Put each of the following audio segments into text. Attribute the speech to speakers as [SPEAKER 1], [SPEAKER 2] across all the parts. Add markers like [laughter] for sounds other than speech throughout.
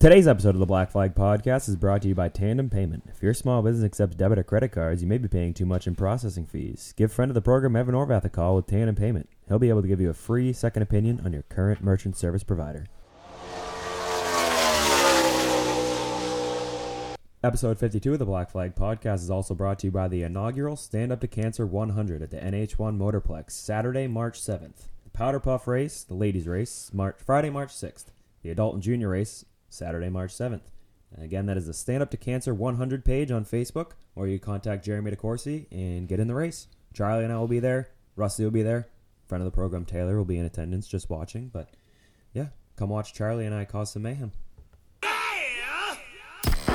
[SPEAKER 1] Today's episode of the Black Flag Podcast is brought to you by Tandem Payment. If your small business accepts debit or credit cards, you may be paying too much in processing fees. Give friend of the program Evan Orvath a call with Tandem Payment. He'll be able to give you a free second opinion on your current merchant service provider. Episode 52 of the Black Flag Podcast is also brought to you by the inaugural Stand Up to Cancer 100 at the NH1 Motorplex, Saturday, March 7th. The Powder Puff Race, the Ladies Race, March, Friday, March 6th. The Adult and Junior Race, Saturday, March 7th. And again, that is the Stand Up to Cancer 100 page on Facebook, or you contact Jeremy DeCourcy and get in the race. Charlie and I will be there. Rusty will be there. Friend of the program, Taylor, will be in attendance just watching. But yeah, come watch Charlie and I cause some mayhem.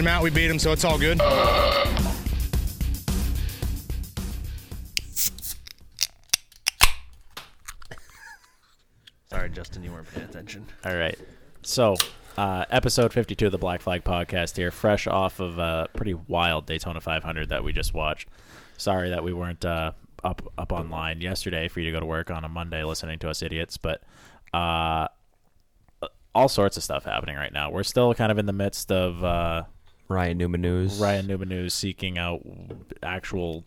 [SPEAKER 2] him out. We beat him, so it's all good.
[SPEAKER 3] sorry, Justin, you weren't paying attention.
[SPEAKER 4] All right. So, uh, episode 52 of the Black Flag podcast here, fresh off of a pretty wild Daytona 500 that we just watched. Sorry that we weren't uh, up up online yesterday for you to go to work on a Monday listening to us idiots, but uh, all sorts of stuff happening right now. We're still kind of in the midst of uh,
[SPEAKER 5] Ryan Newman news.
[SPEAKER 4] Ryan Newman News seeking out actual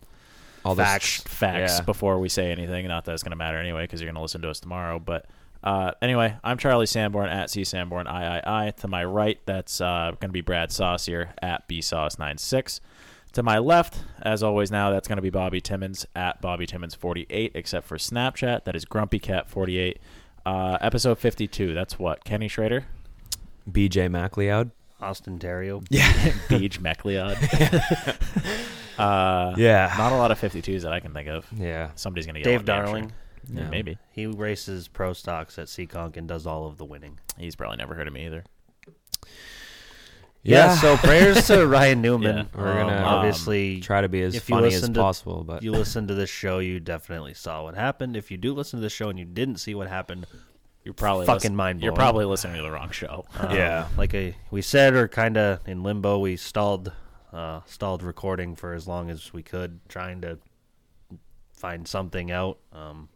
[SPEAKER 5] all this-
[SPEAKER 4] facts, facts
[SPEAKER 5] yeah.
[SPEAKER 4] before we say anything. Not that it's going to matter anyway, because you're going to listen to us tomorrow. But uh, anyway, I'm Charlie Sanborn at C Sanborn III. To my right, that's uh, going to be Brad Saucier at B Sauce96. To my left, as always, now that's going to be Bobby Timmons at Bobby Timmons48, except for Snapchat. That is Grumpy Cat48. Uh, episode 52. That's what Kenny Schrader,
[SPEAKER 5] BJ MacLeod.
[SPEAKER 3] Austin Terrio.
[SPEAKER 5] [laughs]
[SPEAKER 4] Beej MacLeod.
[SPEAKER 5] yeah.
[SPEAKER 4] Not a lot of 52s that I can think of.
[SPEAKER 5] yeah.
[SPEAKER 4] Somebody's going to get
[SPEAKER 3] Dave
[SPEAKER 4] one, I'm sure.
[SPEAKER 3] Darling.
[SPEAKER 4] Yeah, maybe
[SPEAKER 3] He races pro stocks at Seaconk and does all of the winning.
[SPEAKER 4] he's probably never heard of me either.
[SPEAKER 5] Yeah.
[SPEAKER 3] so prayers to Ryan Newman.
[SPEAKER 4] Yeah.
[SPEAKER 5] Ah. We're
[SPEAKER 3] Um,
[SPEAKER 5] gonna, um,
[SPEAKER 3] obviously
[SPEAKER 5] try to be as
[SPEAKER 3] if you
[SPEAKER 5] funny as
[SPEAKER 3] listen to-
[SPEAKER 5] possible, but-
[SPEAKER 3] you listen to this show, you definitely saw what happened. If you do listen to this show and you didn't see what happened,
[SPEAKER 4] You're probably
[SPEAKER 3] Fucking
[SPEAKER 4] listen-
[SPEAKER 3] mind-blowing.
[SPEAKER 4] You're probably listening to the wrong
[SPEAKER 5] [laughs]
[SPEAKER 4] show. uh,
[SPEAKER 3] yeah, like a, we said, or kind of in limbo. We stalled, uh, stalled recording for as long as we could, trying to find something out. Um,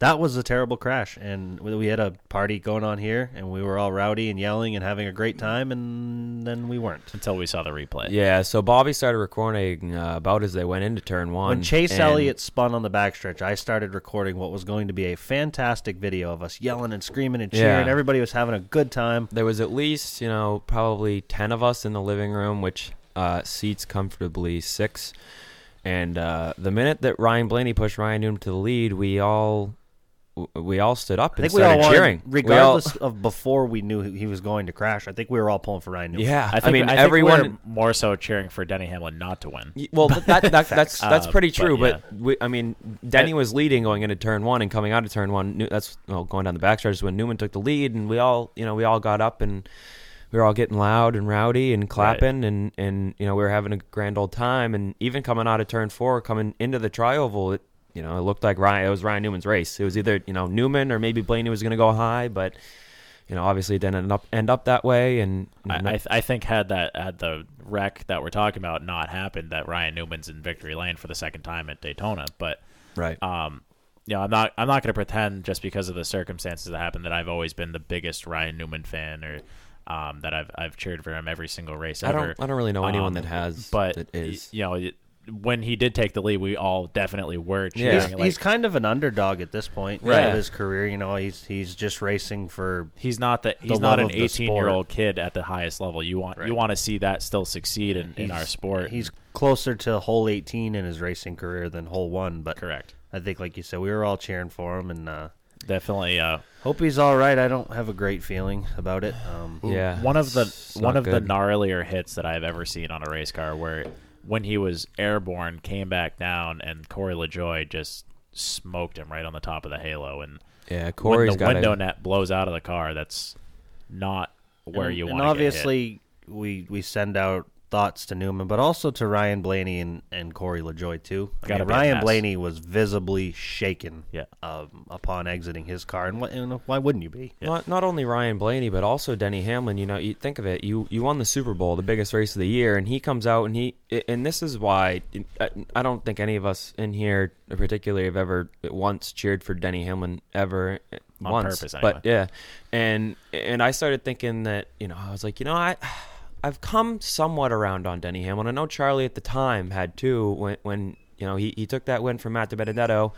[SPEAKER 3] that was a terrible crash, and we we had a party going on here, and we were all rowdy and yelling and having a great time, and then we weren't.
[SPEAKER 4] until we saw the
[SPEAKER 5] [laughs]
[SPEAKER 4] replay.
[SPEAKER 5] Yeah. So Bobby started recording uh, about as they went into turn one.
[SPEAKER 3] When Chase
[SPEAKER 5] and-
[SPEAKER 3] Elliott spun on the backstretch, I started recording what was going to be a fantastic video of us yelling and screaming and cheering.
[SPEAKER 5] Yeah.
[SPEAKER 3] Everybody was having a good time.
[SPEAKER 5] There was at least, you know, probably 10 of us in the living room, which uh, seats comfortably six. And uh, the minute that Ryan Blaney pushed Ryan Newman to the lead, we all. w- We all stood up
[SPEAKER 3] I
[SPEAKER 5] and
[SPEAKER 3] think we all
[SPEAKER 5] started
[SPEAKER 3] wanted,
[SPEAKER 5] cheering. We all-
[SPEAKER 3] regardless of before we knew he was going to crash. I think we were all pulling for Ryan Newman.
[SPEAKER 5] [laughs] yeah,
[SPEAKER 4] I, think,
[SPEAKER 5] mean,
[SPEAKER 4] think we were
[SPEAKER 5] everyone
[SPEAKER 4] more so cheering for Denny Hamlin not to win.
[SPEAKER 5] Y- Well, th- that, that, that's that's
[SPEAKER 4] Uh,
[SPEAKER 5] pretty
[SPEAKER 4] but
[SPEAKER 5] true. But, we, I mean, Denny was leading going into turn one and coming out of turn one. New, that's well, going down the backstretch is when Newman took the lead, and we all you know we all got up and we were all getting loud and rowdy and clapping and and you know we were having a grand old time. And even coming out of turn four, coming into the trioval, it you know it looked like Ryan. It was Ryan Newman's race. It was either you know Newman or maybe Blaney was going to go high, but you know obviously it didn't end up end up that way. And
[SPEAKER 4] I, I, I think had that had the wreck that we're talking about not happened, that Ryan Newman's in victory lane for the second time at Daytona. But
[SPEAKER 5] right.
[SPEAKER 4] uh, you know, I'm not I'm not going to pretend just because of the circumstances that happened that I've always been the biggest Ryan Newman fan or um, that I've I've cheered for him every single race
[SPEAKER 5] I don't-
[SPEAKER 4] ever. Um,
[SPEAKER 5] I don't really know anyone that has,
[SPEAKER 4] But
[SPEAKER 5] that is.
[SPEAKER 4] y- you know, it- when he did take the lead, we all definitely were cheering.
[SPEAKER 3] He's,
[SPEAKER 4] like,
[SPEAKER 3] he's kind of an underdog at this point
[SPEAKER 4] Right.
[SPEAKER 3] of his career. You know, he's he's just racing for
[SPEAKER 4] He's not the, he's
[SPEAKER 3] love
[SPEAKER 4] not
[SPEAKER 3] of
[SPEAKER 4] an
[SPEAKER 3] the
[SPEAKER 4] 18 year old kid at the highest level. You want you want to see that still succeed in, in
[SPEAKER 3] he's-
[SPEAKER 4] our sport.
[SPEAKER 3] He's closer to hole 18 in his racing career than hole one. But
[SPEAKER 4] correct.
[SPEAKER 3] I think, like you said, we were all cheering for him, and uh,
[SPEAKER 4] Definitely uh,
[SPEAKER 3] hope he's all right. I don't have a great feeling about it. Um,
[SPEAKER 5] yeah,
[SPEAKER 4] one of the
[SPEAKER 5] it's
[SPEAKER 4] one
[SPEAKER 5] not
[SPEAKER 4] of
[SPEAKER 5] good.
[SPEAKER 4] the gnarlier hits that I've ever seen on a race car where when he was airborne came back down and Corey LaJoy just smoked him right on the top of the halo and
[SPEAKER 5] yeah,
[SPEAKER 4] when
[SPEAKER 5] Corey's
[SPEAKER 4] the
[SPEAKER 5] got a-
[SPEAKER 4] window net blows out of the car that's not where
[SPEAKER 3] and,
[SPEAKER 4] you
[SPEAKER 3] and
[SPEAKER 4] want.
[SPEAKER 3] obviously we we send out thoughts to Newman, but also to Ryan Blaney and, and Corey LaJoy too. I
[SPEAKER 4] Gotta
[SPEAKER 3] mean,
[SPEAKER 4] be a
[SPEAKER 3] Ryan
[SPEAKER 4] mess.
[SPEAKER 3] Blaney was visibly shaken
[SPEAKER 4] Yeah.
[SPEAKER 3] um, upon exiting his car, and, wh- and why wouldn't you be?
[SPEAKER 5] Not not only Ryan Blaney, but also Denny Hamlin. You know, you think of it. You you won the Super Bowl, the biggest race of the year, and he comes out and he and this is why I- I don't think any of us in here, particularly, have ever once cheered for Denny Hamlin ever eh,
[SPEAKER 4] On
[SPEAKER 5] once.
[SPEAKER 4] purpose, anyway.
[SPEAKER 5] But yeah, and and I started thinking that you know I was like you know I. I've come somewhat around on Denny Hamlin. I know Charlie at the time had too when when you know he, he took that win from Matt De Benedetto,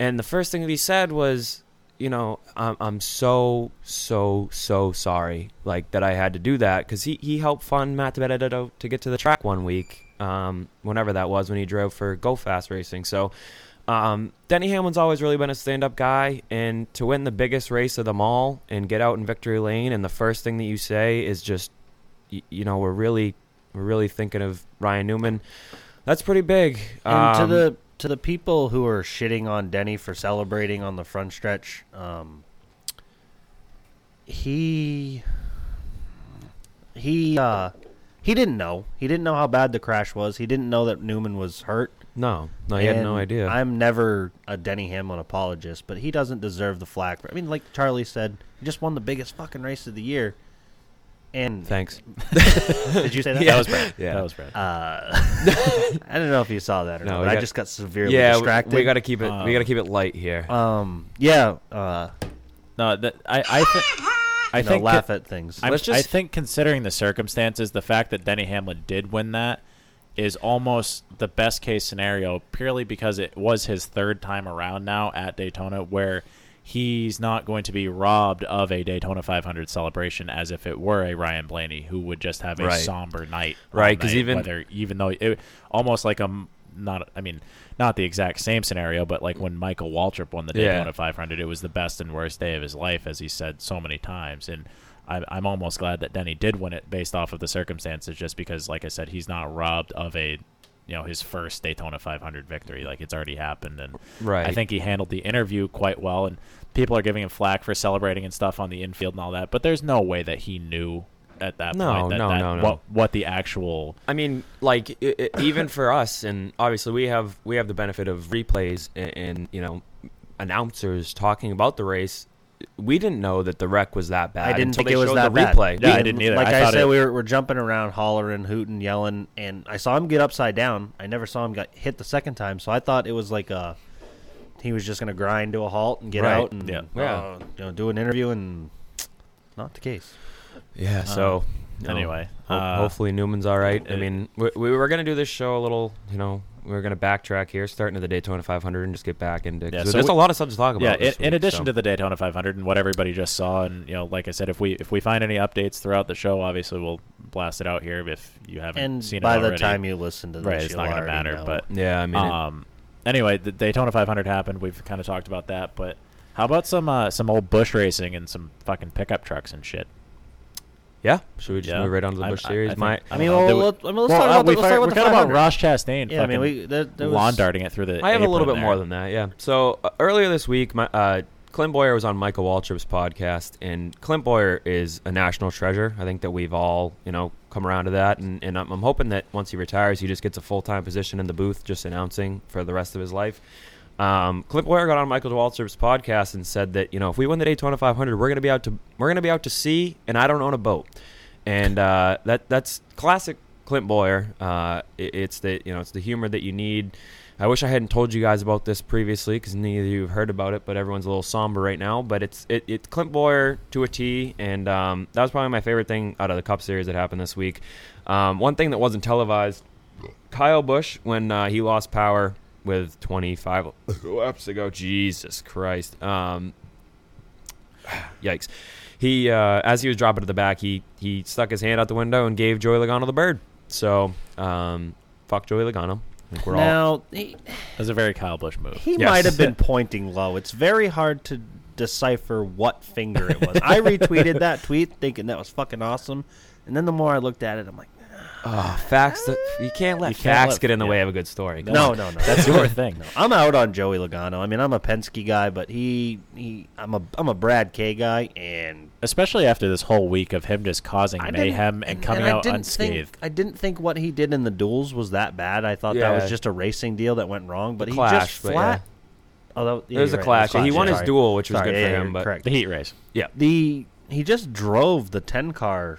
[SPEAKER 5] and the first thing that he said was, you know, I'm, I'm so, so, so sorry, like that I had to do that because he, he helped fund Matt DiBenedetto to get to the track one week, um, whenever that was when he drove for Go Fast Racing. So, um, Denny Hamlin's always really been a stand up guy, and to win the biggest race of them all and get out in victory lane, and the first thing that you say is just, y- you know, we're really, we're really thinking of Ryan Newman. That's pretty big.
[SPEAKER 3] And
[SPEAKER 5] Um,
[SPEAKER 3] to the to the people who are shitting on Denny for celebrating on the front stretch, um, he he uh, he didn't know. He didn't know how bad the crash was. He didn't know that Newman was hurt.
[SPEAKER 5] no, no, he had no
[SPEAKER 3] And
[SPEAKER 5] idea.
[SPEAKER 3] I'm never a Denny Hamlin apologist, but he doesn't deserve the flack. I mean, like Charlie said, he just won the biggest fucking race of the year. And
[SPEAKER 5] Thanks.
[SPEAKER 3] did you say that?
[SPEAKER 4] That was Brad.
[SPEAKER 5] [laughs] Yeah.
[SPEAKER 4] That was Brad.
[SPEAKER 3] Uh, I don't know if you saw that or
[SPEAKER 5] No,
[SPEAKER 3] not.
[SPEAKER 5] we
[SPEAKER 3] but I
[SPEAKER 5] got-
[SPEAKER 3] just got severely
[SPEAKER 5] yeah, we-
[SPEAKER 3] distracted.
[SPEAKER 5] we got to keep it. we got to keep it light here.
[SPEAKER 3] Um. Yeah. Uh.
[SPEAKER 4] no, that I I
[SPEAKER 3] [laughs]
[SPEAKER 4] think I
[SPEAKER 3] you know,
[SPEAKER 4] think
[SPEAKER 3] laugh at things.
[SPEAKER 4] I'm,
[SPEAKER 5] Let's
[SPEAKER 4] I
[SPEAKER 5] just-
[SPEAKER 4] think considering the circumstances, the fact that Denny Hamlin did win that is almost the best case scenario purely because it was his third time around now at Daytona where he's not going to be robbed of a Daytona 500 celebration as if it were a Ryan Blaney who would just have a
[SPEAKER 5] Right.
[SPEAKER 4] somber night. on
[SPEAKER 5] Right, 'cause
[SPEAKER 4] the-
[SPEAKER 5] even-
[SPEAKER 4] whether even though it almost like a m- not I mean not the exact same scenario but like when Michael Waltrip won the
[SPEAKER 5] Yeah.
[SPEAKER 4] Daytona 500 it was the best and worst day of his life as he said so many times and I, I'm almost glad that Denny did win it based off of the circumstances just because like I said he's not robbed of a you know his first Daytona 500 victory like it's already happened and
[SPEAKER 5] Right.
[SPEAKER 4] I think he handled the interview quite well and people are giving him flack for celebrating and stuff on the infield and all that but there's no way that he knew at that
[SPEAKER 5] No,
[SPEAKER 4] point that,
[SPEAKER 5] no,
[SPEAKER 4] that-
[SPEAKER 5] no, no.
[SPEAKER 4] what what the actual
[SPEAKER 5] I mean, like i i even for us, and obviously we have we have the benefit of replays and, and you know announcers talking about the race. We didn't know that the wreck was that bad.
[SPEAKER 3] I didn't
[SPEAKER 5] until
[SPEAKER 3] think
[SPEAKER 5] they
[SPEAKER 3] it was
[SPEAKER 5] showed
[SPEAKER 3] that
[SPEAKER 5] the
[SPEAKER 3] bad.
[SPEAKER 5] replay.
[SPEAKER 4] Yeah,
[SPEAKER 5] We-
[SPEAKER 4] I didn't either.
[SPEAKER 3] Like
[SPEAKER 4] I
[SPEAKER 3] I,
[SPEAKER 4] thought
[SPEAKER 3] said,
[SPEAKER 4] it-
[SPEAKER 3] we were, were jumping around, hollering, hooting, yelling, and I saw him get upside down. I never saw him get hit the second time, so I thought it was like a he was just gonna grind to a halt and get
[SPEAKER 5] Right.
[SPEAKER 3] out and
[SPEAKER 4] Yeah.
[SPEAKER 5] Yeah.
[SPEAKER 3] uh,
[SPEAKER 4] Um,
[SPEAKER 3] you know, do an interview and not the case.
[SPEAKER 5] yeah. So you know,
[SPEAKER 4] um, anyway,
[SPEAKER 5] ho-
[SPEAKER 4] uh,
[SPEAKER 5] hopefully Newman's all right. I
[SPEAKER 4] it-
[SPEAKER 5] mean, we, we were gonna do this show a little. You know, we were gonna backtrack here, starting to the Daytona 500, and just get back into. 'cause
[SPEAKER 4] Yeah, so
[SPEAKER 5] there's
[SPEAKER 4] we-
[SPEAKER 5] a lot of stuff to talk about.
[SPEAKER 4] Yeah,
[SPEAKER 5] this
[SPEAKER 4] in, in
[SPEAKER 5] week,
[SPEAKER 4] addition
[SPEAKER 5] so.
[SPEAKER 4] to the Daytona 500 and what everybody just saw, and you know, like I said, if we if we find any updates throughout the show, obviously we'll blast it out here. If you haven't
[SPEAKER 3] And
[SPEAKER 4] seen
[SPEAKER 3] by
[SPEAKER 4] it
[SPEAKER 3] the
[SPEAKER 4] already.
[SPEAKER 3] time you listen to this,
[SPEAKER 4] right, it's
[SPEAKER 3] you'll
[SPEAKER 4] not going to
[SPEAKER 3] already
[SPEAKER 4] matter.
[SPEAKER 3] know.
[SPEAKER 4] But
[SPEAKER 5] yeah, I mean, it-
[SPEAKER 4] um, anyway, the Daytona 500 happened. We've kind of talked about that, but how about some uh, some old bush racing and some fucking pickup trucks and shit?
[SPEAKER 5] yeah. Should we just
[SPEAKER 4] Yeah.
[SPEAKER 5] move right on to the
[SPEAKER 4] I-
[SPEAKER 5] Bush
[SPEAKER 4] I- I
[SPEAKER 5] series?
[SPEAKER 4] think-
[SPEAKER 5] My
[SPEAKER 4] I
[SPEAKER 3] I
[SPEAKER 4] don't
[SPEAKER 3] mean,
[SPEAKER 4] know.
[SPEAKER 3] well,
[SPEAKER 4] There wa-
[SPEAKER 3] let, I mean, let's talk about
[SPEAKER 4] uh, we
[SPEAKER 3] the, let's
[SPEAKER 4] fired-
[SPEAKER 3] talk
[SPEAKER 4] we're
[SPEAKER 3] about the
[SPEAKER 4] talking about
[SPEAKER 3] 500.
[SPEAKER 4] Ross Chastain.
[SPEAKER 3] Yeah, I mean,
[SPEAKER 4] fucking
[SPEAKER 3] we- there- there was-
[SPEAKER 4] lawn darting it through the.
[SPEAKER 5] I have a little
[SPEAKER 4] apron
[SPEAKER 5] bit
[SPEAKER 4] there.
[SPEAKER 5] more than that, yeah. So uh, earlier this week, my uh, Clint Boyer was on Michael Waltrip's podcast, and Clint Boyer is a national treasure. I think that we've all, you know, come around to that, and, and I'm, I'm hoping that once he retires, he just gets a full time position in the booth, just announcing for the rest of his life. Um, Clint Boyer got on Michael Waltrip's podcast and said that you know if we win the Daytona 500, we're gonna be out to we're gonna be out to sea, and I don't own a boat, and uh, that that's classic Clint Boyer. Uh, it- it's the you know it's the humor that you need. I wish I hadn't told you guys about this previously because neither of you have heard about it, but everyone's a little somber right now. But it's it, it's Clint Boyer to a T, and um, that was probably my favorite thing out of the Cup Series that happened this week. Um, one thing that wasn't televised, Kyle Bush when uh, he lost power with 25 laps to go. Jesus Christ! Um, [sighs] yikes. He, uh, as he was dropping to the back, he he stuck his hand out the window and gave Joey Logano the bird. So, um, fuck Joey Logano. I think we're all
[SPEAKER 3] now he,
[SPEAKER 4] It was a very Kyle Bush move.
[SPEAKER 3] he
[SPEAKER 5] Yes.
[SPEAKER 3] might have
[SPEAKER 4] [laughs]
[SPEAKER 3] been pointing low. It's very hard to decipher what finger it was. I retweeted that tweet thinking that was fucking awesome, and then the more I looked at it, I'm like,
[SPEAKER 5] Oh, facts! That, you can't let
[SPEAKER 3] You can't
[SPEAKER 5] facts
[SPEAKER 3] let-
[SPEAKER 5] get in the way
[SPEAKER 3] yeah.
[SPEAKER 5] of a good story. Come
[SPEAKER 3] No,
[SPEAKER 5] on.
[SPEAKER 3] no, no. That's [laughs] your thing. I'm out on Joey Logano. I mean, I'm a Penske guy, but he, he I'm a I'm a Brad K guy, and
[SPEAKER 4] Especially after this whole week of him just causing
[SPEAKER 3] I didn't-
[SPEAKER 4] mayhem and coming
[SPEAKER 3] I
[SPEAKER 4] out
[SPEAKER 3] didn't
[SPEAKER 4] unscathed.
[SPEAKER 3] Think, I didn't think what he did in the duels was that bad. I thought that
[SPEAKER 5] Yeah.
[SPEAKER 3] was just a racing deal that went wrong, but he
[SPEAKER 5] clash,
[SPEAKER 3] just
[SPEAKER 5] but
[SPEAKER 3] flat.
[SPEAKER 5] yeah.
[SPEAKER 3] Although yeah,
[SPEAKER 5] It was
[SPEAKER 3] you're
[SPEAKER 5] a
[SPEAKER 3] right,
[SPEAKER 5] clash. He won his
[SPEAKER 3] Sorry.
[SPEAKER 5] duel, which was
[SPEAKER 3] Sorry,
[SPEAKER 5] good
[SPEAKER 3] yeah,
[SPEAKER 5] for
[SPEAKER 3] yeah,
[SPEAKER 5] him,
[SPEAKER 3] you're
[SPEAKER 5] but-
[SPEAKER 3] correct.
[SPEAKER 4] the heat race.
[SPEAKER 5] Yeah,
[SPEAKER 3] The he just drove the ten car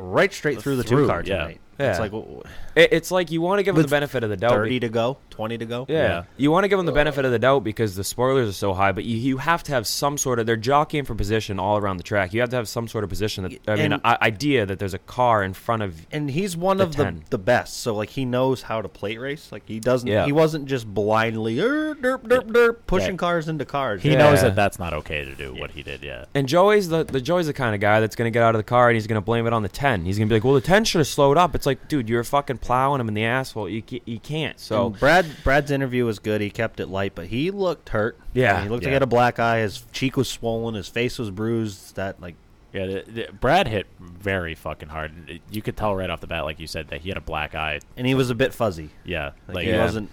[SPEAKER 3] right straight through the two
[SPEAKER 4] through,
[SPEAKER 3] car
[SPEAKER 4] yeah.
[SPEAKER 3] tonight.
[SPEAKER 5] Yeah.
[SPEAKER 3] It's like w-
[SPEAKER 5] It, it's like you want to give him the
[SPEAKER 3] With
[SPEAKER 5] benefit of the doubt.
[SPEAKER 3] thirty to go, twenty to go.
[SPEAKER 5] Yeah. You want to give them the benefit of the doubt because the spoilers are so high, but you, you have to have some sort of they're jockeying for position all around the track. You have to have some sort of position that I mean
[SPEAKER 3] And-
[SPEAKER 5] I, idea that there's a car in front of
[SPEAKER 3] and he's one
[SPEAKER 5] The
[SPEAKER 3] of the,
[SPEAKER 5] 10.
[SPEAKER 3] the best. So like he knows how to plate race. Like he doesn't.
[SPEAKER 5] Yeah.
[SPEAKER 3] He wasn't just blindly "Er, derp derp derp pushing
[SPEAKER 4] Yeah.
[SPEAKER 3] cars into cars.
[SPEAKER 4] He
[SPEAKER 5] Yeah.
[SPEAKER 4] knows that that's not okay to do what he did. Yeah.
[SPEAKER 5] and Joey's the, the Joey's the kind of guy that's gonna get out of the car and he's gonna blame it on the ten. He's gonna be like, well, the ten should have slowed up. It's like, dude, you're fucking plowing him in the asshole. You ca- you can't. So
[SPEAKER 3] So Mm, Brad Brad's interview was good. He kept it light, but he looked hurt.
[SPEAKER 5] Yeah.
[SPEAKER 3] he looked like
[SPEAKER 4] Yeah.
[SPEAKER 3] he had a black eye. His cheek was swollen. His face was bruised. That like
[SPEAKER 4] Yeah, the, the, Brad hit very fucking hard. And it- You could tell right off the bat, like you said, that he had a black eye.
[SPEAKER 3] and he was a bit fuzzy.
[SPEAKER 4] Yeah,
[SPEAKER 3] Like
[SPEAKER 4] like
[SPEAKER 3] he
[SPEAKER 5] Yeah.
[SPEAKER 3] wasn't.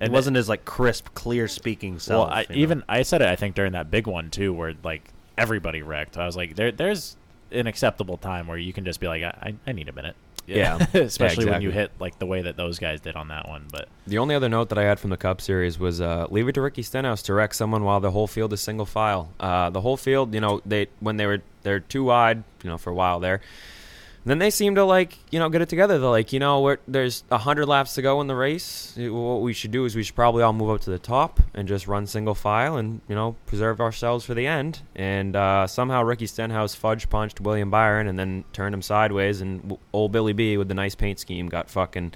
[SPEAKER 3] It
[SPEAKER 4] And
[SPEAKER 3] wasn't his like crisp, clear speaking
[SPEAKER 4] Well,
[SPEAKER 3] self.
[SPEAKER 4] I,
[SPEAKER 3] you know?
[SPEAKER 4] even I said it. I think during that big one too, where like everybody wrecked. I was like, there, there's an acceptable time where you can just be like, I, I, I need a minute.
[SPEAKER 5] Yeah. Yeah,
[SPEAKER 4] [laughs] especially when you
[SPEAKER 5] exactly.
[SPEAKER 4] hit like the way that those guys did on that one. But
[SPEAKER 5] the only other note that I had from the Cup Series was uh, leave it to Ricky Stenhouse to wreck someone while the whole field is single file. Uh, the whole field, you know, they when they were they're too wide, you know, for a while there. Then they seem to like you know get it together. They're like you know we're, there's a hundred laps to go in the race. It- What we should do is we should probably all move up to the top and just run single file and you know preserve ourselves for the end. And uh, somehow Ricky Stenhouse fudge punched William Byron and then turned him sideways. And w- old Billy B with the nice paint scheme got fucking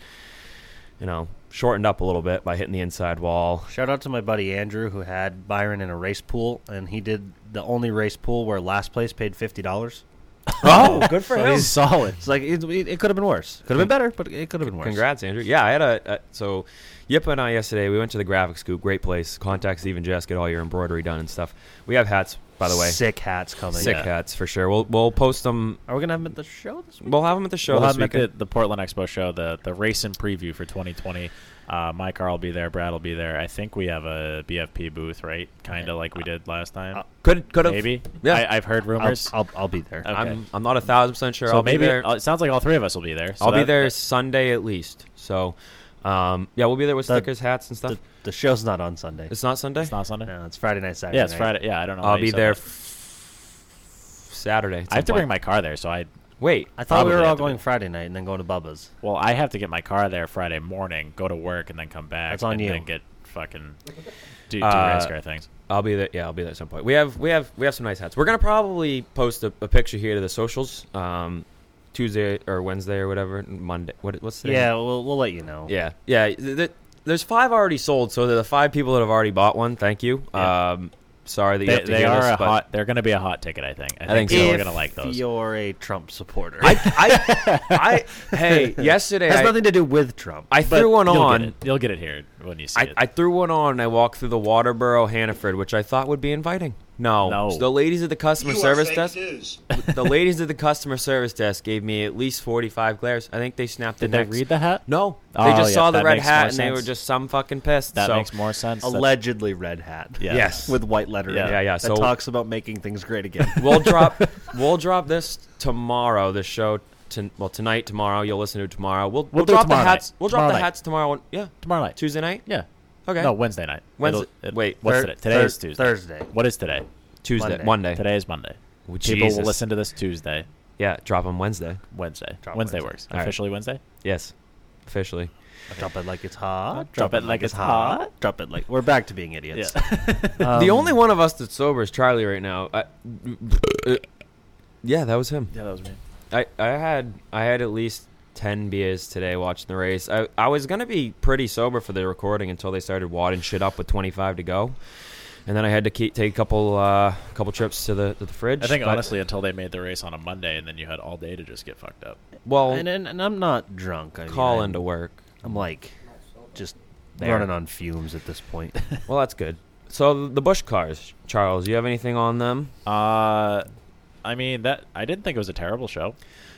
[SPEAKER 5] you know shortened up a little bit by hitting the inside
[SPEAKER 4] [laughs]
[SPEAKER 5] wall.
[SPEAKER 3] Shout out to my buddy Andrew who had Byron in a race pool, and he did the only race pool where last place paid fifty dollars.
[SPEAKER 5] Oh, good for
[SPEAKER 3] He's solid. It's like it, it, it could have been worse. Could have been better, but it could have been worse.
[SPEAKER 5] Congrats, Andrew. Yeah, I had a, a so Yip and I yesterday. We went to the graphic scoop. Great place. Contact Steve and Jess. Get all your embroidery done and stuff. We have hats, by the way.
[SPEAKER 3] sick hats coming.
[SPEAKER 5] Sick
[SPEAKER 3] Yeah.
[SPEAKER 5] hats for sure. We'll we'll post them.
[SPEAKER 3] Are we gonna have them at the show this week?
[SPEAKER 5] We'll have them at the show
[SPEAKER 4] we'll
[SPEAKER 5] this
[SPEAKER 4] have him at the,
[SPEAKER 5] weekend.
[SPEAKER 4] the Portland Expo show, the the race and preview for 2020. Uh, my car will be there. Brad will be there. I think we have a BFP booth, right? Kind of like we did last time.
[SPEAKER 5] Could could have
[SPEAKER 4] Maybe.
[SPEAKER 5] Uh, Yeah.
[SPEAKER 4] I, I've heard
[SPEAKER 3] I'll,
[SPEAKER 4] rumors.
[SPEAKER 3] I'll, I'll be there.
[SPEAKER 4] Okay.
[SPEAKER 5] I'm I'm not a thousand percent sure.
[SPEAKER 4] so
[SPEAKER 5] I'll
[SPEAKER 4] maybe
[SPEAKER 5] be there.
[SPEAKER 4] uh, it sounds like all three of us will be there. So
[SPEAKER 5] I'll be
[SPEAKER 4] that-
[SPEAKER 5] there
[SPEAKER 4] that-
[SPEAKER 5] Sunday at least. So, um, yeah, we'll be there with
[SPEAKER 3] The-
[SPEAKER 5] stickers, hats, and stuff.
[SPEAKER 3] The, the show's not on Sunday.
[SPEAKER 5] it's not Sunday.
[SPEAKER 4] It's not Sunday.
[SPEAKER 3] no, it's Friday night, Saturday.
[SPEAKER 4] Yeah, it's
[SPEAKER 3] night.
[SPEAKER 4] Friday. Yeah, I don't know. why
[SPEAKER 5] I'll
[SPEAKER 4] you
[SPEAKER 5] be
[SPEAKER 4] said
[SPEAKER 5] there
[SPEAKER 4] that.
[SPEAKER 5] f- Saturday.
[SPEAKER 4] I have to bring my car there, so I.
[SPEAKER 5] wait.
[SPEAKER 3] I thought we were
[SPEAKER 4] Probably
[SPEAKER 3] all
[SPEAKER 4] at the
[SPEAKER 3] going
[SPEAKER 4] booth.
[SPEAKER 3] Friday night and then going to Bubba's.
[SPEAKER 4] Well, I have to get my car there Friday morning, go to work, and then come back.
[SPEAKER 3] That's on
[SPEAKER 4] and
[SPEAKER 3] you.
[SPEAKER 4] Then get fucking do, do
[SPEAKER 5] Uh,
[SPEAKER 4] race car things.
[SPEAKER 5] I'll be there. Yeah, I'll be there at some point. We have we have we have some nice hats. We're gonna probably post a, a picture here to the socials, um, Tuesday or Wednesday or whatever. Monday. What, what's today?
[SPEAKER 3] Yeah, we'll, we'll let you know.
[SPEAKER 5] Yeah, yeah. th- th- there's five already sold, so the five people that have already bought one. Thank you. Um, sorry that you
[SPEAKER 4] They,
[SPEAKER 5] have to
[SPEAKER 4] they
[SPEAKER 5] hear
[SPEAKER 4] are
[SPEAKER 5] this,
[SPEAKER 4] a
[SPEAKER 5] but
[SPEAKER 4] hot. They're going to be a hot ticket, I think. I,
[SPEAKER 5] think so.
[SPEAKER 4] people are
[SPEAKER 3] If
[SPEAKER 4] going to like those.
[SPEAKER 3] You're a Trump supporter.
[SPEAKER 5] I,
[SPEAKER 4] [laughs]
[SPEAKER 5] I, I, hey, yesterday
[SPEAKER 3] it has
[SPEAKER 5] I,
[SPEAKER 3] nothing to do with Trump.
[SPEAKER 5] I threw one
[SPEAKER 4] You'll
[SPEAKER 5] on.
[SPEAKER 4] get it. You'll get it here when you see
[SPEAKER 5] I,
[SPEAKER 4] it.
[SPEAKER 5] I threw one on and I walked through the Waterboro Hannaford, which I thought would be inviting. No.
[SPEAKER 4] No.
[SPEAKER 5] So the ladies at the customer service desk [laughs] the ladies at the customer service desk gave me at least forty five glares. I think they snapped
[SPEAKER 4] Did
[SPEAKER 5] the
[SPEAKER 4] they
[SPEAKER 5] necks.
[SPEAKER 4] read the hat?
[SPEAKER 5] No. They
[SPEAKER 4] Oh,
[SPEAKER 5] just
[SPEAKER 4] yeah,
[SPEAKER 5] saw the
[SPEAKER 4] that
[SPEAKER 5] red
[SPEAKER 4] makes
[SPEAKER 5] hat
[SPEAKER 4] more
[SPEAKER 5] and they
[SPEAKER 4] sense.
[SPEAKER 5] were just some fucking pissed.
[SPEAKER 4] that
[SPEAKER 5] so-
[SPEAKER 4] makes more sense. That's-
[SPEAKER 3] allegedly red hat.
[SPEAKER 4] Yeah.
[SPEAKER 5] Yes.
[SPEAKER 3] [laughs] With white lettering.
[SPEAKER 5] Yeah, yeah, yeah.
[SPEAKER 3] That
[SPEAKER 5] So-
[SPEAKER 3] talks about making things great again.
[SPEAKER 5] we'll drop we'll drop this tomorrow. This show to, well tonight tomorrow. You'll listen to it tomorrow. We'll we'll,
[SPEAKER 4] We'll do it
[SPEAKER 5] drop the
[SPEAKER 4] tomorrow night.
[SPEAKER 5] hats. We'll drop
[SPEAKER 4] Tomorrow
[SPEAKER 5] the
[SPEAKER 4] night.
[SPEAKER 5] hats tomorrow. Yeah,
[SPEAKER 4] tomorrow night.
[SPEAKER 5] Tuesday night.
[SPEAKER 4] Yeah.
[SPEAKER 5] Okay.
[SPEAKER 4] No, Wednesday night.
[SPEAKER 5] Wednesday-
[SPEAKER 4] It'll- it-
[SPEAKER 5] wait,
[SPEAKER 4] What's
[SPEAKER 5] thir-
[SPEAKER 4] today? Today is
[SPEAKER 3] Thur-
[SPEAKER 4] Tuesday.
[SPEAKER 3] Thursday.
[SPEAKER 4] What is today?
[SPEAKER 5] Tuesday
[SPEAKER 3] Monday.
[SPEAKER 5] Monday.
[SPEAKER 4] Today is Monday.
[SPEAKER 5] Oh,
[SPEAKER 4] People will
[SPEAKER 5] Jesus.
[SPEAKER 4] listen to this Tuesday,
[SPEAKER 5] Yeah, drop them Wednesday.
[SPEAKER 4] Wednesday.
[SPEAKER 3] Drop
[SPEAKER 4] Wednesday
[SPEAKER 3] Wednesday.
[SPEAKER 4] works.
[SPEAKER 5] All right.
[SPEAKER 4] Officially Wednesday?
[SPEAKER 5] Yes, officially.
[SPEAKER 3] Drop it like it's hot.
[SPEAKER 4] Drop it like it's hot.
[SPEAKER 3] Drop it like we're back to being idiots.
[SPEAKER 4] [laughs]
[SPEAKER 5] the only
[SPEAKER 4] Um,
[SPEAKER 5] one of us that's sober is Charlie right now. I, yeah, that was him.
[SPEAKER 4] Yeah, that was me.
[SPEAKER 5] I, I had I had at least ten beers today watching the race. I, I was gonna be pretty sober for the recording until they started wadding shit up with twenty five to go, and then I had to keep, take a couple uh, couple trips to the to the fridge.
[SPEAKER 4] I think
[SPEAKER 5] but-
[SPEAKER 4] honestly until they made the race on a Monday and then you had all day to just get fucked up.
[SPEAKER 5] well,
[SPEAKER 3] [laughs] And, and and I'm not drunk. I mean,
[SPEAKER 5] call
[SPEAKER 3] I'm-
[SPEAKER 5] into work.
[SPEAKER 3] I'm like just
[SPEAKER 5] There.
[SPEAKER 3] running on fumes at this
[SPEAKER 4] [laughs]
[SPEAKER 3] point.
[SPEAKER 5] Well, that's good. So the Bush cars, Charles, you have anything on them?
[SPEAKER 4] Uh I mean that I didn't think it was a terrible show.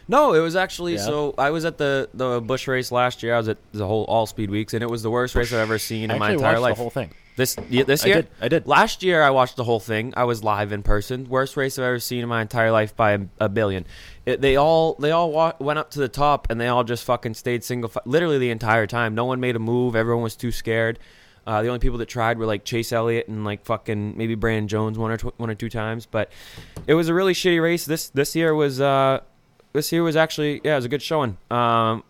[SPEAKER 5] No, it was actually yeah. so. I was at the the Bush race last year. I was at the whole All Speed Weeks, and it was the worst race I've ever seen I in my entire
[SPEAKER 4] watched
[SPEAKER 5] life.
[SPEAKER 4] The whole thing.
[SPEAKER 5] This yeah, this year,
[SPEAKER 4] I did. I did.
[SPEAKER 5] Last year, I watched the whole thing. I was live in person. Worst race I've ever seen in my entire life by a, a billion. It, they all they all wa- went up to the top, and they all just fucking stayed single, fi- literally the entire time. No one made a move. Everyone was too scared. Uh, the only people that tried were like Chase Elliott and like fucking maybe Brandon Jones one or tw- one or two times, but it was a really shitty race. This this year was uh, this year was actually yeah it was a good showing. Um,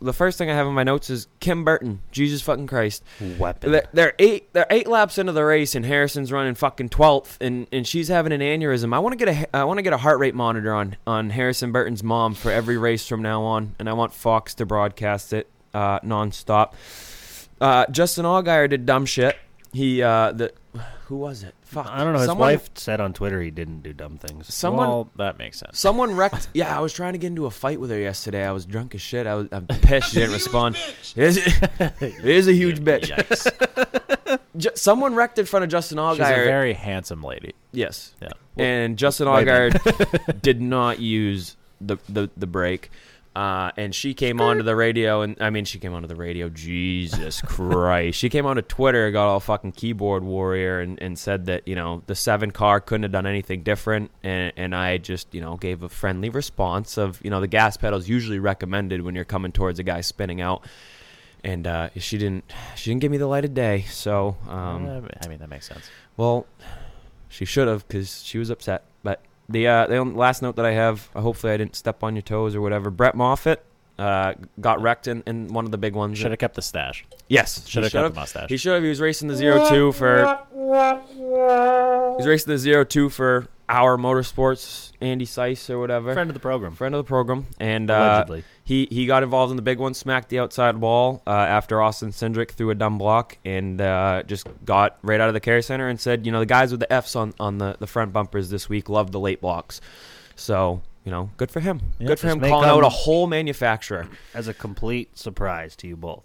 [SPEAKER 5] the first thing I have in my notes is Kim Burton, Jesus fucking Christ,
[SPEAKER 3] weapon.
[SPEAKER 5] They're, they're eight they're eight laps into the race and Harrison's running fucking twelfth and, and she's having an aneurysm. I want to get a I want to get a heart rate monitor on on Harrison Burton's mom for every race from now on, and I want Fox to broadcast it uh, nonstop. Uh, Justin Allgaier did dumb shit. He uh, the who was it? Fuck.
[SPEAKER 3] I don't know. Someone, his wife said on Twitter he didn't do dumb things.
[SPEAKER 5] Someone
[SPEAKER 4] well, that makes sense.
[SPEAKER 5] Someone wrecked. Yeah, I was trying to get into a fight with her yesterday. I was drunk as shit. I was I'm pissed. She didn't respond. It is, it is [laughs] a huge
[SPEAKER 4] [laughs]
[SPEAKER 5] bitch. Just, someone wrecked in front of Justin Allgaier. She's
[SPEAKER 4] a very handsome lady.
[SPEAKER 5] Yes.
[SPEAKER 4] Yeah.
[SPEAKER 5] Well, and Justin Allgaier did not use the the the brake. Uh, and she came onto the radio, and I mean, she came onto the radio. Jesus Christ! she came onto Twitter, got all fucking keyboard warrior, and, and said that you know the seven car couldn't have done anything different. And and I just you know gave a friendly response of you know the gas pedal is usually recommended when you're coming towards a guy spinning out. And uh, she didn't she didn't give me the light of day. So um,
[SPEAKER 4] I mean that makes sense.
[SPEAKER 5] Well, she should have because she was upset, but the uh, the last note that I have, uh, hopefully I didn't step on your toes or whatever. Brett Moffitt uh, got wrecked in, in one of the big ones.
[SPEAKER 4] Should have kept the stash.
[SPEAKER 5] Yes,
[SPEAKER 4] should have kept the mustache.
[SPEAKER 5] He should have. He was racing the zero two for. He's racing the zero two for our motorsports Andy Seiss or whatever.
[SPEAKER 4] Friend of the program.
[SPEAKER 5] Friend of the program, and allegedly he he got involved in the big one, smacked the outside wall uh, after Austin Cindric threw a dumb block, and uh, just got right out of the care center and said, you know, the guys with the Fs on on the the front bumpers this week love the late blocks, so you know, good for him. Yeah, good for him calling out a whole manufacturer.
[SPEAKER 3] As a complete surprise to you both.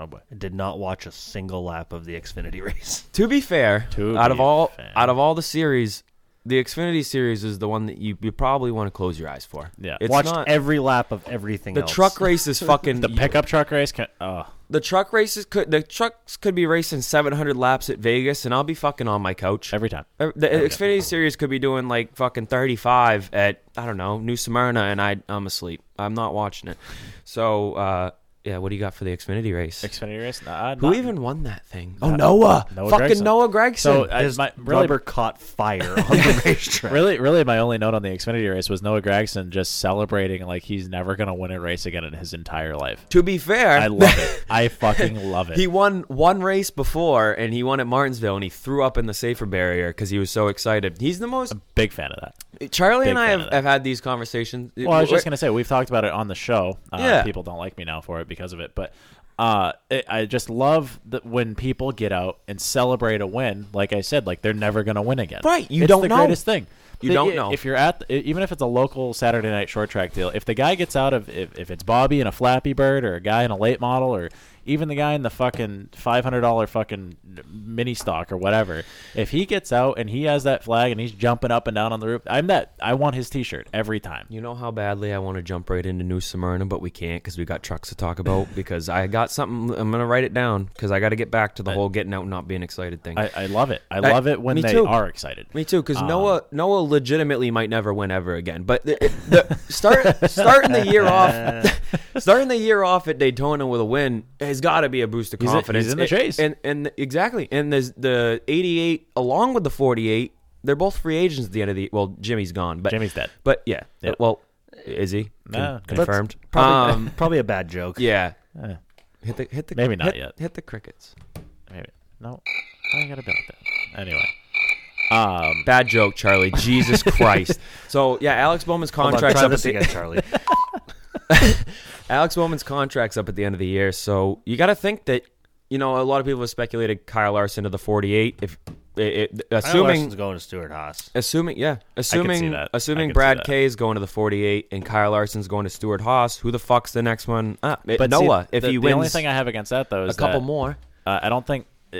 [SPEAKER 3] Oh boy. I did not watch a single lap of the Xfinity [laughs] race.
[SPEAKER 5] To be fair,
[SPEAKER 4] to
[SPEAKER 5] out
[SPEAKER 4] be
[SPEAKER 5] of all
[SPEAKER 4] fair.
[SPEAKER 5] out of all the series, the Xfinity series is the one that you, you probably want to close your eyes for.
[SPEAKER 4] Yeah.
[SPEAKER 3] It's Watched not, every lap of everything
[SPEAKER 5] The
[SPEAKER 3] else.
[SPEAKER 5] truck race
[SPEAKER 4] [laughs]
[SPEAKER 5] is fucking
[SPEAKER 4] The pickup truck race can, uh.
[SPEAKER 5] The truck races could the trucks could be racing 700 laps at Vegas and I'll be fucking on my couch Uh,
[SPEAKER 4] every time.
[SPEAKER 5] The
[SPEAKER 4] every
[SPEAKER 5] Xfinity time. series could be doing like fucking 35 at I don't know New Smyrna and I I'm asleep. I'm not watching it. So uh, yeah, what do you got for the Xfinity race?
[SPEAKER 4] Xfinity race? Nah,
[SPEAKER 5] Who
[SPEAKER 4] not-
[SPEAKER 5] even won that thing? Oh, Noah.
[SPEAKER 4] Noah
[SPEAKER 5] Fucking
[SPEAKER 4] Gragson.
[SPEAKER 5] Noah Gregson.
[SPEAKER 4] So I,
[SPEAKER 3] His
[SPEAKER 4] my, really,
[SPEAKER 3] rubber caught fire on the racetrack.
[SPEAKER 4] really, really, my only note on the Xfinity race was Noah Gregson just celebrating like he's never gonna win a race again in his entire life.
[SPEAKER 5] to be fair, [laughs]
[SPEAKER 4] I love it. I fucking love it.
[SPEAKER 5] He won one race before, and he won at Martinsville, and he threw up in the safer barrier because he was so excited. He's the most.
[SPEAKER 4] Big fan of that.
[SPEAKER 5] Charlie
[SPEAKER 4] big
[SPEAKER 5] and I
[SPEAKER 4] fan
[SPEAKER 5] have,
[SPEAKER 4] of that.
[SPEAKER 5] have had these conversations.
[SPEAKER 4] Well, I was just gonna say we've talked about it on the show. Uh,
[SPEAKER 5] Yeah.
[SPEAKER 4] People don't like me now for it because of it, but uh, it, I just love that when people get out and celebrate a win. Like I said, like they're never gonna win again.
[SPEAKER 5] Right, you
[SPEAKER 4] it's
[SPEAKER 5] don't
[SPEAKER 4] the
[SPEAKER 5] know.
[SPEAKER 4] greatest thing.
[SPEAKER 5] You
[SPEAKER 4] The-
[SPEAKER 5] don't
[SPEAKER 4] i-
[SPEAKER 5] know.
[SPEAKER 4] if you're at the, even if it's a local Saturday night short track deal. If the guy gets out of if, if it's Bobby and a Flappy Bird or a guy in a late model or even the guy in the fucking five hundred dollar fucking mini stock or whatever, if he gets out and he has that flag and he's jumping up and down on the roof, I'm that I want his T-shirt every time.
[SPEAKER 5] You know how badly I want to jump right into New Smyrna, but we can't because we got trucks to talk about. because I got something. I'm gonna write it down because I got to get back to the whole getting out and not being excited thing.
[SPEAKER 4] I, I love it. I
[SPEAKER 5] I-
[SPEAKER 4] love it when
[SPEAKER 5] me
[SPEAKER 4] they
[SPEAKER 5] too.
[SPEAKER 4] are excited.
[SPEAKER 5] Me too,
[SPEAKER 4] Um,
[SPEAKER 5] because Noah Noah legitimately might never win ever again. But the, the start starting the year off,
[SPEAKER 4] [laughs]
[SPEAKER 5] starting the year off at Daytona with a win has got to be a boost of
[SPEAKER 4] He's in-
[SPEAKER 5] confidence.
[SPEAKER 4] he's in the
[SPEAKER 5] It-
[SPEAKER 4] chase.
[SPEAKER 5] and and exactly, and there's the 88 along with the 48, they're both free agents at the end of the. Well, Jimmy's gone, but
[SPEAKER 4] Jimmy's dead.
[SPEAKER 5] But yeah, uh,
[SPEAKER 4] Yep.
[SPEAKER 5] well, is he Con-
[SPEAKER 4] No, that's
[SPEAKER 5] confirmed?
[SPEAKER 3] Probably,
[SPEAKER 5] um,
[SPEAKER 3] probably a bad joke.
[SPEAKER 4] [laughs]
[SPEAKER 5] yeah.
[SPEAKER 4] Eh.
[SPEAKER 5] Hit the hit the
[SPEAKER 4] Maybe not
[SPEAKER 5] hit-
[SPEAKER 4] yet.
[SPEAKER 5] Hit the crickets.
[SPEAKER 4] Maybe. No. Why you gotta be like that? Anyway. Um,
[SPEAKER 5] Bad joke, Charlie.
[SPEAKER 4] [laughs]
[SPEAKER 5] Jesus Christ. So yeah, Alex Bowman's
[SPEAKER 3] Hold on,
[SPEAKER 5] contract's
[SPEAKER 3] try
[SPEAKER 5] up at
[SPEAKER 3] this
[SPEAKER 5] the,
[SPEAKER 3] again, Charlie.
[SPEAKER 5] Alex Bowman's contract's up at the end of the year, so you got to think that you know a lot of people have speculated Kyle Larson to the 48. If it, it,
[SPEAKER 3] Assuming
[SPEAKER 5] assuming
[SPEAKER 3] going to Stuart Haas.
[SPEAKER 5] assuming yeah assuming
[SPEAKER 4] that. I can
[SPEAKER 5] assuming
[SPEAKER 4] see
[SPEAKER 5] Brad
[SPEAKER 4] that.
[SPEAKER 5] K is going to the 48 and Kyle Larson's going to Stuart Haas, who the fuck's the next one? Ah, it-
[SPEAKER 4] but see,
[SPEAKER 5] Noah. if
[SPEAKER 4] the,
[SPEAKER 5] he
[SPEAKER 4] the
[SPEAKER 5] wins
[SPEAKER 4] only thing I have against that though
[SPEAKER 5] a
[SPEAKER 4] is
[SPEAKER 5] couple
[SPEAKER 4] that,
[SPEAKER 5] more,
[SPEAKER 4] Uh, I don't think uh,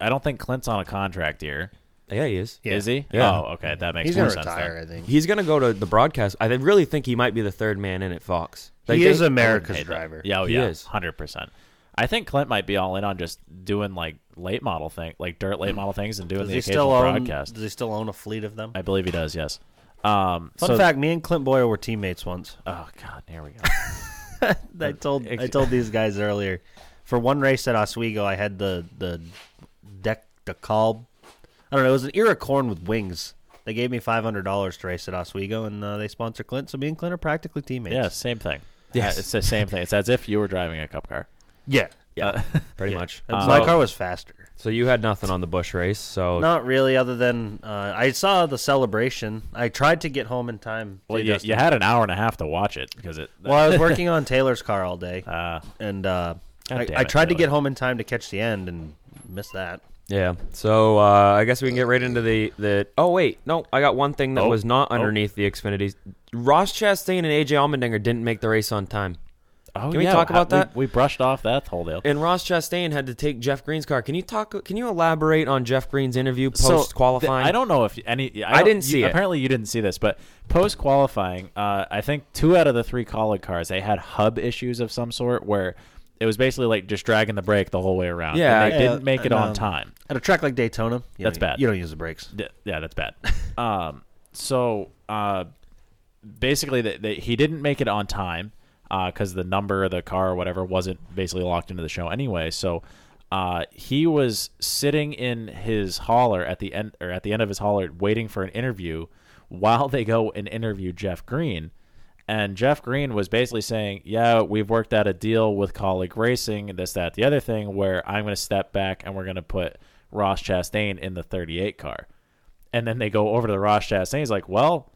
[SPEAKER 4] I don't think Clint's on a contract here.
[SPEAKER 5] Yeah, he is.
[SPEAKER 4] Is he?
[SPEAKER 5] Yeah.
[SPEAKER 4] Oh, okay, that makes
[SPEAKER 5] He's
[SPEAKER 4] more
[SPEAKER 5] gonna
[SPEAKER 4] sense.
[SPEAKER 5] retire,
[SPEAKER 4] then.
[SPEAKER 5] He's going to go to the broadcast. I really think he might be the third man in at Fox. Like,
[SPEAKER 4] They-
[SPEAKER 5] they-
[SPEAKER 4] they- they- Yeah, oh,
[SPEAKER 5] He
[SPEAKER 4] yeah,
[SPEAKER 5] is.
[SPEAKER 4] hundred percent. I think Clint might be all in on just doing like late model thing, like dirt late model things, and doing
[SPEAKER 3] Does
[SPEAKER 4] the
[SPEAKER 3] he
[SPEAKER 4] occasional
[SPEAKER 3] still own?
[SPEAKER 4] broadcast.
[SPEAKER 3] Does he still own a fleet of them?
[SPEAKER 4] I believe he does. Yes. Um,
[SPEAKER 3] Fun
[SPEAKER 4] so-
[SPEAKER 3] fact: Me and Clint Boyer were teammates once.
[SPEAKER 4] Oh God,
[SPEAKER 3] [laughs]
[SPEAKER 4] here we go.
[SPEAKER 3] I told I told these guys earlier. For one race at Oswego, I had the the deck the call. I don't know. It was an ear of corn with wings. They gave me five hundred dollars to race at Oswego, and uh, they sponsor Clint. So me and Clint are practically teammates.
[SPEAKER 4] yeah, same thing. Yeah,
[SPEAKER 3] Yes.
[SPEAKER 4] it's the same thing. It's as if you were driving a cup car.
[SPEAKER 3] Yeah.
[SPEAKER 4] [laughs] yeah,
[SPEAKER 5] pretty much.
[SPEAKER 3] Uh,
[SPEAKER 4] Uh,
[SPEAKER 3] my car was faster.
[SPEAKER 5] So you had nothing on the Bush race. So
[SPEAKER 3] Not really, other than uh, I saw the celebration. I tried to get home in time.
[SPEAKER 4] Well,
[SPEAKER 3] Hey,
[SPEAKER 4] you,
[SPEAKER 3] Justin.
[SPEAKER 4] you had an hour and a half to watch it because it.
[SPEAKER 3] Well,
[SPEAKER 4] [laughs]
[SPEAKER 3] I was working on Taylor's car all day, and uh,
[SPEAKER 4] God
[SPEAKER 3] I,
[SPEAKER 4] damn
[SPEAKER 3] I
[SPEAKER 4] it,
[SPEAKER 3] tried to
[SPEAKER 4] Taylor.
[SPEAKER 3] get home in time to catch the end and missed that.
[SPEAKER 5] Yeah. So uh, I guess we can get right into the, the. Oh wait, no, I got one thing that
[SPEAKER 3] Oh.
[SPEAKER 5] was not underneath the Xfinity. Ross Chastain and AJ Allmendinger didn't make the race on time.
[SPEAKER 4] Oh,
[SPEAKER 5] can we
[SPEAKER 4] yeah,
[SPEAKER 5] talk
[SPEAKER 4] how-
[SPEAKER 5] about that?
[SPEAKER 4] We, we brushed off that whole deal.
[SPEAKER 5] And Ross Chastain had to take Jeff Green's car. Can you talk? Can you elaborate on Jeff Green's interview
[SPEAKER 4] So,
[SPEAKER 5] post qualifying?
[SPEAKER 4] th- I don't know if any.
[SPEAKER 5] I
[SPEAKER 4] don't-
[SPEAKER 5] didn't see
[SPEAKER 4] you,
[SPEAKER 5] it.
[SPEAKER 4] Apparently, you didn't see this, but post qualifying, uh, I think two out of the three colleague cars they had hub issues of some sort where it was basically like just dragging the brake the whole way around. and they didn't make it
[SPEAKER 3] and,
[SPEAKER 4] on
[SPEAKER 3] um,
[SPEAKER 4] time.
[SPEAKER 3] At a track like Daytona, you
[SPEAKER 4] That's
[SPEAKER 3] don't-
[SPEAKER 4] bad.
[SPEAKER 3] You don't use the brakes.
[SPEAKER 4] D- yeah, that's bad. [laughs] um, so uh, basically, that that he didn't make it on time because the number of the car or whatever wasn't basically locked into the show anyway. So uh, he was sitting in his hauler at the end or at the end of his hauler, waiting for an interview while they go and interview Jeff Green. And Jeff Green was basically saying, Yeah, we've worked out a deal with colleague racing, this, that, the other thing, where I'm going to step back and we're going to put Ross Chastain in the 38 car. And then they go over to the Ross Chastain. He's like, Well,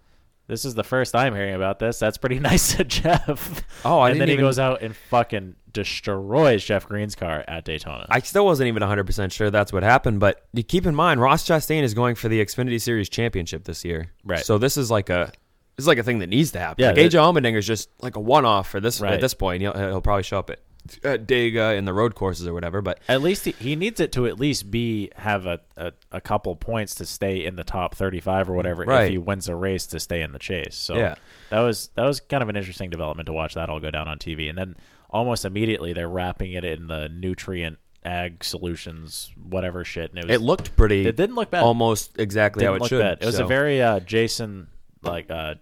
[SPEAKER 4] this is the first I'm hearing about this. That's pretty [laughs] nice to Jeff.
[SPEAKER 5] Oh, I
[SPEAKER 4] And
[SPEAKER 5] didn't
[SPEAKER 4] then he
[SPEAKER 5] even-
[SPEAKER 4] goes out and fucking destroys Jeff Green's car at Daytona.
[SPEAKER 5] I still wasn't even 100% sure that's what happened, but you keep in mind Ross Chastain is going for the Xfinity Series championship this year.
[SPEAKER 4] Right.
[SPEAKER 5] So this is like a this is like a thing that needs to happen.
[SPEAKER 4] Yeah,
[SPEAKER 5] like
[SPEAKER 4] it-
[SPEAKER 5] AJ Allmendinger is just like a one off for this
[SPEAKER 4] Right.
[SPEAKER 5] at this point. He'll, he'll probably show up at, at Dega in the road courses or whatever, but
[SPEAKER 4] At least he, he needs it to at least be have a, a, a couple points to stay in the top thirty five or whatever if
[SPEAKER 5] Right.
[SPEAKER 4] he wins a race to stay in the chase. So
[SPEAKER 5] Yeah.
[SPEAKER 4] that was that was kind of an interesting development to watch that all go down on TV. And then almost immediately they're wrapping it in the nutrient ag solutions whatever shit. And it, was,
[SPEAKER 5] it looked pretty
[SPEAKER 4] It didn't look bad.
[SPEAKER 5] Almost exactly
[SPEAKER 4] Didn't
[SPEAKER 5] how it
[SPEAKER 4] look
[SPEAKER 5] should.
[SPEAKER 4] bad. It was
[SPEAKER 5] so.
[SPEAKER 4] a very uh, Jason like uh,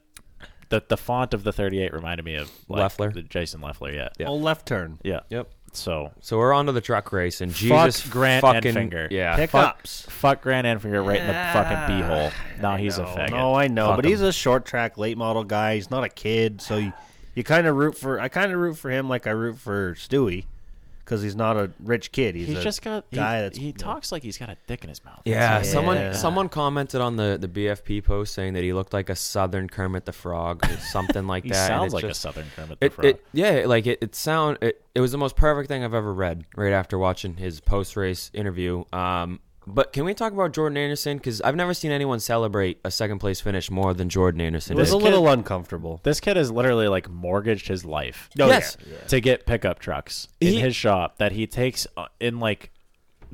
[SPEAKER 4] the the font of the thirty eight reminded me of like,
[SPEAKER 5] Loeffler?
[SPEAKER 4] the Jason Leffler. Yeah.
[SPEAKER 5] Yeah.
[SPEAKER 3] Oh, left turn.
[SPEAKER 4] Yeah.
[SPEAKER 5] Yep.
[SPEAKER 4] So
[SPEAKER 5] So we're onto the truck race and Jesus
[SPEAKER 4] fuck Grant
[SPEAKER 5] fucking
[SPEAKER 4] Enfinger.
[SPEAKER 5] Yeah.
[SPEAKER 3] Pick
[SPEAKER 4] fuck,
[SPEAKER 3] up.
[SPEAKER 4] Fuck Grant Enfinger right in the fucking beehole. Now he's a
[SPEAKER 3] No,
[SPEAKER 4] faggot.
[SPEAKER 3] No, Ah, I know,
[SPEAKER 4] Fuck
[SPEAKER 3] but
[SPEAKER 4] him.
[SPEAKER 3] he's a short track, late model guy. He's not a kid, so you, you kind of root for. I kind of root for him like I root for Stewie, because he's not a rich kid. He's,
[SPEAKER 4] He's
[SPEAKER 3] a
[SPEAKER 4] just got he-
[SPEAKER 3] guy
[SPEAKER 4] he,
[SPEAKER 3] that's
[SPEAKER 4] talks like he's got a dick in his mouth.
[SPEAKER 5] Yeah, someone
[SPEAKER 3] Yeah.
[SPEAKER 5] someone commented on the, the BFP post saying that he looked like a southern Kermit the Frog or something like
[SPEAKER 4] [laughs] He
[SPEAKER 5] that. and
[SPEAKER 4] sounds
[SPEAKER 5] it's
[SPEAKER 4] like a
[SPEAKER 5] just-
[SPEAKER 4] Southern Kermit the
[SPEAKER 5] it,
[SPEAKER 4] Frog.
[SPEAKER 5] It, yeah, like it, it sound it, it was the most perfect thing I've ever read right after watching his post race interview. Um, but can we talk about Jordan Anderson? Because I've never seen anyone celebrate a second place finish more than Jordan Anderson.
[SPEAKER 3] It was
[SPEAKER 5] did.
[SPEAKER 3] a
[SPEAKER 4] kid-
[SPEAKER 3] little uncomfortable.
[SPEAKER 4] This kid has literally like mortgaged his life
[SPEAKER 3] Oh,
[SPEAKER 5] Yes.
[SPEAKER 3] yeah.
[SPEAKER 4] to get pickup trucks in
[SPEAKER 5] He-
[SPEAKER 4] his shop that he takes uh, in like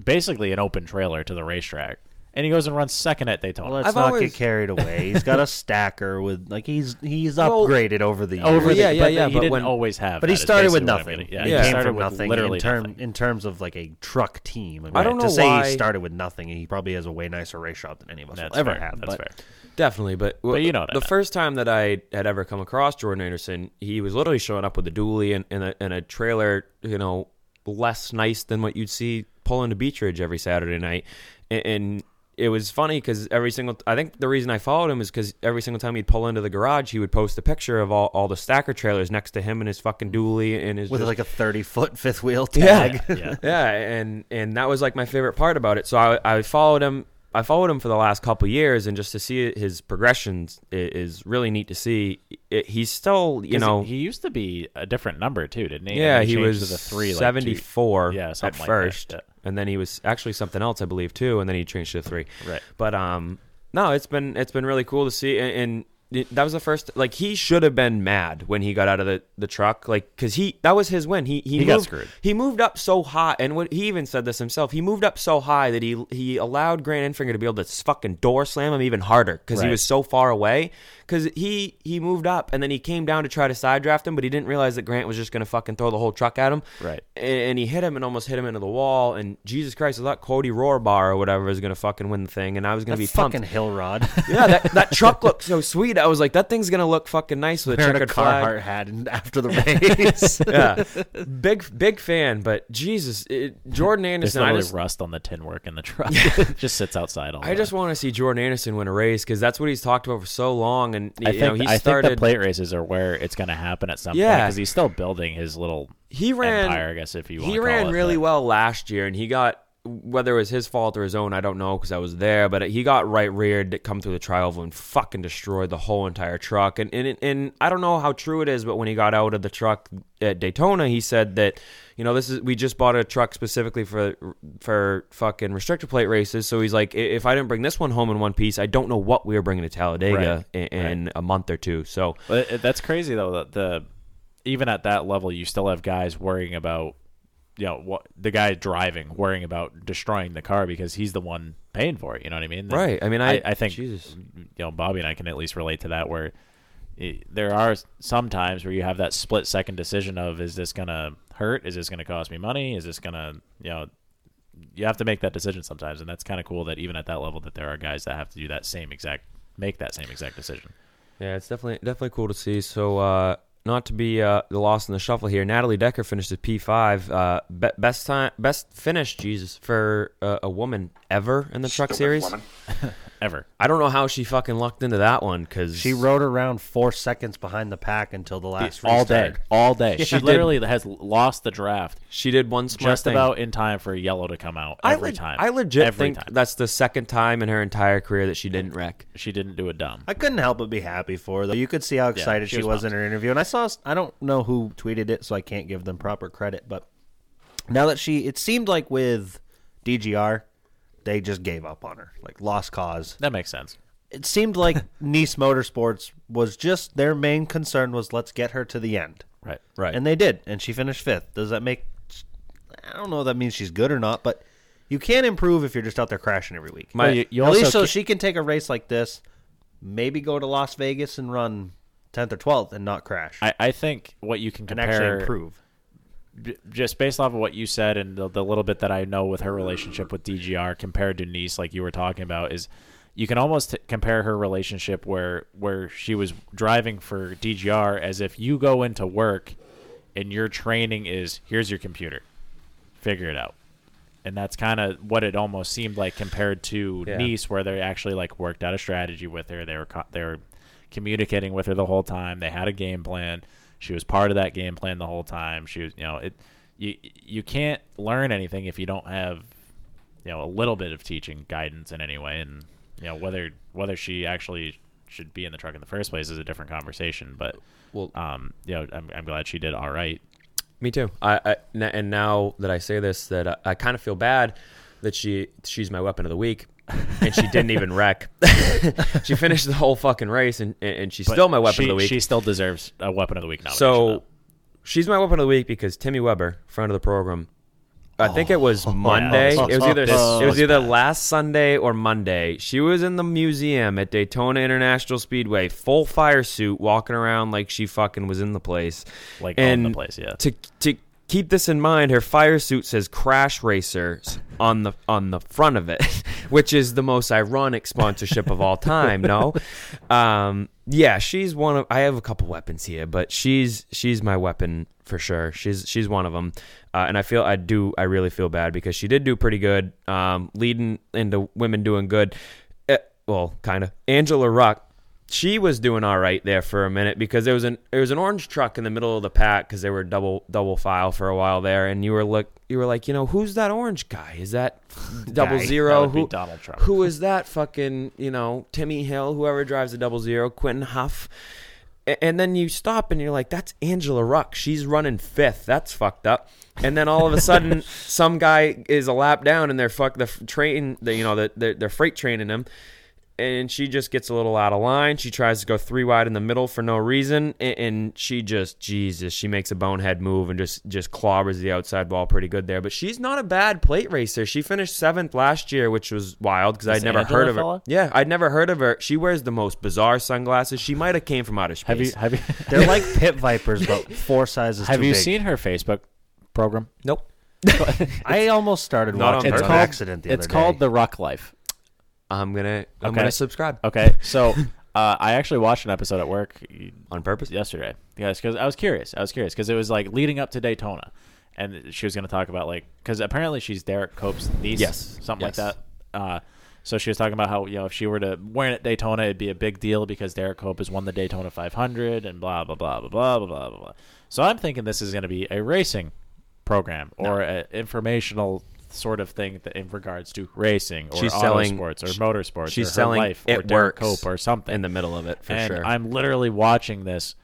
[SPEAKER 4] basically an open trailer to the racetrack, and he goes and runs second at Daytona.
[SPEAKER 3] Let's
[SPEAKER 5] I've
[SPEAKER 3] not
[SPEAKER 5] always-
[SPEAKER 3] get carried
[SPEAKER 4] [laughs]
[SPEAKER 3] away. He's got a stacker with like he's he's
[SPEAKER 5] Well,
[SPEAKER 3] upgraded over the years.
[SPEAKER 4] over
[SPEAKER 5] Yeah,
[SPEAKER 4] the,
[SPEAKER 5] yeah,
[SPEAKER 4] but
[SPEAKER 5] yeah,
[SPEAKER 4] He
[SPEAKER 5] but
[SPEAKER 4] didn't
[SPEAKER 5] when-
[SPEAKER 4] always have.
[SPEAKER 3] But he
[SPEAKER 4] that, is
[SPEAKER 3] started with
[SPEAKER 4] basically what I'm
[SPEAKER 3] nothing.
[SPEAKER 4] getting-
[SPEAKER 5] Yeah.
[SPEAKER 4] Yeah,
[SPEAKER 3] he
[SPEAKER 4] he
[SPEAKER 3] came
[SPEAKER 4] started
[SPEAKER 3] from
[SPEAKER 4] with
[SPEAKER 3] nothing.
[SPEAKER 4] Literally
[SPEAKER 3] in, term,
[SPEAKER 4] nothing.
[SPEAKER 3] in terms of like a truck team. I, mean,
[SPEAKER 5] I don't
[SPEAKER 3] to
[SPEAKER 5] know
[SPEAKER 3] say
[SPEAKER 5] why-
[SPEAKER 3] he started with nothing. He probably has a way nicer race shop than any of us
[SPEAKER 4] That's
[SPEAKER 3] will ever
[SPEAKER 4] fair.
[SPEAKER 3] have.
[SPEAKER 4] That's
[SPEAKER 3] but
[SPEAKER 4] fair.
[SPEAKER 5] Definitely, but, well,
[SPEAKER 4] you know what I
[SPEAKER 5] the
[SPEAKER 4] meant.
[SPEAKER 5] first time that I had ever come across Jordan Anderson, he was literally showing up with a dually and in a, in a trailer, you know, less nice than what you'd see pulling to Beach Ridge every Saturday night, and. and it was funny because every single. I think the reason I followed him is because every single time he'd pull into the garage, he would post a picture of all, all the stacker trailers next to him and his fucking dually and his
[SPEAKER 3] With
[SPEAKER 5] just-
[SPEAKER 3] like a thirty foot fifth wheel tag.
[SPEAKER 5] yeah, [laughs] yeah, and and that was like my favorite part about it. So I, I followed him. I followed him for the last couple years, and just to see his progressions i- is really neat to see. It, he's still, you
[SPEAKER 4] 'Cause
[SPEAKER 5] know,
[SPEAKER 4] he used to be a different number too, didn't he? And
[SPEAKER 5] yeah,
[SPEAKER 4] then
[SPEAKER 5] he
[SPEAKER 4] changed
[SPEAKER 5] was
[SPEAKER 4] to the three like, two-
[SPEAKER 5] seventy-four
[SPEAKER 4] yeah,
[SPEAKER 5] at
[SPEAKER 4] something like that,
[SPEAKER 5] first,
[SPEAKER 4] yeah.
[SPEAKER 5] and then he was actually something else, I believe, too, and then he changed to three.
[SPEAKER 4] Right.
[SPEAKER 5] But um, no, it's been it's been really cool to see, and, and that was the first. Like he should have been mad when he got out of the, the truck. Like because he that was his win. He he,
[SPEAKER 3] He
[SPEAKER 5] moved,
[SPEAKER 3] got screwed.
[SPEAKER 5] He moved up so high, and what he even said this himself. He moved up so high that he he allowed Grant Enfinger to be able to s- fucking door slam him even harder because he
[SPEAKER 3] Right.
[SPEAKER 5] was so far away. Because he he moved up and then he came down to try to side draft him, but he didn't realize that Grant was just gonna fucking throw the whole truck at him.
[SPEAKER 4] Right.
[SPEAKER 5] And, and he hit him and almost hit him into the wall. And Jesus Christ, I thought Cody Rohrbar or whatever is gonna fucking win the thing, and I was gonna
[SPEAKER 3] That
[SPEAKER 5] be pumped.
[SPEAKER 3] fucking hill rod.
[SPEAKER 5] Yeah, that,
[SPEAKER 3] [laughs]
[SPEAKER 5] that truck looked so sweet. I was like, that thing's gonna look fucking nice with a
[SPEAKER 3] Wearing a
[SPEAKER 5] checkered flag.
[SPEAKER 3] Carhartt hat and- after the [laughs] race.
[SPEAKER 4] [laughs]
[SPEAKER 5] yeah, big big fan, but Jesus, it, Jordan
[SPEAKER 4] There's
[SPEAKER 5] Anderson. I
[SPEAKER 4] literally
[SPEAKER 5] just,
[SPEAKER 4] rust on the tin work in the truck. [laughs] just sits outside all
[SPEAKER 5] I just want to see Jordan Anderson win a race because that's what he's talked about for so long, and you
[SPEAKER 4] I
[SPEAKER 5] know
[SPEAKER 4] think,
[SPEAKER 5] he
[SPEAKER 4] I
[SPEAKER 5] started.
[SPEAKER 4] think the plate races are where it's going to happen at some point
[SPEAKER 5] Yeah.
[SPEAKER 4] because he's still building his little
[SPEAKER 5] he ran.
[SPEAKER 4] empire, I guess, if you want
[SPEAKER 5] he
[SPEAKER 4] to
[SPEAKER 5] ran
[SPEAKER 4] call it
[SPEAKER 5] really
[SPEAKER 4] that.
[SPEAKER 5] well last year, and he got whether it was his fault or his own, I don't know because I was there. But he got right reared to come through the trioval and fucking destroyed the whole entire truck. And and and I don't know how true it is, but when he got out of the truck at Daytona, he said that you know this is we just bought a truck specifically for for fucking restrictor plate races. So he's like, "I- if I didn't bring this one home in one piece, I don't know what we were bringing to Talladega in, in a month or two. So
[SPEAKER 4] But it- that's crazy though. That the even at that level, you still have guys worrying about you know what the guy driving worrying about destroying the car because he's the one paying for it. You know what I mean?
[SPEAKER 5] Right. I mean, I-
[SPEAKER 4] I think
[SPEAKER 5] Jesus.
[SPEAKER 4] you know Bobby and I can at least relate to that where it, there are some times where you have that split second decision of is this gonna hurt? Is this gonna cost me money? Is this gonna you know you have to make that decision sometimes, and that's kind of cool that even at that level that there are guys that have to do that same exact make that same exact decision.
[SPEAKER 5] Yeah, it's definitely definitely cool to see. So, uh, not to be uh, the loss in the shuffle here, Natalie Decker finished at P five, uh, be- best time, best finish, Jesus, for uh, a woman ever in the truck series.
[SPEAKER 4] Ever.
[SPEAKER 5] I don't know how she fucking lucked into that one because
[SPEAKER 3] She rode around four seconds behind the pack until the last
[SPEAKER 4] all day,
[SPEAKER 3] restart.
[SPEAKER 4] all [laughs] day. She
[SPEAKER 5] She
[SPEAKER 4] literally has lost the draft
[SPEAKER 5] she did one smart
[SPEAKER 4] just
[SPEAKER 5] thing.
[SPEAKER 4] about in time for a yellow to come out
[SPEAKER 5] I
[SPEAKER 4] every
[SPEAKER 5] leg-
[SPEAKER 4] time.
[SPEAKER 5] I legit
[SPEAKER 4] every
[SPEAKER 5] think
[SPEAKER 4] time.
[SPEAKER 5] that's the second time in her entire career that she didn't wreck.
[SPEAKER 4] she didn't do a dumb.
[SPEAKER 3] I couldn't help but be happy for her, though. You could see how excited
[SPEAKER 4] she
[SPEAKER 3] she
[SPEAKER 4] was
[SPEAKER 3] was in her interview. And I saw, I don't know who tweeted it, so I can't give them proper credit. But now that she, it seemed like with DGR, they just gave up on her, like lost cause.
[SPEAKER 4] That makes sense.
[SPEAKER 3] It seemed
[SPEAKER 4] [laughs]
[SPEAKER 3] like Nice Motorsports was just their main concern was let's get her to the end.
[SPEAKER 4] Right.
[SPEAKER 5] Right.
[SPEAKER 3] And they did, and she finished fifth. Does that make? I don't know if that means she's good or not, but you can't improve if you're just out there crashing every week.
[SPEAKER 5] My- Well, you-
[SPEAKER 4] you
[SPEAKER 3] At
[SPEAKER 4] also
[SPEAKER 3] least so
[SPEAKER 4] ca-
[SPEAKER 3] she can take a race like this, maybe go to Las Vegas and run tenth or twelfth and not crash
[SPEAKER 4] I, I think what you can
[SPEAKER 3] and
[SPEAKER 4] compare
[SPEAKER 3] actually improve.
[SPEAKER 4] j- just based off of what you said and the, the little bit that I know with her relationship with DGR compared to Nice, like you were talking about, is you can almost t- compare her relationship where where she was driving for DGR as if you go into work and your training is here's your computer, figure it out. And that's kind of what it almost seemed like compared to
[SPEAKER 5] Yeah.
[SPEAKER 4] Nice, where they actually like worked out a strategy with her. They were co- they were communicating with her the whole time. They had a game plan. She was part of that game plan the whole time. She was, you know, it. You you can't learn anything if you don't have, you know, a little bit of teaching guidance in any way. And you know whether whether she actually should be in the truck in the first place is a different conversation. But
[SPEAKER 5] Well-
[SPEAKER 4] um, you know, I'm I'm glad she did all right.
[SPEAKER 5] Me too. I, I n- and now that I say this, that I, I kind of feel bad that she she's my weapon of the week, and she didn't even wreck. [laughs] she finished the whole fucking race, and and and she's
[SPEAKER 4] But
[SPEAKER 5] still my weapon
[SPEAKER 4] she-
[SPEAKER 5] of the week.
[SPEAKER 4] She still deserves a weapon of the week nomination. though.
[SPEAKER 5] So she's my weapon of the week because Timmy Weber, friend of the program. I think it was Monday.
[SPEAKER 3] this
[SPEAKER 5] it was either
[SPEAKER 3] was
[SPEAKER 5] it was either last Sunday or Monday. She was in the museum at Daytona International Speedway, full fire suit, walking around like she fucking was in the place.
[SPEAKER 4] Like owned
[SPEAKER 5] and
[SPEAKER 4] the place, yeah.
[SPEAKER 5] To to keep this in mind, her fire suit says Crash Racers on the on the front of it, [laughs] which is the most ironic sponsorship of all time.
[SPEAKER 4] [laughs]
[SPEAKER 5] No, um, yeah, she's one of. I have a couple weapons here, but she's she's my weapon for sure. She's she's one of them, uh, and I feel I do I really feel bad because she did do pretty good, um, leading into women doing good. Uh, well, kind of Angela Ruck she was doing all right there for a minute because there was an there was an orange truck in the middle of the pack because they were double double file for a while there, and you were look you were like, you know, who's that orange guy? Is
[SPEAKER 4] [laughs]
[SPEAKER 5] that double
[SPEAKER 4] Guy.
[SPEAKER 5] zero?
[SPEAKER 4] That would be
[SPEAKER 5] who
[SPEAKER 4] Donald Trump.
[SPEAKER 5] Who is that fucking you know Timmy Hill? Whoever drives the double zero, Quentin Huff. A- And then you stop and you're like, that's Angela Ruck. She's running fifth. That's fucked up. And then all of a sudden, some guy is a lap down and they're fuck the f- train, the, you know, the, the, they're freight training him and she just gets a little out of line. She tries to go three wide in the middle for no reason, and, and she just Jesus, she makes a bonehead move and just just clobbers the outside ball pretty good there. But she's not a bad plate racer. She finished seventh last year, which was wild because I'd never
[SPEAKER 4] Angela
[SPEAKER 5] heard of her.
[SPEAKER 4] fella?
[SPEAKER 5] Yeah, I'd never heard of her. She wears the most bizarre sunglasses. She might have came from outer
[SPEAKER 4] Have you
[SPEAKER 5] space. [laughs]
[SPEAKER 4] have you
[SPEAKER 3] [laughs] They're [laughs] like pit vipers, but four sizes
[SPEAKER 4] [laughs] have
[SPEAKER 3] too
[SPEAKER 4] you
[SPEAKER 3] big.
[SPEAKER 4] seen her Facebook program?
[SPEAKER 5] Nope.
[SPEAKER 3] I almost started
[SPEAKER 5] Not on
[SPEAKER 3] watching
[SPEAKER 5] It's purpose.
[SPEAKER 3] it on
[SPEAKER 5] called-
[SPEAKER 3] accident the
[SPEAKER 4] it's
[SPEAKER 3] other
[SPEAKER 4] called
[SPEAKER 3] day.
[SPEAKER 4] the Ruck Life.
[SPEAKER 5] I'm gonna I'm
[SPEAKER 4] Okay.
[SPEAKER 5] gonna subscribe [laughs]
[SPEAKER 4] Okay, so uh, I actually watched an episode at work
[SPEAKER 5] on purpose.
[SPEAKER 4] yesterday. Yes, because I was curious. I was curious because it was like leading up to Daytona, and she was going to talk about like because apparently she's Derek Cope's niece.
[SPEAKER 5] Yes.
[SPEAKER 4] something
[SPEAKER 5] Yes.
[SPEAKER 4] like that. Uh, so she was talking about how you know if she were to win at Daytona, it'd be a big deal because Derek Cope has won the Daytona 500 and blah blah blah blah blah blah blah. blah. So I'm thinking this is going to be a racing program or an informational sort of thing that in regards to racing or
[SPEAKER 5] She's selling-
[SPEAKER 4] sports or
[SPEAKER 5] she-
[SPEAKER 4] motorsports
[SPEAKER 5] she's
[SPEAKER 4] or her
[SPEAKER 5] selling
[SPEAKER 4] life or
[SPEAKER 5] It
[SPEAKER 4] Derek
[SPEAKER 5] Works
[SPEAKER 4] Cope or something
[SPEAKER 5] in the middle of it for
[SPEAKER 4] and
[SPEAKER 5] sure.
[SPEAKER 4] I'm literally watching this,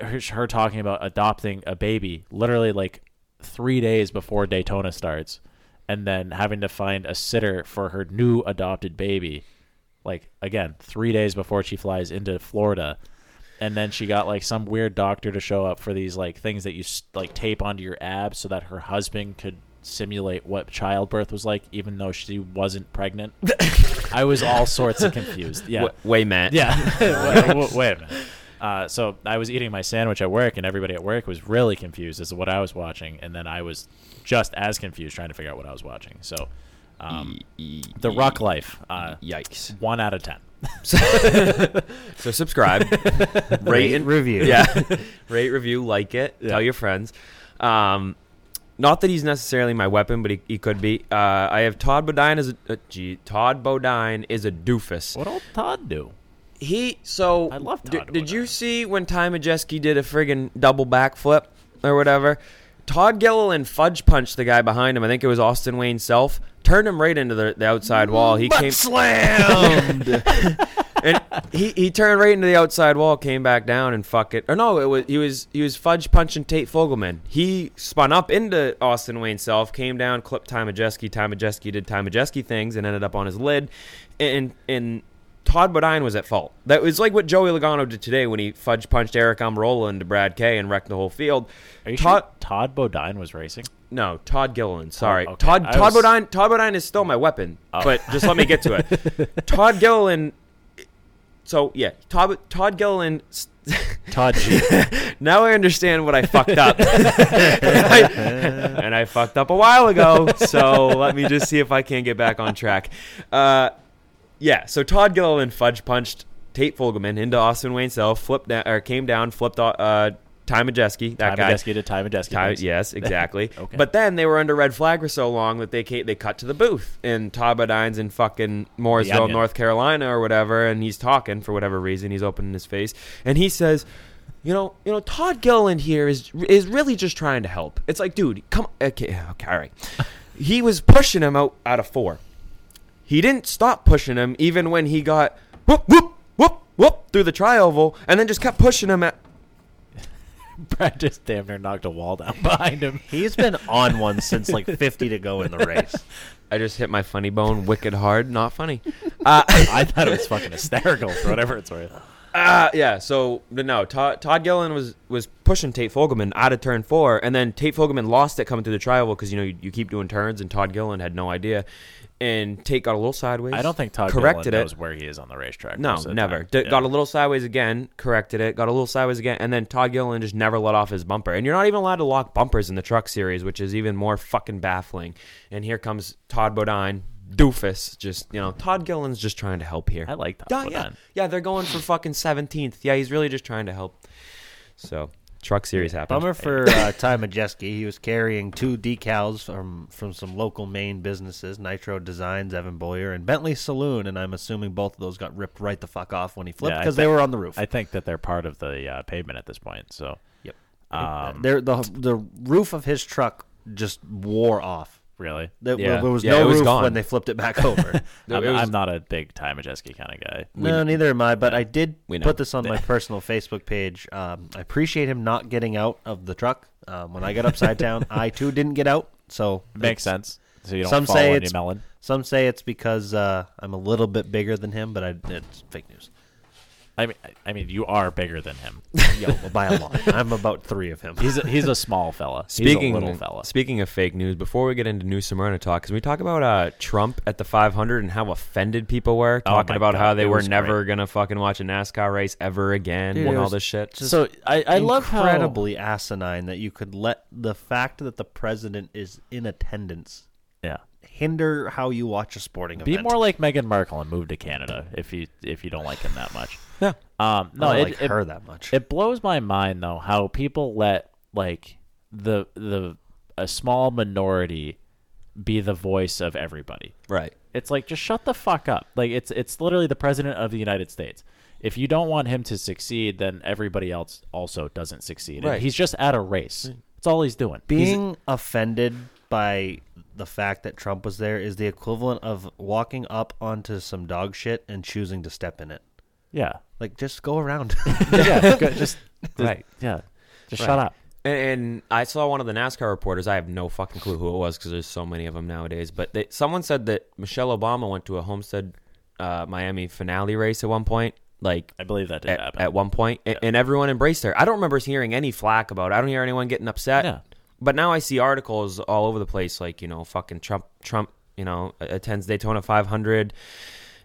[SPEAKER 4] her, her talking about adopting a baby, literally like three days before Daytona starts, and then having to find a sitter for her new adopted baby, like again three days before she flies into Florida, and then she got like some weird doctor to show up for these like things that you s- like tape onto your abs so that her husband could simulate what childbirth was like even though she
[SPEAKER 5] [laughs]
[SPEAKER 4] wasn't pregnant i was all sorts of confused yeah
[SPEAKER 5] W- way Matt.
[SPEAKER 4] yeah. [laughs] wait, wait, wait a minute. Uh, so I was eating my sandwich at work, and everybody at work was really confused as to what I was watching, and then I was just as confused trying to figure out what I was watching. So, um, the Rock Life, uh,
[SPEAKER 5] Yikes.
[SPEAKER 4] one out of ten.
[SPEAKER 5] So subscribe,
[SPEAKER 4] [laughs]
[SPEAKER 5] rate and
[SPEAKER 3] review.
[SPEAKER 5] Yeah, rate, review, like it, tell your friends. Um, not that he's necessarily my weapon, but he, he could be. Uh, I have Todd Bodine as a uh, gee, Todd Bodine is a doofus.
[SPEAKER 4] What old Todd do?
[SPEAKER 5] He so
[SPEAKER 4] I love
[SPEAKER 5] d-
[SPEAKER 4] Todd
[SPEAKER 5] did you
[SPEAKER 4] Bodine.
[SPEAKER 5] see when Ty Majeski did a friggin' double backflip or whatever? Todd Gilliland fudge punched the guy behind him. I think it was Austin Wayne Self. Turned him right into the, the outside wall. He came
[SPEAKER 3] [laughs]
[SPEAKER 5] slammed. [laughs] and he, he turned right into the outside wall, came back down and fuck it. Or no, it was he was he was fudge punching Tate Fogelman. He spun up into Austin Wayne Self, came down, clipped Ty Majeski. Ty Majeski did Ty Majeski things and ended up on his lid. And and Todd Bodine was at fault. That was like what Joey Logano did today when he fudge punched Eric Amarola into Brad Kay and wrecked the whole field.
[SPEAKER 4] Are you
[SPEAKER 5] Todd,
[SPEAKER 4] sure Todd Bodine was racing?
[SPEAKER 5] No, Todd Gilliland. Sorry,
[SPEAKER 4] Oh, okay.
[SPEAKER 5] Todd.
[SPEAKER 4] I
[SPEAKER 5] Todd
[SPEAKER 4] was- Oh.
[SPEAKER 5] Bodine. Todd Bodine is still my weapon, but just let me get
[SPEAKER 4] [laughs]
[SPEAKER 5] to it. Todd Gilliland. So yeah, Todd. Todd Gilliland.
[SPEAKER 4] Todd [laughs] G.
[SPEAKER 5] [laughs] Now I understand what I fucked up, [laughs] and, I, and I fucked up a while ago. So let me just see if I can get back on track. Uh, yeah, so Todd Gilliland fudge punched Tate Fogelman into Austin Wayne Self, flipped down, or came down, flipped uh, Ty Majeski, that
[SPEAKER 4] Time
[SPEAKER 5] guy.
[SPEAKER 4] Majeski to Time Majeski.
[SPEAKER 5] Ty-
[SPEAKER 4] things. [laughs]
[SPEAKER 5] yes, exactly.
[SPEAKER 4] Okay.
[SPEAKER 5] But then they were under red flag for so long that they ca- they cut to the booth and Todd Bodine's in fucking Mooresville,
[SPEAKER 4] Onion.
[SPEAKER 5] North Carolina or whatever, and he's talking for whatever reason. He's opening his face and he says. You know, you know, Todd Gilliland here is is really just trying to help. It's like, dude, come, okay, okay, all
[SPEAKER 4] [laughs]
[SPEAKER 5] right. He was pushing him out out of four he didn't stop pushing him even when he got whoop whoop whoop whoop through the trioval and then just kept pushing him at
[SPEAKER 4] Brad just damn near knocked a wall down behind him.
[SPEAKER 3] He's been on one since like 50 to go [laughs] in the race.
[SPEAKER 5] I just hit my funny bone wicked hard, not
[SPEAKER 4] [laughs]
[SPEAKER 5] funny.
[SPEAKER 4] I thought it was fucking hysterical for whatever it's worth.
[SPEAKER 5] Uh, yeah, so but no, Todd, Todd Gillen was was pushing Tate Fogelman out of turn 4 and then Tate Fogelman lost it coming through the trioval cuz you know you, you keep doing turns and Todd Gillen had no idea and Tate got a little sideways.
[SPEAKER 4] I don't think Todd
[SPEAKER 5] corrected
[SPEAKER 4] corrected
[SPEAKER 5] it.
[SPEAKER 4] knows where he is on the racetrack.
[SPEAKER 5] No,
[SPEAKER 4] most of the
[SPEAKER 5] never.
[SPEAKER 4] time.
[SPEAKER 5] D-
[SPEAKER 4] Yeah.
[SPEAKER 5] Got a little sideways again, corrected it. Got a little sideways again, and then Todd Gilliland just never let off his bumper. And you're not even allowed to lock bumpers in the truck series, which is even more fucking baffling. And here comes Todd Bodine, doofus. Just you know, Todd Gilliland's just trying to help here.
[SPEAKER 4] I like Todd
[SPEAKER 5] Yeah, yeah,
[SPEAKER 4] Bodine.
[SPEAKER 5] yeah. They're going for fucking seventeenth. Yeah, he's really just trying to help. So truck series happened.
[SPEAKER 3] Bummer for uh, Ty Majeski. He was carrying two decals from from some local Maine businesses, Nitro Designs, Evan Boyer, and Bentley Saloon. And I'm assuming both of those got ripped right the fuck off when he flipped
[SPEAKER 4] Yeah, I
[SPEAKER 3] because they
[SPEAKER 4] think-
[SPEAKER 3] were on the roof.
[SPEAKER 4] I think that they're part of the uh, pavement at this point. So
[SPEAKER 3] yep.
[SPEAKER 4] um,
[SPEAKER 3] Uh, They're- the the roof of his truck just wore off.
[SPEAKER 4] really,
[SPEAKER 3] There,
[SPEAKER 5] Yeah.
[SPEAKER 3] there was
[SPEAKER 5] Yeah,
[SPEAKER 3] no
[SPEAKER 5] it was
[SPEAKER 3] roof
[SPEAKER 5] gone.
[SPEAKER 3] when they flipped it back
[SPEAKER 5] [laughs]
[SPEAKER 3] [laughs] over.
[SPEAKER 4] I'm,
[SPEAKER 5] it was-
[SPEAKER 4] I'm not a big Ty Majeski kind of guy.
[SPEAKER 3] No, neither am I. But I did
[SPEAKER 5] We know.
[SPEAKER 3] put
[SPEAKER 5] [laughs]
[SPEAKER 3] this on my personal Facebook page. Um, I appreciate him
[SPEAKER 5] [laughs]
[SPEAKER 3] not getting out of the truck. Um, when I got upside down, I too didn't get out. So
[SPEAKER 4] Makes
[SPEAKER 3] it's-
[SPEAKER 4] sense. So you don't
[SPEAKER 3] some
[SPEAKER 4] fall
[SPEAKER 3] say
[SPEAKER 4] on your
[SPEAKER 3] it's
[SPEAKER 4] melon?
[SPEAKER 3] some say it's because uh, I'm a little bit bigger than him, but I, it's fake news.
[SPEAKER 4] I mean, I mean, you are bigger
[SPEAKER 3] [laughs]
[SPEAKER 4] than him. [laughs]
[SPEAKER 3] Yo, by a lot. I'm about three of him.
[SPEAKER 4] He's a, he's a small fella.
[SPEAKER 5] Speaking
[SPEAKER 4] he's a little fella.
[SPEAKER 5] Speaking of fake news, before we get into New Smyrna talk, because we talk about uh, Trump at the 500 and how offended people were,
[SPEAKER 4] Oh
[SPEAKER 5] talking
[SPEAKER 4] my
[SPEAKER 5] about
[SPEAKER 4] God,
[SPEAKER 5] how they
[SPEAKER 4] it
[SPEAKER 5] were
[SPEAKER 4] was
[SPEAKER 5] never gonna fucking watch a NASCAR race ever again
[SPEAKER 3] Dude,
[SPEAKER 5] and
[SPEAKER 3] it
[SPEAKER 5] all
[SPEAKER 3] was
[SPEAKER 5] this shit.
[SPEAKER 3] [laughs] just
[SPEAKER 4] So, I- I love how-
[SPEAKER 3] incredibly asinine that you could let the fact that the president is in attendance
[SPEAKER 4] Yeah.
[SPEAKER 3] hinder how you watch a sporting
[SPEAKER 4] Be
[SPEAKER 3] event.
[SPEAKER 4] more like Meghan Markle and move to Canada if you if you don't like him that much.
[SPEAKER 5] Yeah.
[SPEAKER 4] Um, no,
[SPEAKER 3] don't
[SPEAKER 4] it,
[SPEAKER 3] like
[SPEAKER 4] it-
[SPEAKER 3] her that much.
[SPEAKER 4] It blows my mind though how people let like the the a small minority be the voice of everybody.
[SPEAKER 5] right.
[SPEAKER 4] It's like just shut the fuck up. Like it's it's literally the president of the United States. If you don't want him to succeed, then everybody else also doesn't succeed. And
[SPEAKER 5] Right.
[SPEAKER 4] He's just at a race. That's all he's doing. He's-
[SPEAKER 3] Being offended by the fact that Trump was there is the equivalent of walking up onto some dog shit and choosing to step in it.
[SPEAKER 5] [laughs]
[SPEAKER 4] yeah.
[SPEAKER 3] Like just go around. [laughs]
[SPEAKER 4] yeah, go- [laughs] just
[SPEAKER 5] Right.
[SPEAKER 4] Yeah, just shut up.
[SPEAKER 5] And, and I saw one of the NASCAR reporters. I have no fucking clue who it was because there's so many of them nowadays. But they, someone said that Michelle Obama went to a Homestead uh, Miami finale race at one point. Like
[SPEAKER 4] I believe that did
[SPEAKER 5] at,
[SPEAKER 4] happen.
[SPEAKER 5] at one point, a- and everyone embraced her. I don't remember hearing any flack about it. I don't hear anyone getting upset.
[SPEAKER 4] Yeah.
[SPEAKER 5] But now I see articles all over the place, like you know, fucking Trump, Trump, you know, attends Daytona 500,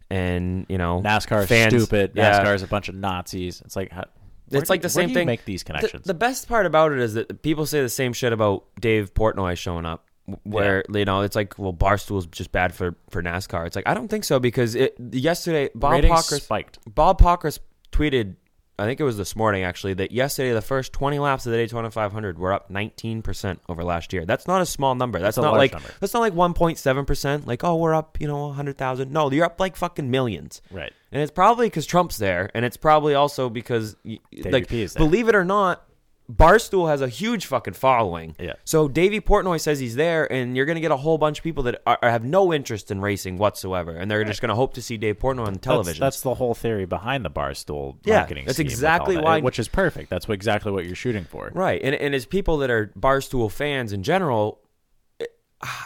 [SPEAKER 5] and you know,
[SPEAKER 4] NASCAR's
[SPEAKER 5] fans-
[SPEAKER 4] stupid.
[SPEAKER 5] Yeah.
[SPEAKER 4] NASCAR's a bunch of Nazis. It's like how, where
[SPEAKER 5] It's
[SPEAKER 4] do
[SPEAKER 5] like the
[SPEAKER 4] you- where
[SPEAKER 5] same
[SPEAKER 4] do you
[SPEAKER 5] thing.
[SPEAKER 4] Make these
[SPEAKER 5] The-
[SPEAKER 4] connections.
[SPEAKER 5] The, best part about it is that people say the same shit about Dave Portnoy showing up. wh- Where you know it's like, well, Barstool's just bad for for NASCAR. It's like I don't think so because it yesterday Bob
[SPEAKER 4] Ratings
[SPEAKER 5] Pockers
[SPEAKER 4] spiked.
[SPEAKER 5] Bob Pockers tweeted, I think it was this morning actually, that yesterday the first 20 laps of the Daytona 500 were up 19 percent over last year. That's not a small number. That's
[SPEAKER 4] a
[SPEAKER 5] not
[SPEAKER 4] large
[SPEAKER 5] like
[SPEAKER 4] number.
[SPEAKER 5] that's not like 1.7 percent. Like oh, we're up you know 100,000. No, you're up like fucking millions.
[SPEAKER 4] Right.
[SPEAKER 5] And it's probably because Trump's there, and it's probably also because y- like
[SPEAKER 4] P is there.
[SPEAKER 5] believe it or not, Barstool has a huge fucking following.
[SPEAKER 4] Yeah.
[SPEAKER 5] So Davey Portnoy says he's there, and you're gonna get a whole bunch of people that are, have no interest in racing whatsoever, and they're just gonna hope to see Dave Portnoy on
[SPEAKER 4] That's-
[SPEAKER 5] television.
[SPEAKER 4] That's, the whole theory behind the barstool
[SPEAKER 5] Yeah,
[SPEAKER 4] marketing.
[SPEAKER 5] that's
[SPEAKER 4] scheme with all
[SPEAKER 5] exactly
[SPEAKER 4] that,
[SPEAKER 5] why-
[SPEAKER 4] which is perfect. That's what, exactly what you're shooting for.
[SPEAKER 5] Right. And, and as people that are Barstool fans in general, it-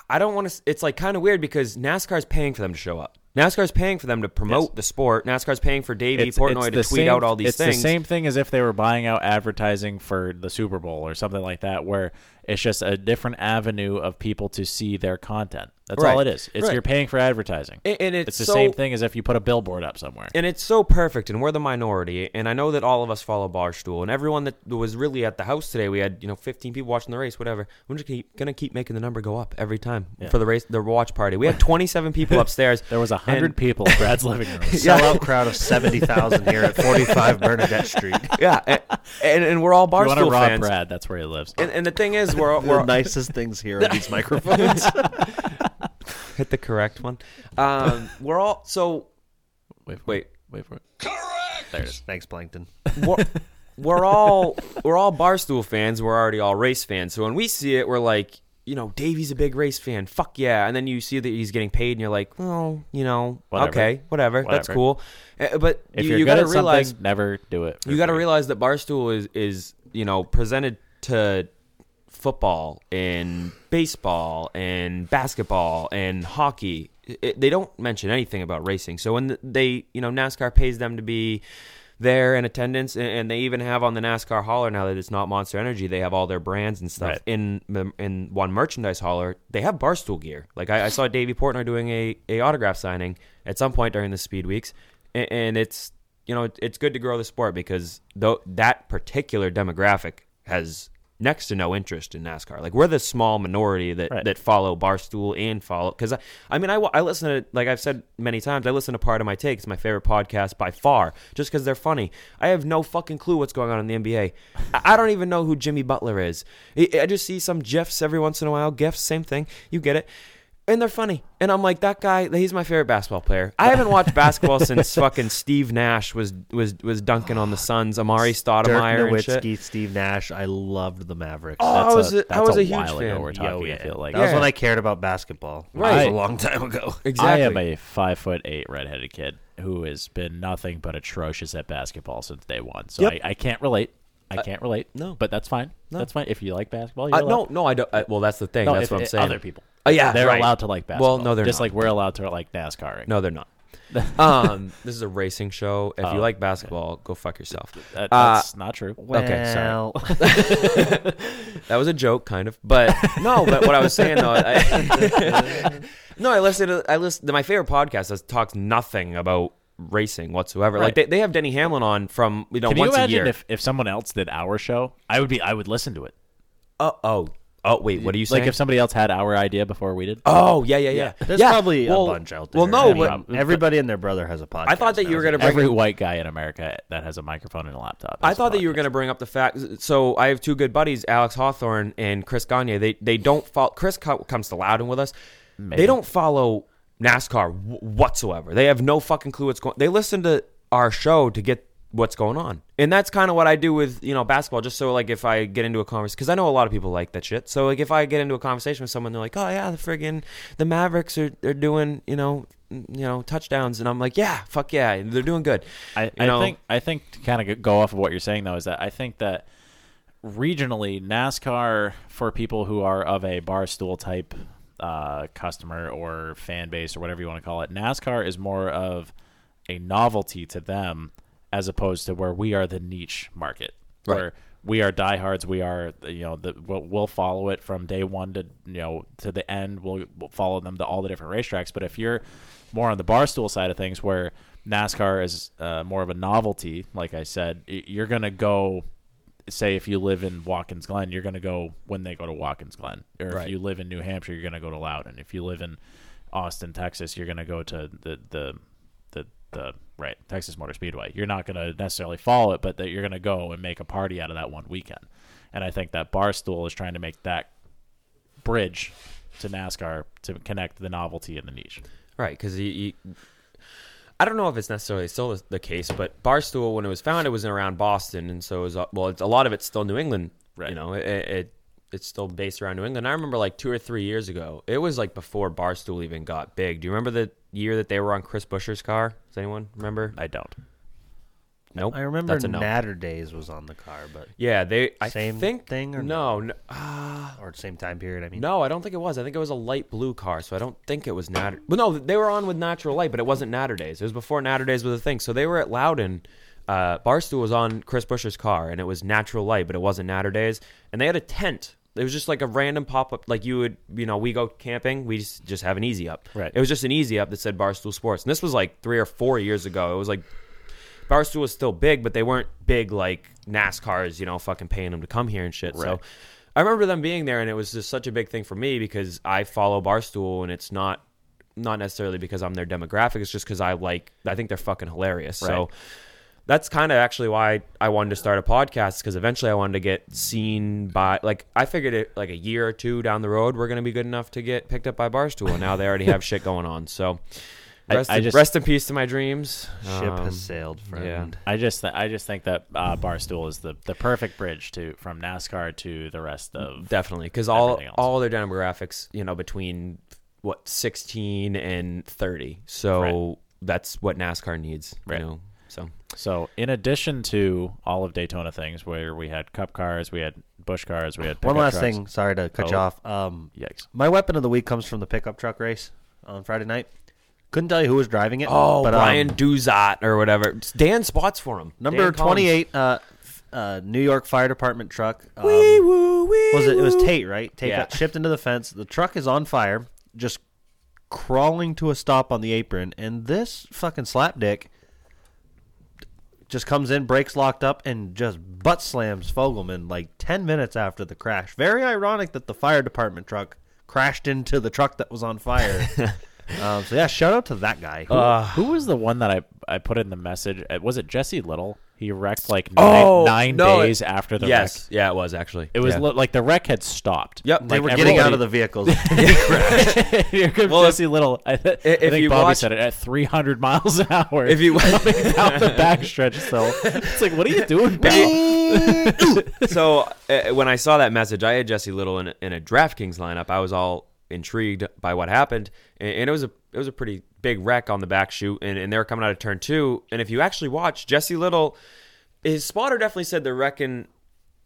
[SPEAKER 5] I don't want to. It's like kind of weird because NASCAR's paying for them to show up. NASCAR's paying for them to promote the sport. NASCAR's paying for Davey
[SPEAKER 4] It's,
[SPEAKER 5] Portnoy
[SPEAKER 4] it's
[SPEAKER 5] to
[SPEAKER 4] the
[SPEAKER 5] tweet
[SPEAKER 4] same-
[SPEAKER 5] out all these
[SPEAKER 4] it's
[SPEAKER 5] things.
[SPEAKER 4] the same thing as if they were buying out advertising for the Super Bowl or something like that, where it's just a different avenue of people to see their content. That's all
[SPEAKER 5] Right.
[SPEAKER 4] it is. It's
[SPEAKER 5] Right.
[SPEAKER 4] you're paying for advertising,
[SPEAKER 5] And- and it's
[SPEAKER 4] the
[SPEAKER 5] so-
[SPEAKER 4] same thing as if you put a billboard up somewhere.
[SPEAKER 5] And it's so perfect, and we're the minority. And I know that all of us follow Barstool, and everyone that was really at the house today, we had you know 15 people watching the race, whatever. We're just keep, gonna keep making the number go up every time for the race, the watch party.
[SPEAKER 4] [laughs]
[SPEAKER 5] We had 27 people upstairs.
[SPEAKER 4] there was a hundred
[SPEAKER 5] and-
[SPEAKER 4] people in Brad's
[SPEAKER 5] [laughs]
[SPEAKER 4] living room.
[SPEAKER 3] Sellout crowd of seventy thousand here at forty five Bernadette [laughs] Street.
[SPEAKER 5] Yeah, and, and, and we're all
[SPEAKER 4] If [laughs] you want to
[SPEAKER 5] Barstool
[SPEAKER 4] rob
[SPEAKER 5] fans.
[SPEAKER 4] Brad? That's where he lives.
[SPEAKER 5] And, and the thing is, we're
[SPEAKER 4] [laughs]
[SPEAKER 5] all, we're
[SPEAKER 3] The
[SPEAKER 5] all-
[SPEAKER 3] nicest things here in these microphones.
[SPEAKER 5] [laughs] hit the correct one. Um, we're all so
[SPEAKER 4] wait, for
[SPEAKER 5] wait.
[SPEAKER 4] it. [laughs] wait for it.
[SPEAKER 3] there it is. Thanks, Plankton.
[SPEAKER 5] we're, we're all we're all barstool fans. We're already all race fans. So when we see it, we're like, you know, Davey's a big race fan. Fuck yeah! And then you see that he's getting paid, and you're like, well, you know,
[SPEAKER 4] Whatever.
[SPEAKER 5] okay, whatever, that's
[SPEAKER 4] Whatever.
[SPEAKER 5] cool. Eh, But
[SPEAKER 4] If
[SPEAKER 5] you,
[SPEAKER 4] you're
[SPEAKER 5] you
[SPEAKER 4] good
[SPEAKER 5] gotta
[SPEAKER 4] at something,
[SPEAKER 5] realize
[SPEAKER 4] never do it. for
[SPEAKER 5] you got to
[SPEAKER 4] free.
[SPEAKER 5] realize that barstool is is you know presented to football and baseball and basketball and hockey. It, they don't mention anything about racing. So when they you know NASCAR pays them to be there in attendance, and, and they even have on the NASCAR hauler now that it's not Monster Energy, they have all their brands and stuff
[SPEAKER 4] Right.
[SPEAKER 5] in mem- in one merchandise hauler. They have barstool gear. Like I, I saw Davey Portnoy doing a, a autograph signing at some point during the speed weeks, and, and it's you know, it- it's good to grow the sport because though that particular demographic has next to no interest in NASCAR. Like we're the small minority that
[SPEAKER 4] Right.
[SPEAKER 5] that follow Barstool and follow because I, I mean I, wa- I listen to like I've said many times I listen to part of my take. It's my favorite podcast by far just because they're funny. I have no fucking clue what's going on in the NBA. I, I don't even know who Jimmy Butler is. I, I just see some gifs every once in a while. Gifs, same thing. You get it. And they're funny. And I'm like, that guy, he's my favorite basketball player. I haven't watched
[SPEAKER 4] [laughs]
[SPEAKER 5] basketball since fucking Steve Nash was was was dunking on the
[SPEAKER 4] Ah,
[SPEAKER 5] Suns, Amari
[SPEAKER 3] Dirk
[SPEAKER 5] Stoudemire and shit.
[SPEAKER 3] Nowitzki, Steve Nash. I loved the Mavericks.
[SPEAKER 5] Oh,
[SPEAKER 3] That's
[SPEAKER 5] I was
[SPEAKER 3] a-
[SPEAKER 5] a, I
[SPEAKER 4] that's
[SPEAKER 5] was
[SPEAKER 4] a
[SPEAKER 5] a, huge
[SPEAKER 4] while ago
[SPEAKER 5] fan.
[SPEAKER 4] we're
[SPEAKER 3] yeah,
[SPEAKER 4] talking, I
[SPEAKER 3] yeah.
[SPEAKER 4] feel like.
[SPEAKER 3] that was
[SPEAKER 5] Yeah.
[SPEAKER 3] when I cared about basketball. That was
[SPEAKER 5] Right.
[SPEAKER 3] a long time [laughs] ago.
[SPEAKER 5] Exactly.
[SPEAKER 4] I am a five foot eight redheaded kid who has been nothing but atrocious at basketball since day one. So
[SPEAKER 5] Yep.
[SPEAKER 4] I, I can't relate. I can't relate.
[SPEAKER 5] no.
[SPEAKER 4] but that's fine. That's fine. If you like basketball, you're
[SPEAKER 5] Uh,
[SPEAKER 4] allowed-
[SPEAKER 5] no, no, I don't. I, well, that's the thing.
[SPEAKER 4] No,
[SPEAKER 5] that's
[SPEAKER 4] if-
[SPEAKER 5] what I'm
[SPEAKER 4] if
[SPEAKER 5] saying.
[SPEAKER 4] Other people.
[SPEAKER 5] Oh, yeah,
[SPEAKER 4] they're
[SPEAKER 5] right.
[SPEAKER 4] allowed to like
[SPEAKER 5] Well,
[SPEAKER 4] basketball.
[SPEAKER 5] no, they're
[SPEAKER 4] just
[SPEAKER 5] not.
[SPEAKER 4] like we're allowed to like NASCAR.
[SPEAKER 5] No,
[SPEAKER 4] [laughs]
[SPEAKER 5] they're not. um, this is a racing show. If
[SPEAKER 4] Oh,
[SPEAKER 5] you like basketball, go fuck yourself.
[SPEAKER 4] That-
[SPEAKER 5] Uh,
[SPEAKER 4] that's not true.
[SPEAKER 5] okay, sorry.
[SPEAKER 4] Well.
[SPEAKER 5] that was a joke, kind of. But no, but what I was saying though, I, no, I listened. To, I listen to my favorite podcast that talks nothing about racing whatsoever. Like they,
[SPEAKER 4] Right.
[SPEAKER 5] they have Denny Hamlin on from you know
[SPEAKER 4] Can you
[SPEAKER 5] once a
[SPEAKER 4] imagine
[SPEAKER 5] year.
[SPEAKER 4] if, if someone else did our show? I would be. I would listen to it.
[SPEAKER 5] oh, oh, oh, wait, what are you saying?
[SPEAKER 4] Like if somebody else had our idea before we did.
[SPEAKER 5] Oh yeah, yeah, yeah.
[SPEAKER 3] [laughs] There's
[SPEAKER 5] Yeah,
[SPEAKER 3] probably
[SPEAKER 5] well-
[SPEAKER 3] a bunch out there.
[SPEAKER 5] Well, no,
[SPEAKER 3] Every-
[SPEAKER 5] but-
[SPEAKER 3] everybody and their brother has a podcast.
[SPEAKER 5] I thought that you were gonna bring
[SPEAKER 4] Every
[SPEAKER 5] up-
[SPEAKER 4] white guy in America that has a microphone and a laptop.
[SPEAKER 5] I
[SPEAKER 4] has a
[SPEAKER 5] thought that you were
[SPEAKER 4] podcast.
[SPEAKER 5] going to bring up the fact. So I have two good buddies, Alex Hawthorne and Chris Gagne. They they don't follow. Chris co- comes to Loudon with us. They don't follow NASCAR w- whatsoever. They have no fucking clue what's going. They listen to our show to get what's going on, and that's kind of what I do with you know basketball. Just so like if I get into a conversation, because I know a lot of people like that shit. So like if I get into a conversation with someone, they're like, oh yeah, the friggin' the Mavericks are they're doing you know n- you know touchdowns, and I'm like, yeah, fuck yeah, they're doing good.
[SPEAKER 4] I,
[SPEAKER 5] You know?
[SPEAKER 4] I think I think to kind of go off of what you're saying though is that I think that regionally NASCAR for people who are of a bar stool type uh, customer or fan base or whatever you want to call it, NASCAR is more of a novelty to them as opposed to where we are the niche market
[SPEAKER 5] Right.
[SPEAKER 4] where we are diehards. We are, you know, the, we'll, we'll follow it from day one to you know to the end. We'll, we'll follow them to all the different racetracks. But if you're more on the barstool side of things, where NASCAR is uh, more of a novelty, like I said, y- you're gonna go. Say if you live in Watkins Glen, you're gonna go when they go to Watkins Glen, or
[SPEAKER 5] Right.
[SPEAKER 4] if you live in New Hampshire, you're gonna go to Loudon. If you live in Austin, Texas, you're gonna go to the the the the right Texas Motor Speedway. You're not going to necessarily follow it, but that you're going to go and make a party out of that one weekend. And I think that Barstool is trying to make that bridge to NASCAR to connect the novelty and the niche.
[SPEAKER 5] Right, because you, you, I don't know if it's necessarily still the case, but Barstool when it was founded was around Boston, and so it was, uh, well, it's, a lot of it's still New England. Right. You know, it, it it's still based around New England. I remember like two or three years ago, it was like before Barstool even got big. Do you remember the year that they were on Chris Busher's car? Does anyone remember?
[SPEAKER 4] I don't.
[SPEAKER 5] Nope.
[SPEAKER 3] I remember
[SPEAKER 5] That's a no.
[SPEAKER 3] Natter Days was on the car, but
[SPEAKER 5] Yeah, they. I
[SPEAKER 3] Same
[SPEAKER 5] think
[SPEAKER 3] thing or
[SPEAKER 5] no, no, ah,
[SPEAKER 3] or same time period. I mean,
[SPEAKER 5] no, I don't think it was. I think it was a light blue car, so I don't think it was Natter. Well, no, they were on with Natural Light, but it wasn't Natter Days. It was before Natter Days was a thing. So they were at Loudon. Uh, Barstool was on Chris Busher's car, and it was Natural Light, but it wasn't Natter Days. And they had a tent. It was just like a random pop up, like you would, you know, we go camping, we just, just have an easy up.
[SPEAKER 4] Right.
[SPEAKER 5] It was just an easy up that said Barstool Sports, and this was like three or four years ago. It was like Barstool was still big, but they weren't big like NASCAR's, you know, fucking paying them to come here and shit. So I remember them being there, and it was just such a big thing for me because I follow Barstool, and it's not not necessarily because I'm their demographic. It's just because I like I think they're fucking hilarious. So
[SPEAKER 4] Right.
[SPEAKER 5] that's kind of actually why I wanted to start a podcast because eventually I wanted to get seen by like I figured it like a year or two down the road we're gonna be good enough to get picked up by Barstool. and now they already have shit going on. So.
[SPEAKER 4] I-
[SPEAKER 5] Rest,
[SPEAKER 4] I
[SPEAKER 5] in,
[SPEAKER 4] just-
[SPEAKER 5] rest in peace to my dreams.
[SPEAKER 3] ship
[SPEAKER 5] Um,
[SPEAKER 3] has sailed, friend.
[SPEAKER 4] I just th- I just think that uh, Barstool is the, the perfect bridge to from NASCAR to the rest of
[SPEAKER 5] definitely because all
[SPEAKER 4] everything else.
[SPEAKER 5] all their demographics you know between what 16 and 30 so
[SPEAKER 4] Right.
[SPEAKER 5] that's what nascar needs
[SPEAKER 4] Right.
[SPEAKER 5] you know so
[SPEAKER 4] So, in addition to all of Daytona things, where we had Cup cars, we had Bush cars, we had
[SPEAKER 3] One
[SPEAKER 4] pickup
[SPEAKER 3] last
[SPEAKER 4] trucks.
[SPEAKER 3] thing. Sorry to cut you
[SPEAKER 4] Oh.
[SPEAKER 3] off. Um,
[SPEAKER 4] Yikes.
[SPEAKER 3] My weapon of the week comes from the pickup truck race on Friday night. Couldn't tell you who was driving it.
[SPEAKER 5] oh
[SPEAKER 3] but, um,
[SPEAKER 5] brian duzat or whatever dan spots for him
[SPEAKER 3] number
[SPEAKER 5] Dan Collins.
[SPEAKER 3] twenty-eight, uh, f- uh, New York Fire Department truck. Um,
[SPEAKER 5] Woo, wee,
[SPEAKER 3] was it? It was
[SPEAKER 5] woo.
[SPEAKER 3] Tate, right? Tate
[SPEAKER 5] Yeah.
[SPEAKER 3] got shipped into the fence. The truck is on fire, just crawling to a stop on the apron, and this fucking slapdick just comes in, brakes locked up, and just butt slams Fogelman like ten minutes after the crash. Very ironic that the fire department truck crashed into the truck that was
[SPEAKER 5] [laughs]
[SPEAKER 3] on fire. um, so yeah, shout out to that guy.
[SPEAKER 4] Who,
[SPEAKER 5] Uh,
[SPEAKER 4] who was the one that I, I put in the message? Uh, Was it Jesse Little? He wrecked like nine
[SPEAKER 5] Oh,
[SPEAKER 4] nine
[SPEAKER 5] no, it-
[SPEAKER 4] days after the
[SPEAKER 5] yes
[SPEAKER 4] wreck.
[SPEAKER 5] yeah it was actually
[SPEAKER 4] It was
[SPEAKER 5] yeah.
[SPEAKER 4] li- like the wreck had stopped.
[SPEAKER 5] Yep,
[SPEAKER 3] they
[SPEAKER 5] like
[SPEAKER 3] were getting out
[SPEAKER 5] everybody-
[SPEAKER 4] [laughs]
[SPEAKER 3] of the vehicles.
[SPEAKER 5] [laughs]
[SPEAKER 4] well, Jesse Little. I, th- I
[SPEAKER 5] if
[SPEAKER 4] think
[SPEAKER 5] you
[SPEAKER 4] Bobby
[SPEAKER 5] watch-
[SPEAKER 4] said it at 300 miles an hour.
[SPEAKER 5] If you-
[SPEAKER 4] [laughs] coming down the backstretch, so it's like, what are you doing, pal?
[SPEAKER 5] so uh, when I saw that message, I had Jesse Little in a, in a DraftKings lineup. I was all intrigued by what happened, and, and it was a it was a pretty big wreck on the back chute, and, and they were coming out of turn two. And if you actually watch Jesse Little, his spotter definitely said uh, they're wrecking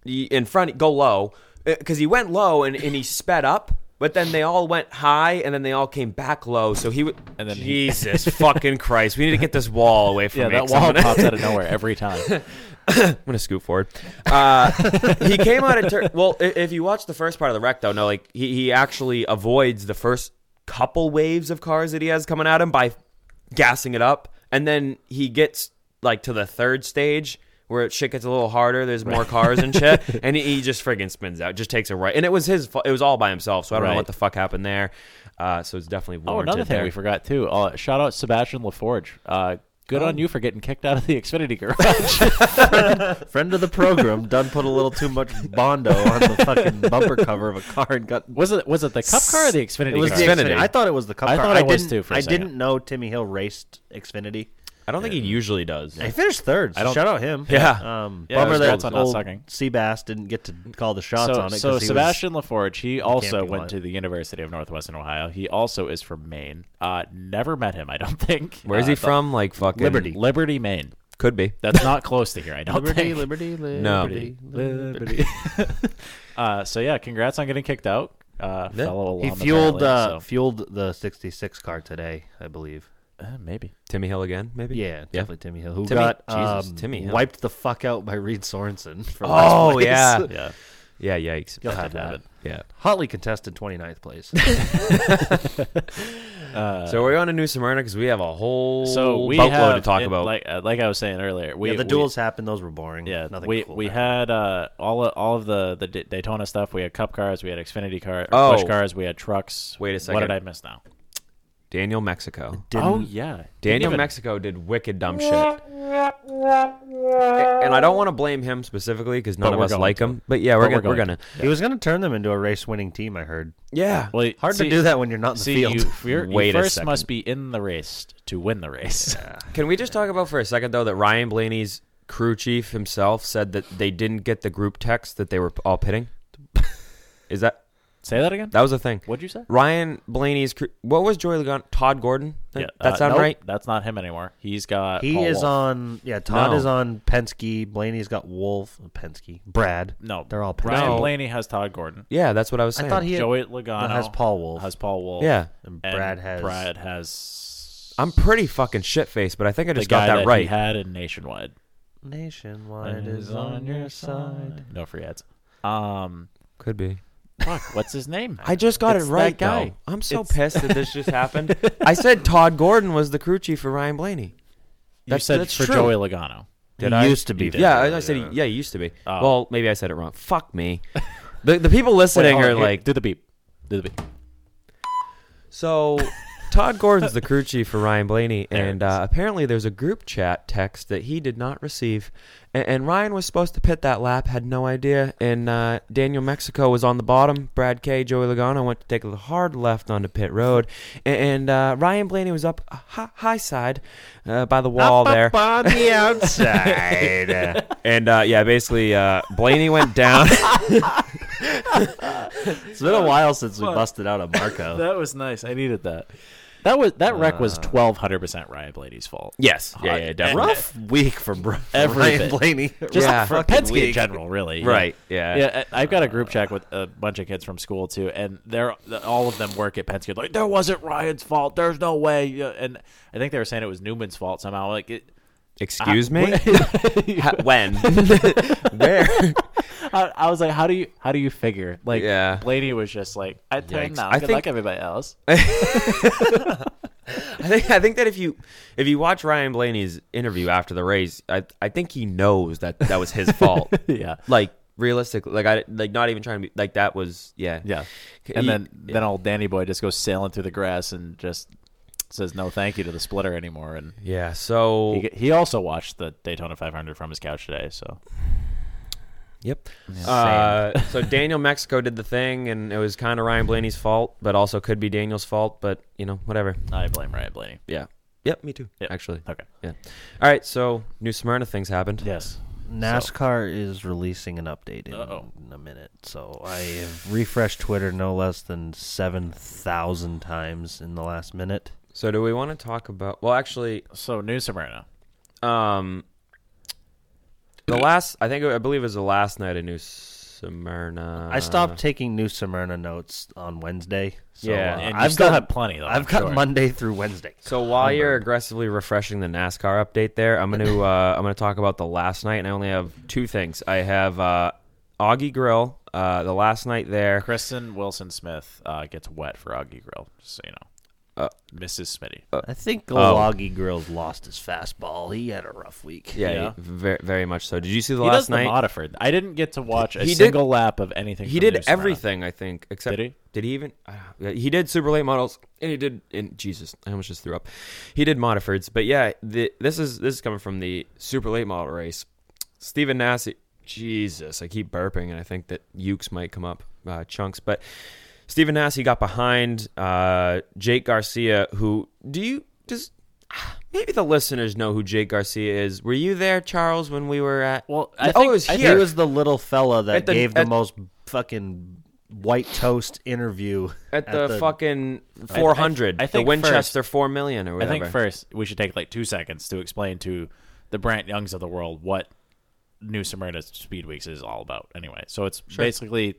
[SPEAKER 5] the- in front, go low, because he went low and, and he sped up. But then they all went high, and then they all came back low. So he w- and then Jesus fucking Christ, we need to get this wall
[SPEAKER 4] [laughs]
[SPEAKER 5] away from
[SPEAKER 4] Yeah,
[SPEAKER 5] me, [laughs]
[SPEAKER 4] that
[SPEAKER 5] 'cause
[SPEAKER 4] wall
[SPEAKER 5] I'm gonna-
[SPEAKER 4] pops out of nowhere every time.
[SPEAKER 5] I'm gonna scoot forward. Uh, he came out of turn. Well, i- if you watch the first part of the wreck, though, no, like he, he actually avoids the first couple waves of cars that he has coming at him by gassing it up, and then he gets like to the third stage where shit gets a little harder. There's more cars and
[SPEAKER 4] [laughs]
[SPEAKER 5] shit, and he, he just friggin' spins out. Just takes a right, and it was his. fu- It was all by himself, so I don't know
[SPEAKER 4] Right.
[SPEAKER 5] what the fuck happened there. Uh, so it's definitely warranted
[SPEAKER 4] Oh, another thing
[SPEAKER 5] there.
[SPEAKER 4] we forgot too. Uh, shout out Sebastian LaForge. Uh, good
[SPEAKER 3] Oh.
[SPEAKER 4] on you for getting kicked out of the [laughs] Xfinity
[SPEAKER 3] [laughs]
[SPEAKER 4] garage.
[SPEAKER 3] Friend of the program done put a little too much bondo on the fucking bumper cover of a car and got
[SPEAKER 4] was it was it the Cup car or the Xfinity?
[SPEAKER 3] It was
[SPEAKER 4] car?
[SPEAKER 3] the Xfinity. I thought it was the cup
[SPEAKER 4] I
[SPEAKER 3] car.
[SPEAKER 4] thought it was
[SPEAKER 3] didn't-
[SPEAKER 4] too. For a
[SPEAKER 3] I
[SPEAKER 4] second.
[SPEAKER 3] didn't know Timmy Hill raced Xfinity.
[SPEAKER 5] I don't think he usually does.
[SPEAKER 3] He finished third. So
[SPEAKER 4] I don't-
[SPEAKER 3] shout out him.
[SPEAKER 5] Yeah.
[SPEAKER 3] Um,
[SPEAKER 4] Yeah,
[SPEAKER 3] bummer
[SPEAKER 4] it was
[SPEAKER 3] that
[SPEAKER 4] great on not
[SPEAKER 3] old
[SPEAKER 4] sucking.
[SPEAKER 3] Seabass didn't get to call the shots
[SPEAKER 4] so,
[SPEAKER 3] on it.
[SPEAKER 4] So
[SPEAKER 3] 'cause he
[SPEAKER 4] Sebastian LaForge, he also
[SPEAKER 3] camping
[SPEAKER 4] went
[SPEAKER 3] lot.
[SPEAKER 4] to the University of Northwestern Ohio. He also is from Maine. Uh, never met him, I don't [laughs] think.
[SPEAKER 5] Where is
[SPEAKER 4] Uh,
[SPEAKER 5] he
[SPEAKER 4] the-
[SPEAKER 5] from? Like fucking
[SPEAKER 4] Liberty, Liberty, Maine.
[SPEAKER 5] Could be.
[SPEAKER 4] That's not close to here. I
[SPEAKER 3] Was
[SPEAKER 4] don't think.
[SPEAKER 3] Liberty, Liberty,
[SPEAKER 5] No.
[SPEAKER 3] Liberty,
[SPEAKER 4] Liberty. [laughs] uh, so yeah, congrats on getting kicked out, uh,
[SPEAKER 5] Yeah.
[SPEAKER 4] fellow
[SPEAKER 3] He
[SPEAKER 4] alum.
[SPEAKER 3] fueled
[SPEAKER 4] apparently,
[SPEAKER 3] uh,
[SPEAKER 4] so-
[SPEAKER 3] fueled the '66 car today, I believe.
[SPEAKER 4] Uh, maybe.
[SPEAKER 5] Timmy Hill again, maybe.
[SPEAKER 3] Yeah, definitely Timmy Hill, who
[SPEAKER 5] Timmy-
[SPEAKER 3] got
[SPEAKER 5] Jesus,
[SPEAKER 3] um,
[SPEAKER 5] Timmy Hill.
[SPEAKER 3] wiped the fuck out by Reed Sorensen. For
[SPEAKER 5] Oh,
[SPEAKER 3] last place.
[SPEAKER 5] yeah.
[SPEAKER 4] [laughs]
[SPEAKER 3] yeah.
[SPEAKER 5] Yeah, yikes.
[SPEAKER 3] You'll have to have it.
[SPEAKER 5] Yeah.
[SPEAKER 3] [laughs] Hotly contested 29th place.
[SPEAKER 5] so we're on to New Smyrna because we have a whole
[SPEAKER 4] Uh, So we
[SPEAKER 5] boatload
[SPEAKER 4] have
[SPEAKER 5] to talk
[SPEAKER 4] it-
[SPEAKER 5] about.
[SPEAKER 4] Like uh, like I was saying earlier, we
[SPEAKER 3] yeah, the
[SPEAKER 4] we-
[SPEAKER 3] duels happened; those were boring.
[SPEAKER 4] Yeah,
[SPEAKER 3] nothing
[SPEAKER 4] we
[SPEAKER 3] cool
[SPEAKER 4] we
[SPEAKER 3] happened.
[SPEAKER 4] had uh, all of, all of the the D- Daytona stuff. We had Cup cars, we had Xfinity cars,
[SPEAKER 5] Oh.
[SPEAKER 4] push cars, we had trucks.
[SPEAKER 5] Wait a
[SPEAKER 4] What
[SPEAKER 5] second.
[SPEAKER 4] did I miss now?
[SPEAKER 5] Daniel Mexico.
[SPEAKER 4] Oh yeah,
[SPEAKER 5] Daniel
[SPEAKER 4] even-
[SPEAKER 5] Mexico did wicked dumb shit. And I don't want to blame him specifically because none
[SPEAKER 4] But
[SPEAKER 5] of
[SPEAKER 4] we're
[SPEAKER 5] us
[SPEAKER 4] going
[SPEAKER 5] like
[SPEAKER 4] to.
[SPEAKER 5] him. But yeah, we're
[SPEAKER 4] But we're
[SPEAKER 5] gonna, we're
[SPEAKER 4] going
[SPEAKER 5] gonna.
[SPEAKER 3] He was going to turn them into a race-winning team. I heard.
[SPEAKER 5] Yeah.
[SPEAKER 4] Well,
[SPEAKER 3] Hard
[SPEAKER 4] see-
[SPEAKER 3] to do that when you're not in the
[SPEAKER 4] See,
[SPEAKER 3] field.
[SPEAKER 4] you, you're, you
[SPEAKER 5] Wait a
[SPEAKER 4] first
[SPEAKER 5] second.
[SPEAKER 4] must be in the race to win the race.
[SPEAKER 5] Can we just talk about for a second though that Ryan Blaney's crew chief himself said that they didn't get the group text that they were all
[SPEAKER 4] [laughs]
[SPEAKER 5] pitting? Is that
[SPEAKER 4] [laughs] Say that again.
[SPEAKER 5] that was a thing?
[SPEAKER 4] What'd you say?
[SPEAKER 5] Ryan Blaney's crew. What was Joy Logano? Todd Gordon. Thing? that
[SPEAKER 4] uh,
[SPEAKER 5] sound
[SPEAKER 4] nope,
[SPEAKER 5] right?
[SPEAKER 4] That's not him anymore. He's got.
[SPEAKER 3] He
[SPEAKER 4] Paul
[SPEAKER 3] is
[SPEAKER 4] Wolf.
[SPEAKER 3] on. Yeah, Todd
[SPEAKER 5] No.
[SPEAKER 3] is on Penske. Blaney's got Wolf. uh, Penske. Brad.
[SPEAKER 4] No,
[SPEAKER 3] they're all Penske.
[SPEAKER 4] Ryan
[SPEAKER 5] No.
[SPEAKER 4] Blaney has Todd Gordon.
[SPEAKER 5] Yeah, that's what I was
[SPEAKER 3] I
[SPEAKER 5] saying.
[SPEAKER 3] thought he had,
[SPEAKER 4] Joey Logano
[SPEAKER 3] has Paul Wolf.
[SPEAKER 4] Has Paul Wolf.
[SPEAKER 5] Yeah.
[SPEAKER 3] And Brad has-
[SPEAKER 4] Brad has.
[SPEAKER 5] I'm pretty fucking shit faced, but I think I
[SPEAKER 4] the
[SPEAKER 5] just
[SPEAKER 4] guy
[SPEAKER 5] got that,
[SPEAKER 4] he
[SPEAKER 5] right.
[SPEAKER 4] had in Nationwide.
[SPEAKER 3] Nationwide is on your side.
[SPEAKER 4] No free ads. Um,
[SPEAKER 5] Could be.
[SPEAKER 4] [laughs] fuck, what's his name?
[SPEAKER 5] I just got
[SPEAKER 4] It's
[SPEAKER 5] it
[SPEAKER 4] that
[SPEAKER 5] right,
[SPEAKER 4] guy.
[SPEAKER 5] though. I'm so
[SPEAKER 4] It's-
[SPEAKER 5] pissed that this just
[SPEAKER 4] [laughs]
[SPEAKER 5] happened. I said Todd Gordon was the crew chief for Ryan Blaney.
[SPEAKER 4] you said
[SPEAKER 5] that's
[SPEAKER 4] for
[SPEAKER 5] true.
[SPEAKER 4] Joey Logano.
[SPEAKER 3] Did he used to be.
[SPEAKER 5] yeah, I, I said he, yeah, he used to be.
[SPEAKER 4] Oh.
[SPEAKER 5] Well, maybe I said it wrong. Fuck me. The, the people listening
[SPEAKER 4] Wait,
[SPEAKER 5] are
[SPEAKER 4] hold on, here,
[SPEAKER 5] like,
[SPEAKER 4] do the beep, do the beep.
[SPEAKER 5] so Todd Gordon's the crew chief for Ryan [laughs] Blaney, and uh, apparently there's a group chat text that he did not receive, and, and Ryan was supposed to pit that lap, had no idea, and uh, Daniel Mexico was on the bottom. Brad K, Joey Logano went to take a hard left onto pit road, a- and, uh, Ryan Blaney was up a hi- high side uh, by the wall there,
[SPEAKER 4] [laughs]
[SPEAKER 3] on the [laughs] outside.
[SPEAKER 5] and uh, yeah, basically uh, Blaney went [laughs] down.
[SPEAKER 3] it's been a while since we busted out a Marco.
[SPEAKER 4] That was nice. I needed that. That was that wreck was twelve hundred percent Ryan Blaney's fault.
[SPEAKER 5] yes, yeah,
[SPEAKER 4] Hot-
[SPEAKER 5] yeah,
[SPEAKER 4] and-
[SPEAKER 5] definitely.
[SPEAKER 3] Rough week for, Br- for
[SPEAKER 4] Every
[SPEAKER 3] Ryan
[SPEAKER 4] bit.
[SPEAKER 3] Blaney.
[SPEAKER 4] Just
[SPEAKER 5] Yeah.
[SPEAKER 4] for
[SPEAKER 5] Fucking
[SPEAKER 4] Penske in
[SPEAKER 5] weak.
[SPEAKER 4] general, really.
[SPEAKER 5] Right, yeah.
[SPEAKER 4] Yeah. I- I've got a group chat with a bunch of kids from school too, and they're all of them work at Penske. Like, there wasn't Ryan's fault. There's no way. Yeah, And I think they were saying it was Newman's fault somehow. Like, it,
[SPEAKER 5] Excuse [laughs] me. Ha- when? [laughs] Where?
[SPEAKER 4] [laughs] I, I was like, how do you how do you figure? Like,
[SPEAKER 5] Yeah.
[SPEAKER 4] Blaney was just like, I
[SPEAKER 5] Yikes.
[SPEAKER 4] turned now.
[SPEAKER 5] I
[SPEAKER 4] Good
[SPEAKER 5] think-
[SPEAKER 4] luck, everybody else.
[SPEAKER 5] I think I think that if you if you watch Ryan Blaney's interview after the race, I I think he knows that that was his fault.
[SPEAKER 4] [laughs] yeah.
[SPEAKER 5] Like realistically, like I like not even trying to be like that was yeah
[SPEAKER 4] Yeah.
[SPEAKER 5] He-
[SPEAKER 4] And then then old Danny boy just goes sailing through the grass and just says no thank you to the splitter anymore. And
[SPEAKER 5] yeah. So
[SPEAKER 4] he, he also watched the Daytona 500 from his couch today. So
[SPEAKER 5] yep. Uh,
[SPEAKER 4] [laughs]
[SPEAKER 5] so Daniel Mexico did the thing, and it was kind of Ryan Blaney's fault, but also could be Daniel's fault. But you know whatever.
[SPEAKER 4] I blame Ryan Blaney.
[SPEAKER 5] Yeah. Yep. Me too.
[SPEAKER 4] Yep.
[SPEAKER 5] Actually.
[SPEAKER 4] Okay.
[SPEAKER 5] Yeah. All right. So New Smyrna things happened.
[SPEAKER 4] Yes.
[SPEAKER 3] NASCAR is releasing an update in,
[SPEAKER 4] Uh-oh.
[SPEAKER 3] in a minute, so I have refreshed Twitter no less than seven thousand times in the last minute.
[SPEAKER 5] So do we want to talk about? Well, actually,
[SPEAKER 4] So New Smyrna.
[SPEAKER 5] Um, the last I think I believe it was the last night of New S- Smyrna.
[SPEAKER 3] I stopped taking new Smyrna notes on Wednesday. So
[SPEAKER 5] Yeah,
[SPEAKER 3] uh,
[SPEAKER 5] and you
[SPEAKER 3] I've
[SPEAKER 5] still
[SPEAKER 3] got
[SPEAKER 5] have plenty, though,
[SPEAKER 3] I've
[SPEAKER 5] I'm
[SPEAKER 3] got
[SPEAKER 5] sure.
[SPEAKER 3] Monday through Wednesday.
[SPEAKER 5] So while you're aggressively refreshing the NASCAR update there, I'm gonna uh, I'm gonna talk about the last night, and I only have two things. I have uh, Augie Grill, uh, the last night there.
[SPEAKER 4] Kristen Wilson Smith uh, gets wet for Augie Grill, just so you know.
[SPEAKER 5] Uh,
[SPEAKER 4] Mrs. Smitty.
[SPEAKER 3] I think
[SPEAKER 5] Oh.
[SPEAKER 3] Augie Grills lost his fastball. He had a rough week.
[SPEAKER 5] Yeah, very, very much so. Did you see the
[SPEAKER 4] He
[SPEAKER 5] last
[SPEAKER 4] does the
[SPEAKER 5] night?
[SPEAKER 4] Modiford. I didn't get to watch a
[SPEAKER 5] He did-
[SPEAKER 4] single lap of anything.
[SPEAKER 5] He
[SPEAKER 4] from
[SPEAKER 5] did
[SPEAKER 4] New Smyrna.
[SPEAKER 5] everything, I think, except
[SPEAKER 4] Did he?
[SPEAKER 5] even? Uh, he did super late models, and he did. And Jesus, I almost just threw up. He did modifieds, but yeah, the, this is this is coming from the super late model race. Stephen Nassie, Jesus, I keep burping, and I think that Ukes might come up uh, chunks, but Stephen Nassie got behind uh, Jake Garcia. Who do you just? Maybe the listeners know who Jake Garcia is. Were you there, Charles, when we were at?
[SPEAKER 3] Well, I
[SPEAKER 5] oh,
[SPEAKER 3] think,
[SPEAKER 5] it was
[SPEAKER 3] I
[SPEAKER 5] here.
[SPEAKER 3] think it was the little fella that
[SPEAKER 5] At the-
[SPEAKER 3] gave the
[SPEAKER 5] at-
[SPEAKER 3] most fucking white toast interview
[SPEAKER 5] at the, fucking
[SPEAKER 4] I- I-
[SPEAKER 5] 400
[SPEAKER 4] I think
[SPEAKER 5] the winchester
[SPEAKER 4] first-
[SPEAKER 5] 4 million or
[SPEAKER 4] I
[SPEAKER 5] whatever
[SPEAKER 4] think first we should take like two seconds to explain to the Brant Youngs of the world what New Smyrna Speed Weeks is all about. Anyway, so it's
[SPEAKER 5] Sure.
[SPEAKER 4] basically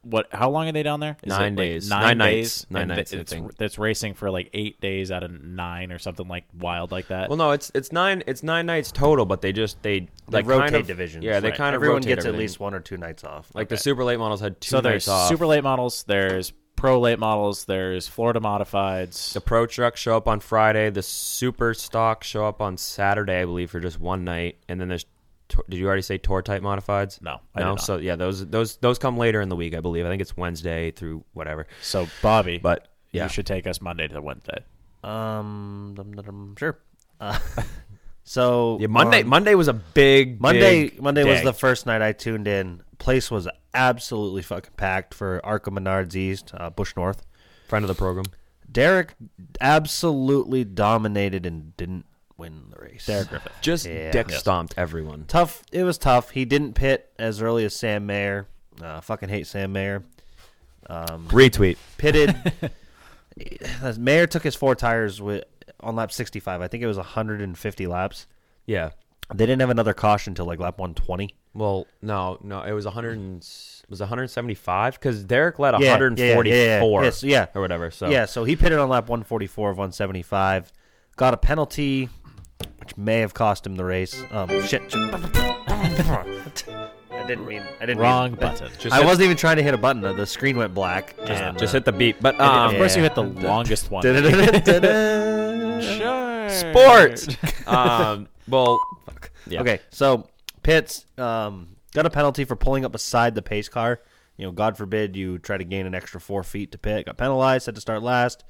[SPEAKER 4] what? How long are they down there?
[SPEAKER 5] Nine
[SPEAKER 4] like,
[SPEAKER 5] days. Nine
[SPEAKER 4] nine,
[SPEAKER 5] nights.
[SPEAKER 4] days.
[SPEAKER 5] Nine
[SPEAKER 4] and
[SPEAKER 5] nights, I
[SPEAKER 4] It's,
[SPEAKER 5] think.
[SPEAKER 4] that's racing for like eight days out of nine or something like wild like that.
[SPEAKER 5] well no it's it's nine it's nine nights total but they just they,
[SPEAKER 3] They
[SPEAKER 5] like,
[SPEAKER 3] rotate
[SPEAKER 5] kind of,
[SPEAKER 3] divisions.
[SPEAKER 5] yeah they
[SPEAKER 3] Right.
[SPEAKER 5] kind of
[SPEAKER 3] everyone
[SPEAKER 5] rotate
[SPEAKER 3] gets
[SPEAKER 5] everything.
[SPEAKER 3] at least one or two nights off.
[SPEAKER 5] like the super late models had two
[SPEAKER 4] so there's
[SPEAKER 5] nights off
[SPEAKER 4] super late models. There's pro late models. There's Florida modifieds.
[SPEAKER 5] the pro truck show up on friday the super stock show up on saturday i believe for just one night and then there's Tor- did you already say tour type modifieds
[SPEAKER 4] No, I did
[SPEAKER 5] no
[SPEAKER 4] not.
[SPEAKER 5] so yeah those those those come later in the week i believe i think it's wednesday through whatever
[SPEAKER 4] So Bobby,
[SPEAKER 5] but yeah
[SPEAKER 4] you should take us Monday to Wednesday.
[SPEAKER 3] Um, dum, dum, dum, sure. Uh, so
[SPEAKER 5] yeah, Monday.
[SPEAKER 3] on-
[SPEAKER 5] Monday was a big
[SPEAKER 3] Monday.
[SPEAKER 5] big
[SPEAKER 3] Monday was
[SPEAKER 5] day.
[SPEAKER 3] the first night I tuned in. Place was absolutely fucking packed for Arca Menards East, uh, Bush North.
[SPEAKER 5] friend of the program.
[SPEAKER 3] Derek absolutely dominated and didn't win the race.
[SPEAKER 4] Derek Griffith.
[SPEAKER 5] Just
[SPEAKER 3] Yeah.
[SPEAKER 5] dick
[SPEAKER 3] Yes.
[SPEAKER 5] stomped everyone.
[SPEAKER 3] tough. It was tough. He didn't pit as early as Sam Mayer. Uh, fucking hate Sam Mayer.
[SPEAKER 5] Retweet.
[SPEAKER 3] Pitted. Mayer took his four tires with on lap 65. I think it was 150 laps.
[SPEAKER 5] Yeah.
[SPEAKER 3] They didn't have another caution until like lap 120.
[SPEAKER 5] Well, no, no, it was 100 and, s- was 175 because Derek led
[SPEAKER 3] Yeah,
[SPEAKER 5] 144
[SPEAKER 3] yeah, yeah, yeah. Yes, yeah.
[SPEAKER 5] or whatever. So
[SPEAKER 3] Yeah, so he pitted on lap 144 of 175, got a penalty, which may have cost him the race. Um, shit. [laughs] I didn't mean. I didn't.
[SPEAKER 4] Wrong
[SPEAKER 3] mean-
[SPEAKER 4] button.
[SPEAKER 5] Just
[SPEAKER 3] I
[SPEAKER 5] hit-
[SPEAKER 3] wasn't even trying to hit a button. The- The screen went black. and,
[SPEAKER 5] just
[SPEAKER 3] uh,
[SPEAKER 5] hit the beat. But
[SPEAKER 4] And
[SPEAKER 5] um,
[SPEAKER 4] of course,
[SPEAKER 3] yeah.
[SPEAKER 4] you hit the
[SPEAKER 3] [laughs]
[SPEAKER 4] longest one.
[SPEAKER 3] [laughs]
[SPEAKER 5] sport. [laughs] um, well, yeah.
[SPEAKER 3] Okay, so Pitts um, got a penalty for pulling up beside the pace car. You know, God forbid you try to gain an extra four feet to pit. Got penalized, had to start last.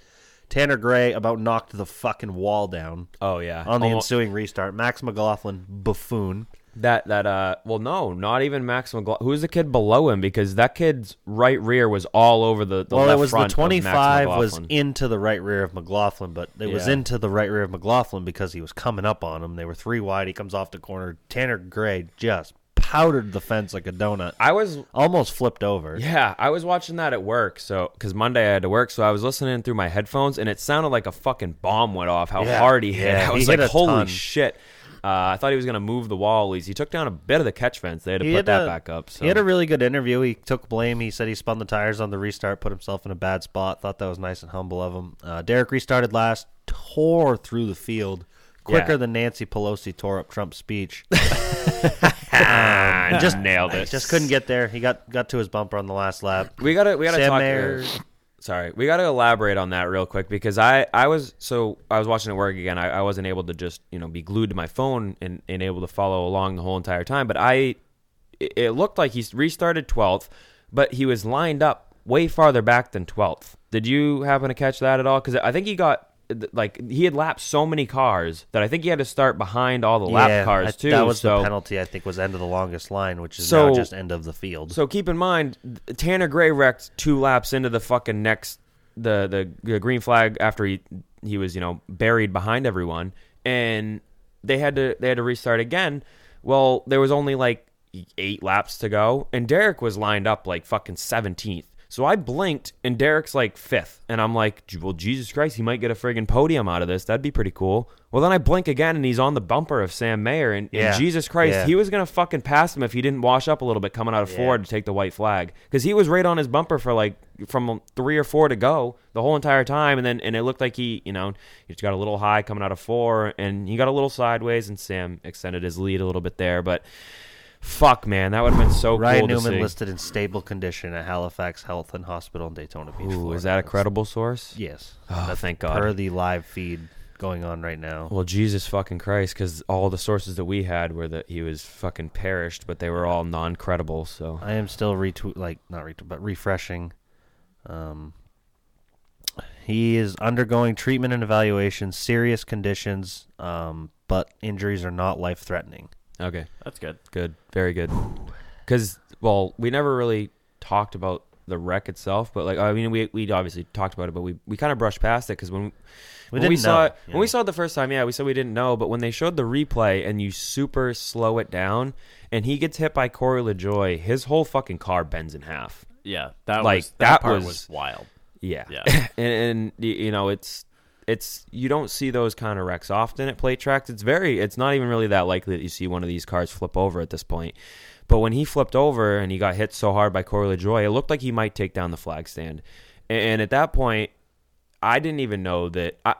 [SPEAKER 3] Tanner Gray about knocked the fucking wall down
[SPEAKER 5] Oh yeah.
[SPEAKER 3] on the
[SPEAKER 5] Almost-
[SPEAKER 3] ensuing restart. Max McLaughlin, buffoon.
[SPEAKER 5] that that uh, well, no, not even Max McLaughlin. Who's the kid below him? Because that kid's right rear was all over the. the
[SPEAKER 3] well,
[SPEAKER 5] left
[SPEAKER 3] it was the
[SPEAKER 5] front of Max
[SPEAKER 3] 25 was
[SPEAKER 5] McLaughlin.
[SPEAKER 3] into the right rear of McLaughlin, but it was
[SPEAKER 5] Yeah.
[SPEAKER 3] into the right rear of McLaughlin because he was coming up on him. They were three wide. He comes off the corner. Tanner Gray just powdered the fence like a donut.
[SPEAKER 5] I was
[SPEAKER 3] Almost flipped over.
[SPEAKER 5] Yeah, I was watching that at work. So, because Monday I had to work, so I was listening through my headphones, and it sounded like a fucking bomb went off. How
[SPEAKER 3] Yeah,
[SPEAKER 5] hard he hit! [laughs]
[SPEAKER 3] yeah,
[SPEAKER 5] I
[SPEAKER 3] he
[SPEAKER 5] was
[SPEAKER 3] hit
[SPEAKER 5] like,
[SPEAKER 3] a
[SPEAKER 5] holy
[SPEAKER 3] ton.
[SPEAKER 5] shit! Uh, I thought he was gonna move the wall. At least he took down a bit of the catch fence. They had to
[SPEAKER 3] He
[SPEAKER 5] put
[SPEAKER 3] had
[SPEAKER 5] that
[SPEAKER 3] a-
[SPEAKER 5] back up. So.
[SPEAKER 3] He had a really good interview. He took blame. He said he spun the tires on the restart, put himself in a bad spot. Thought that was nice and humble of him. Uh, Derek restarted last, tore through the field quicker
[SPEAKER 5] Yeah.
[SPEAKER 3] than Nancy Pelosi tore up Trump's
[SPEAKER 5] [laughs]
[SPEAKER 3] speech. [laughs] Um,
[SPEAKER 5] Ah, just nailed it.
[SPEAKER 3] Just couldn't get there. He got got to his bumper on the last lap.
[SPEAKER 5] We gotta we gotta
[SPEAKER 3] Sam
[SPEAKER 5] talk.
[SPEAKER 3] Mayer.
[SPEAKER 5] uh, sorry, we gotta elaborate on that real quick because I I was so I was watching it work again. I, I wasn't able to just you know be glued to my phone and, and able to follow along the whole entire time. But I it, it looked like he restarted twelfth, but he was lined up way farther back than twelfth. Did you happen to catch that at all? Because I think he got like he had lapped so many cars that I think he had to start behind all the
[SPEAKER 3] Yeah,
[SPEAKER 5] lap cars
[SPEAKER 3] I-
[SPEAKER 5] too.
[SPEAKER 3] That was
[SPEAKER 5] so.
[SPEAKER 3] the penalty. I think was end of the longest line, which is
[SPEAKER 5] So-
[SPEAKER 3] now just end of the field.
[SPEAKER 5] So keep in mind, th- Tanner Gray wrecked two laps into the fucking next the the, the green flag after he he was you know buried behind everyone, and they had to they had to restart again. Well, there was only like eight laps to go, and Derek was lined up like fucking seventeenth. So I blinked, and Derek's like fifth, and I'm like, "J- well, Jesus Christ, he might get a friggin' podium out of this. That'd be pretty cool. Well, then I blink again, and he's on the bumper of Sam Mayer, and, and
[SPEAKER 3] Yeah.
[SPEAKER 5] Jesus Christ,
[SPEAKER 3] Yeah.
[SPEAKER 5] he was gonna fucking pass him if he didn't wash up a little bit coming out of
[SPEAKER 3] Yeah.
[SPEAKER 5] Ford to take the white flag, because he was right on his bumper for like from three or four to go the whole entire time, and then and it looked like he, you know, he just got a little high coming out of four, and he got a little sideways, and Sam extended his lead a little bit there, but. Fuck, man, that would have been so
[SPEAKER 3] Ryan
[SPEAKER 5] cool to
[SPEAKER 3] Newman
[SPEAKER 5] see.
[SPEAKER 3] listed in stable condition at Halifax Health and Hospital in Daytona Beach.
[SPEAKER 5] Ooh,
[SPEAKER 3] Florida.
[SPEAKER 5] is that a
[SPEAKER 3] That's-
[SPEAKER 5] credible source?
[SPEAKER 3] Yes.
[SPEAKER 5] Oh,
[SPEAKER 3] That's
[SPEAKER 5] thank God.
[SPEAKER 3] Per the live feed going on right now.
[SPEAKER 5] Well, Jesus fucking Christ, because all the sources that we had were that he was fucking perished, but they were all non-credible. So
[SPEAKER 3] I am still retweet, like not retweet, but refreshing. Um, he is undergoing treatment and evaluation, serious conditions, um, but injuries are not life threatening.
[SPEAKER 5] okay,
[SPEAKER 4] That's good.
[SPEAKER 5] good, very good. Because well, we never really talked about the wreck itself, but like I mean, we we obviously talked about it, but we, we kind of brushed past it because when when we
[SPEAKER 3] didn't
[SPEAKER 5] saw
[SPEAKER 3] know,
[SPEAKER 5] it when we saw it the first time, yeah, we said we didn't know, but when they showed the replay and you super slow it down, and he gets hit by Corey LaJoy, his whole fucking car bends in half.
[SPEAKER 4] Yeah, that
[SPEAKER 5] Like,
[SPEAKER 4] was that,
[SPEAKER 5] that
[SPEAKER 4] part
[SPEAKER 5] was-
[SPEAKER 4] was, wild.
[SPEAKER 5] Yeah.
[SPEAKER 4] Yeah.
[SPEAKER 5] [laughs] and, and y- you know, it's it's you don't see those kind of wrecks often at plate tracks. It's very it's not even really that likely that you see one of these cars flip over at this point. But when he flipped over and he got hit so hard by Corey LaJoy, it looked like he might take down the flag stand. And, and at that point, I didn't even know that I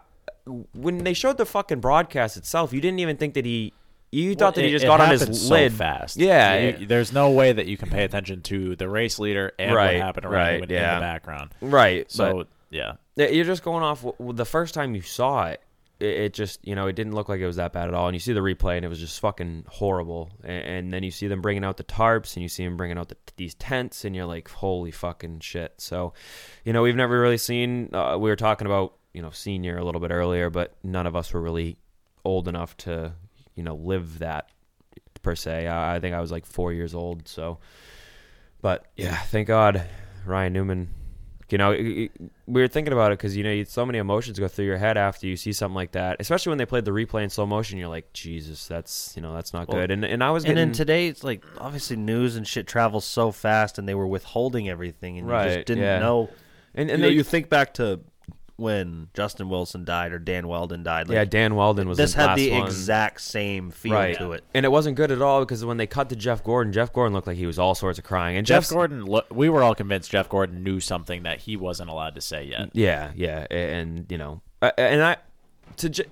[SPEAKER 5] when they showed the fucking broadcast itself, you didn't even think that he you thought that
[SPEAKER 4] Well,
[SPEAKER 5] he
[SPEAKER 4] it-
[SPEAKER 5] just
[SPEAKER 4] it
[SPEAKER 5] got on
[SPEAKER 4] happened
[SPEAKER 5] his
[SPEAKER 4] so
[SPEAKER 5] lid
[SPEAKER 4] fast.
[SPEAKER 5] Yeah,
[SPEAKER 4] It-
[SPEAKER 5] it-
[SPEAKER 4] there's no way that you can pay attention to the race leader and
[SPEAKER 5] Right,
[SPEAKER 4] what happened around
[SPEAKER 5] right,
[SPEAKER 4] him in the
[SPEAKER 5] yeah.
[SPEAKER 4] background.
[SPEAKER 5] right.
[SPEAKER 4] So
[SPEAKER 5] but-
[SPEAKER 4] yeah,
[SPEAKER 5] Yeah, You're just going off w- w- the first time you saw it. It, it just you know it didn't look like it was that bad at all, and you see the replay and it was just fucking horrible. And, and then you see them bringing out the tarps and you see them bringing out the, these tents, and you're like, holy fucking shit. So, you know, we've never really seen. Uh, we were talking about you know senior a little bit earlier, but none of us were really old enough to you know live that per se. I, I think I was like four years old, so. But yeah, thank God, Ryan Newman. You know, it- it- we were thinking about it because you know you- so many emotions go through your head after you see something like that, especially when they played the replay in slow motion. You're like, Jesus, that's you know that's not
[SPEAKER 3] Well,
[SPEAKER 5] good. And and I was
[SPEAKER 3] and
[SPEAKER 5] getting
[SPEAKER 3] in today's like obviously news and shit travels so fast, and they were withholding everything, and you
[SPEAKER 5] Right,
[SPEAKER 3] just didn't
[SPEAKER 5] yeah.
[SPEAKER 3] know.
[SPEAKER 5] and, and
[SPEAKER 3] And you, know,
[SPEAKER 5] they,
[SPEAKER 3] you think back to when Justin Wilson died or Dan Weldon died. Like,
[SPEAKER 5] yeah, Dan Weldon was
[SPEAKER 3] this
[SPEAKER 5] the
[SPEAKER 3] had
[SPEAKER 5] last
[SPEAKER 3] the
[SPEAKER 5] one.
[SPEAKER 3] exact same feel to it.
[SPEAKER 5] and it wasn't good at all because when they cut to Jeff Gordon, Jeff Gordon looked like he was all sorts of crying. And
[SPEAKER 4] Jeff
[SPEAKER 5] Jeff's-
[SPEAKER 4] Gordon, lo- we were all convinced Jeff Gordon knew something that he wasn't allowed to say yet.
[SPEAKER 5] Yeah, yeah, a- and you know, uh, and I to ju-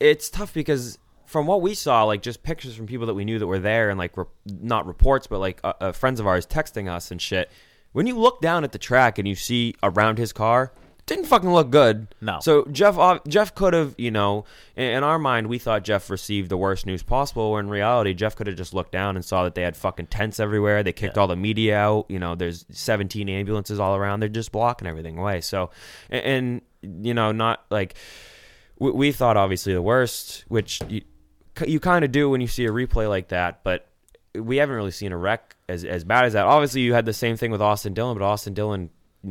[SPEAKER 5] it's tough because from what we saw, like just pictures from people that we knew that were there, and like re- not reports, but like uh, uh, friends of ours texting us and shit. When you look down at the track and you see around his car, didn't fucking look good.
[SPEAKER 4] No.
[SPEAKER 5] So Jeff ob- Jeff could have, you know, in, in our mind, we thought Jeff received the worst news possible. Where in reality, Jeff could have just looked down and saw that they had fucking tents everywhere. They kicked all the media out. You know, there's 17 ambulances all around. They're just blocking everything away. So, and, and you know, not like we, we thought obviously the worst, which you, you kind of do when you see a replay like that, but we haven't really seen a wreck as, as bad as that. Obviously, you had the same thing with Austin Dillon, but Austin Dillon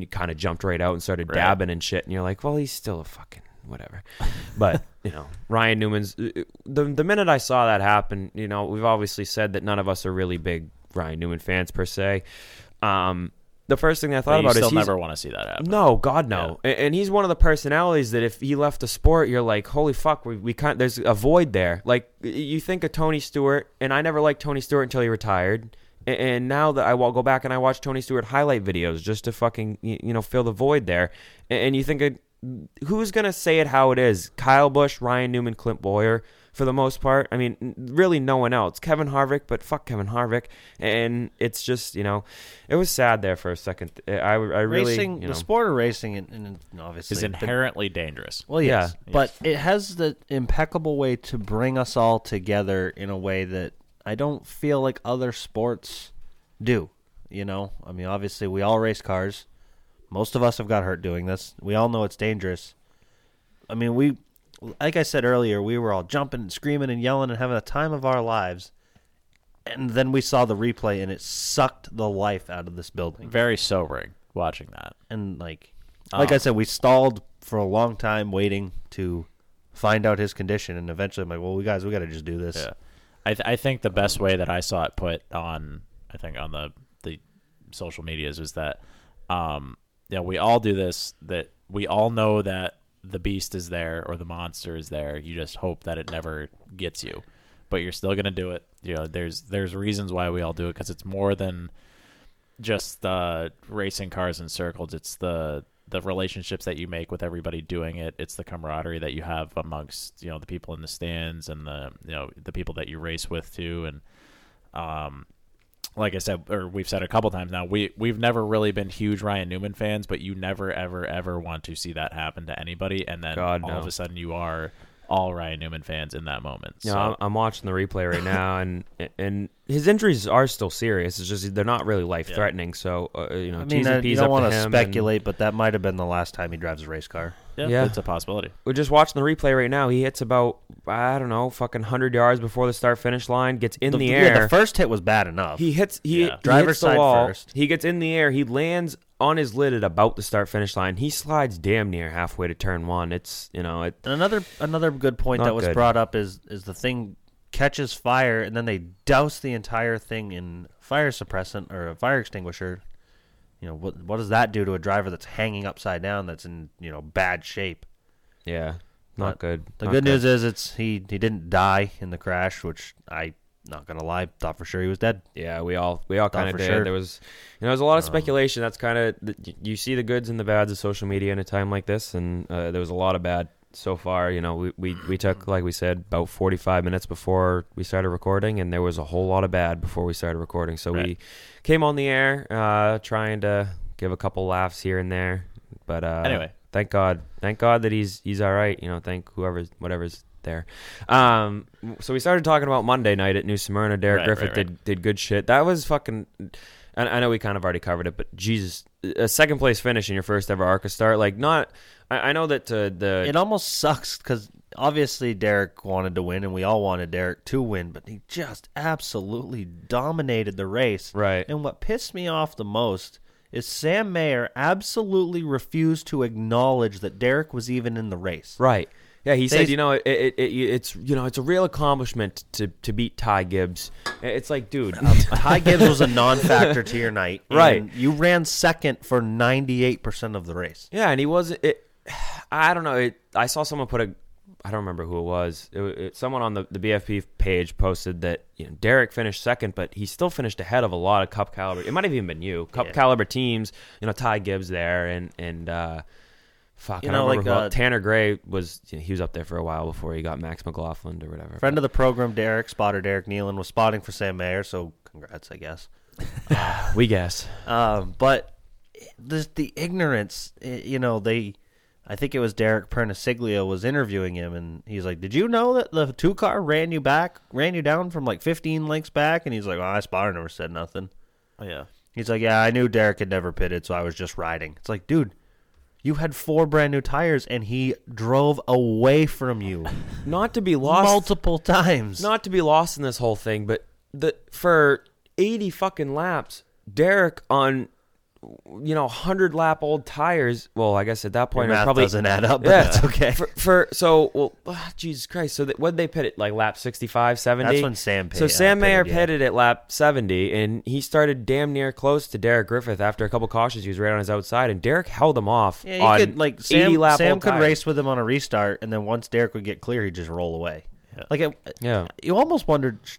[SPEAKER 5] kind of jumped right out and started dabbing and shit, and you're like, well, he's still a fucking whatever.
[SPEAKER 4] [laughs]
[SPEAKER 5] But, you know, Ryan Newman's. The, the minute I saw that happen, you know, we've obviously said that none of us are really big Ryan Newman fans per se. Um, the first thing I thought
[SPEAKER 4] But you
[SPEAKER 5] about
[SPEAKER 4] still
[SPEAKER 5] is he's,
[SPEAKER 4] never want to see that happen.
[SPEAKER 5] no, God no. A- And, he's one of the personalities that if he left the sport, you're like, holy fuck, we we kind there's a void there. Like y- you think of Tony Stewart, and I never liked Tony Stewart until he retired. A- And, now that I will go back and I watch Tony Stewart highlight videos just to fucking y- you know fill the void there. A- And, you think of who's gonna say it how it is? Kyle Bush, Ryan Newman, Clint Boyer. For the most part, I mean, n- really, no one else. Kevin Harvick, but fuck Kevin Harvick, and it's just you know, it was sad there for a second. I, I really
[SPEAKER 3] racing,
[SPEAKER 5] you know.
[SPEAKER 3] the sport of racing, and, and and obviously
[SPEAKER 4] is
[SPEAKER 3] the-
[SPEAKER 4] inherently dangerous.
[SPEAKER 3] well, yes,
[SPEAKER 5] yeah.
[SPEAKER 3] but it has the impeccable way to bring us all together in a way that I don't feel like other sports do. You know, I mean, obviously we all race cars. Most of us have got hurt doing this. We all know it's dangerous. I mean, we, like I said earlier, we were all jumping and screaming and yelling and having a time of our lives. And then we saw the replay, and it sucked the life out of this building
[SPEAKER 4] Very sobering watching that.
[SPEAKER 3] and like um, like I said, we stalled for a long time waiting to find out his condition, and eventually I'm like, well, we guys, we got to just do this.
[SPEAKER 4] Yeah. I, th- I think the best way that I saw it put on, I think on the the social medias was that um, yeah, we all do this. That we all know that the beast is there or the monster is there. You just hope that it never gets you, but you're still gonna do it. You know, there's there's reasons why we all do it because it's more than just the racing cars in circles. It's the the relationships that you make with everybody doing it. It's the camaraderie that you have amongst you know the people in the stands and the you know the people that you race with too. And um, like I said, or we've said a couple times now, we we've never really been huge Ryan Newman fans, but you never ever ever want to see that happen to anybody, and then
[SPEAKER 5] God,
[SPEAKER 4] all
[SPEAKER 5] no.
[SPEAKER 4] of a sudden you are all Ryan Newman fans in that moment.
[SPEAKER 5] Yeah,
[SPEAKER 4] so,
[SPEAKER 5] I'm, I'm watching the replay right now, and and his injuries are still serious. It's just they're not really life threatening. So uh, you know,
[SPEAKER 3] I mean,
[SPEAKER 5] T's
[SPEAKER 3] uh,
[SPEAKER 5] and P's
[SPEAKER 3] you don't
[SPEAKER 5] up
[SPEAKER 3] want
[SPEAKER 5] to
[SPEAKER 3] to
[SPEAKER 5] him,
[SPEAKER 3] speculate, but that might have been the last time he drives a race car.
[SPEAKER 4] yeah, it's a possibility.
[SPEAKER 5] And we're just watching the replay right now. He hits about I don't know, fucking hundred yards before the start finish line. Gets in the,
[SPEAKER 3] yeah,
[SPEAKER 5] air.
[SPEAKER 3] the first hit was bad enough.
[SPEAKER 5] He hits he,
[SPEAKER 3] Yeah.
[SPEAKER 5] he
[SPEAKER 3] Driver's
[SPEAKER 5] hits the
[SPEAKER 3] side
[SPEAKER 5] wall.
[SPEAKER 3] first.
[SPEAKER 5] He gets in the air. He lands on his lid at about the start finish line. He slides damn near halfway to turn one. It's you know it.
[SPEAKER 3] And another another good point
[SPEAKER 5] Not
[SPEAKER 3] that was
[SPEAKER 5] good.
[SPEAKER 3] brought up is is the thing catches fire and then they douse the entire thing in fire suppressant or a fire extinguisher. You know what what does that do to a driver that's hanging upside down that's in you know bad shape?
[SPEAKER 5] Yeah, not
[SPEAKER 3] But
[SPEAKER 5] good.
[SPEAKER 3] The
[SPEAKER 5] not
[SPEAKER 3] good news is it's he he didn't die in the crash, which I not gonna lie thought for sure he was dead.
[SPEAKER 5] Yeah, we all we all
[SPEAKER 3] Thought
[SPEAKER 5] kind of
[SPEAKER 3] for
[SPEAKER 5] did.
[SPEAKER 3] sure.
[SPEAKER 5] There was you know, there's a lot of speculation. That's kind of you see the goods and the bads of social media in a time like this, and uh, there was a lot of bad so far. You know, we, we we took like we said about 45 minutes before we started recording, and there was a whole lot of bad before we started recording. So we
[SPEAKER 3] Right.
[SPEAKER 5] came on the air uh, trying to give a couple laughs here and there, but uh,
[SPEAKER 4] Anyway.
[SPEAKER 5] thank God, thank God that he's he's all right. You know, thank whoever's whatever's there. Um, so we started talking about Monday night at New Smyrna. Derek
[SPEAKER 4] Right,
[SPEAKER 5] Griffith
[SPEAKER 4] right,
[SPEAKER 5] did did good shit. That was fucking. And I know we kind of already covered it, but Jesus, a second place finish in your first ever ARCA start, like not. I, I know that uh, the
[SPEAKER 3] It almost sucks because obviously Derek wanted to win, and we all wanted Derek to win, but he just absolutely dominated the race.
[SPEAKER 5] Right.
[SPEAKER 3] And what pissed me off the most is Sam Mayer absolutely refused to acknowledge that Derek was even in the race.
[SPEAKER 5] right, yeah, he said,
[SPEAKER 3] They-
[SPEAKER 5] you know, it, it, it, it's you know, it's a real accomplishment to to beat Ty Gibbs. It's like, dude,
[SPEAKER 3] Ty Gibbs was
[SPEAKER 5] [laughs]
[SPEAKER 3] a non-factor to your night. and
[SPEAKER 5] Right.
[SPEAKER 3] You ran second for 98% of the race.
[SPEAKER 5] Yeah, and he wasn't. It, [sighs] I don't know. It, I saw someone put a. I don't remember who it was. It, it, someone on the, the BFP page posted that you know, Derek finished second, but he still finished ahead of a lot of Cup caliber. It might have even been you, Cup caliber teams. You know, Ty Gibbs there, and and uh, fuck,
[SPEAKER 3] You
[SPEAKER 5] I don't
[SPEAKER 3] know,
[SPEAKER 5] remember
[SPEAKER 3] like,
[SPEAKER 5] who
[SPEAKER 3] uh,
[SPEAKER 5] else. Tanner Gray was. You know, he was up there for a while before he got Max McLaughlin or whatever.
[SPEAKER 3] Friend of the program, Derek, spotter Derek Nealon, was spotting for Sam Mayer, so congrats, I guess.
[SPEAKER 5] we guess.
[SPEAKER 3] Um, but the the ignorance, eh, you know, they. I think it was Derek Perniciglio was interviewing him, and he's like, "Did you know that the two car ran you back, ran you down from like 15 lengths back?" And he's like, "Well, I spotter never said nothing."
[SPEAKER 5] Oh,
[SPEAKER 4] Yeah,
[SPEAKER 3] He's like, "Yeah, I knew Derek had never pitted, so I was just riding." It's like, dude. You had four brand new tires, and he drove away from you
[SPEAKER 5] Not to be [laughs] lost.
[SPEAKER 3] multiple times.
[SPEAKER 5] not to be lost in this whole thing, but the for eighty fucking laps, Derek on you know hundred lap old tires. Well, I guess at that point
[SPEAKER 3] Your
[SPEAKER 5] it
[SPEAKER 3] math
[SPEAKER 5] probably
[SPEAKER 3] doesn't add up, but that's okay.
[SPEAKER 5] For, for so well, ah, Jesus Christ. So that, when they pit it like lap 65, 70?
[SPEAKER 3] That's when Sam pit-
[SPEAKER 5] So
[SPEAKER 3] uh,
[SPEAKER 5] Sam Mayer
[SPEAKER 3] pitted, yeah.
[SPEAKER 5] pitted at lap seventy, and he started damn near close to Derek Griffith after a couple cautions. He was right on his outside, and Derek held him off.
[SPEAKER 3] Yeah,
[SPEAKER 5] on
[SPEAKER 3] you could like
[SPEAKER 5] 80
[SPEAKER 3] Sam.
[SPEAKER 5] lap
[SPEAKER 3] Sam
[SPEAKER 5] old
[SPEAKER 3] could
[SPEAKER 5] tires.
[SPEAKER 3] race with him on a restart, and then once Derek would get clear, he'd just roll away. Like it,
[SPEAKER 5] Yeah.
[SPEAKER 3] you almost wondered sh-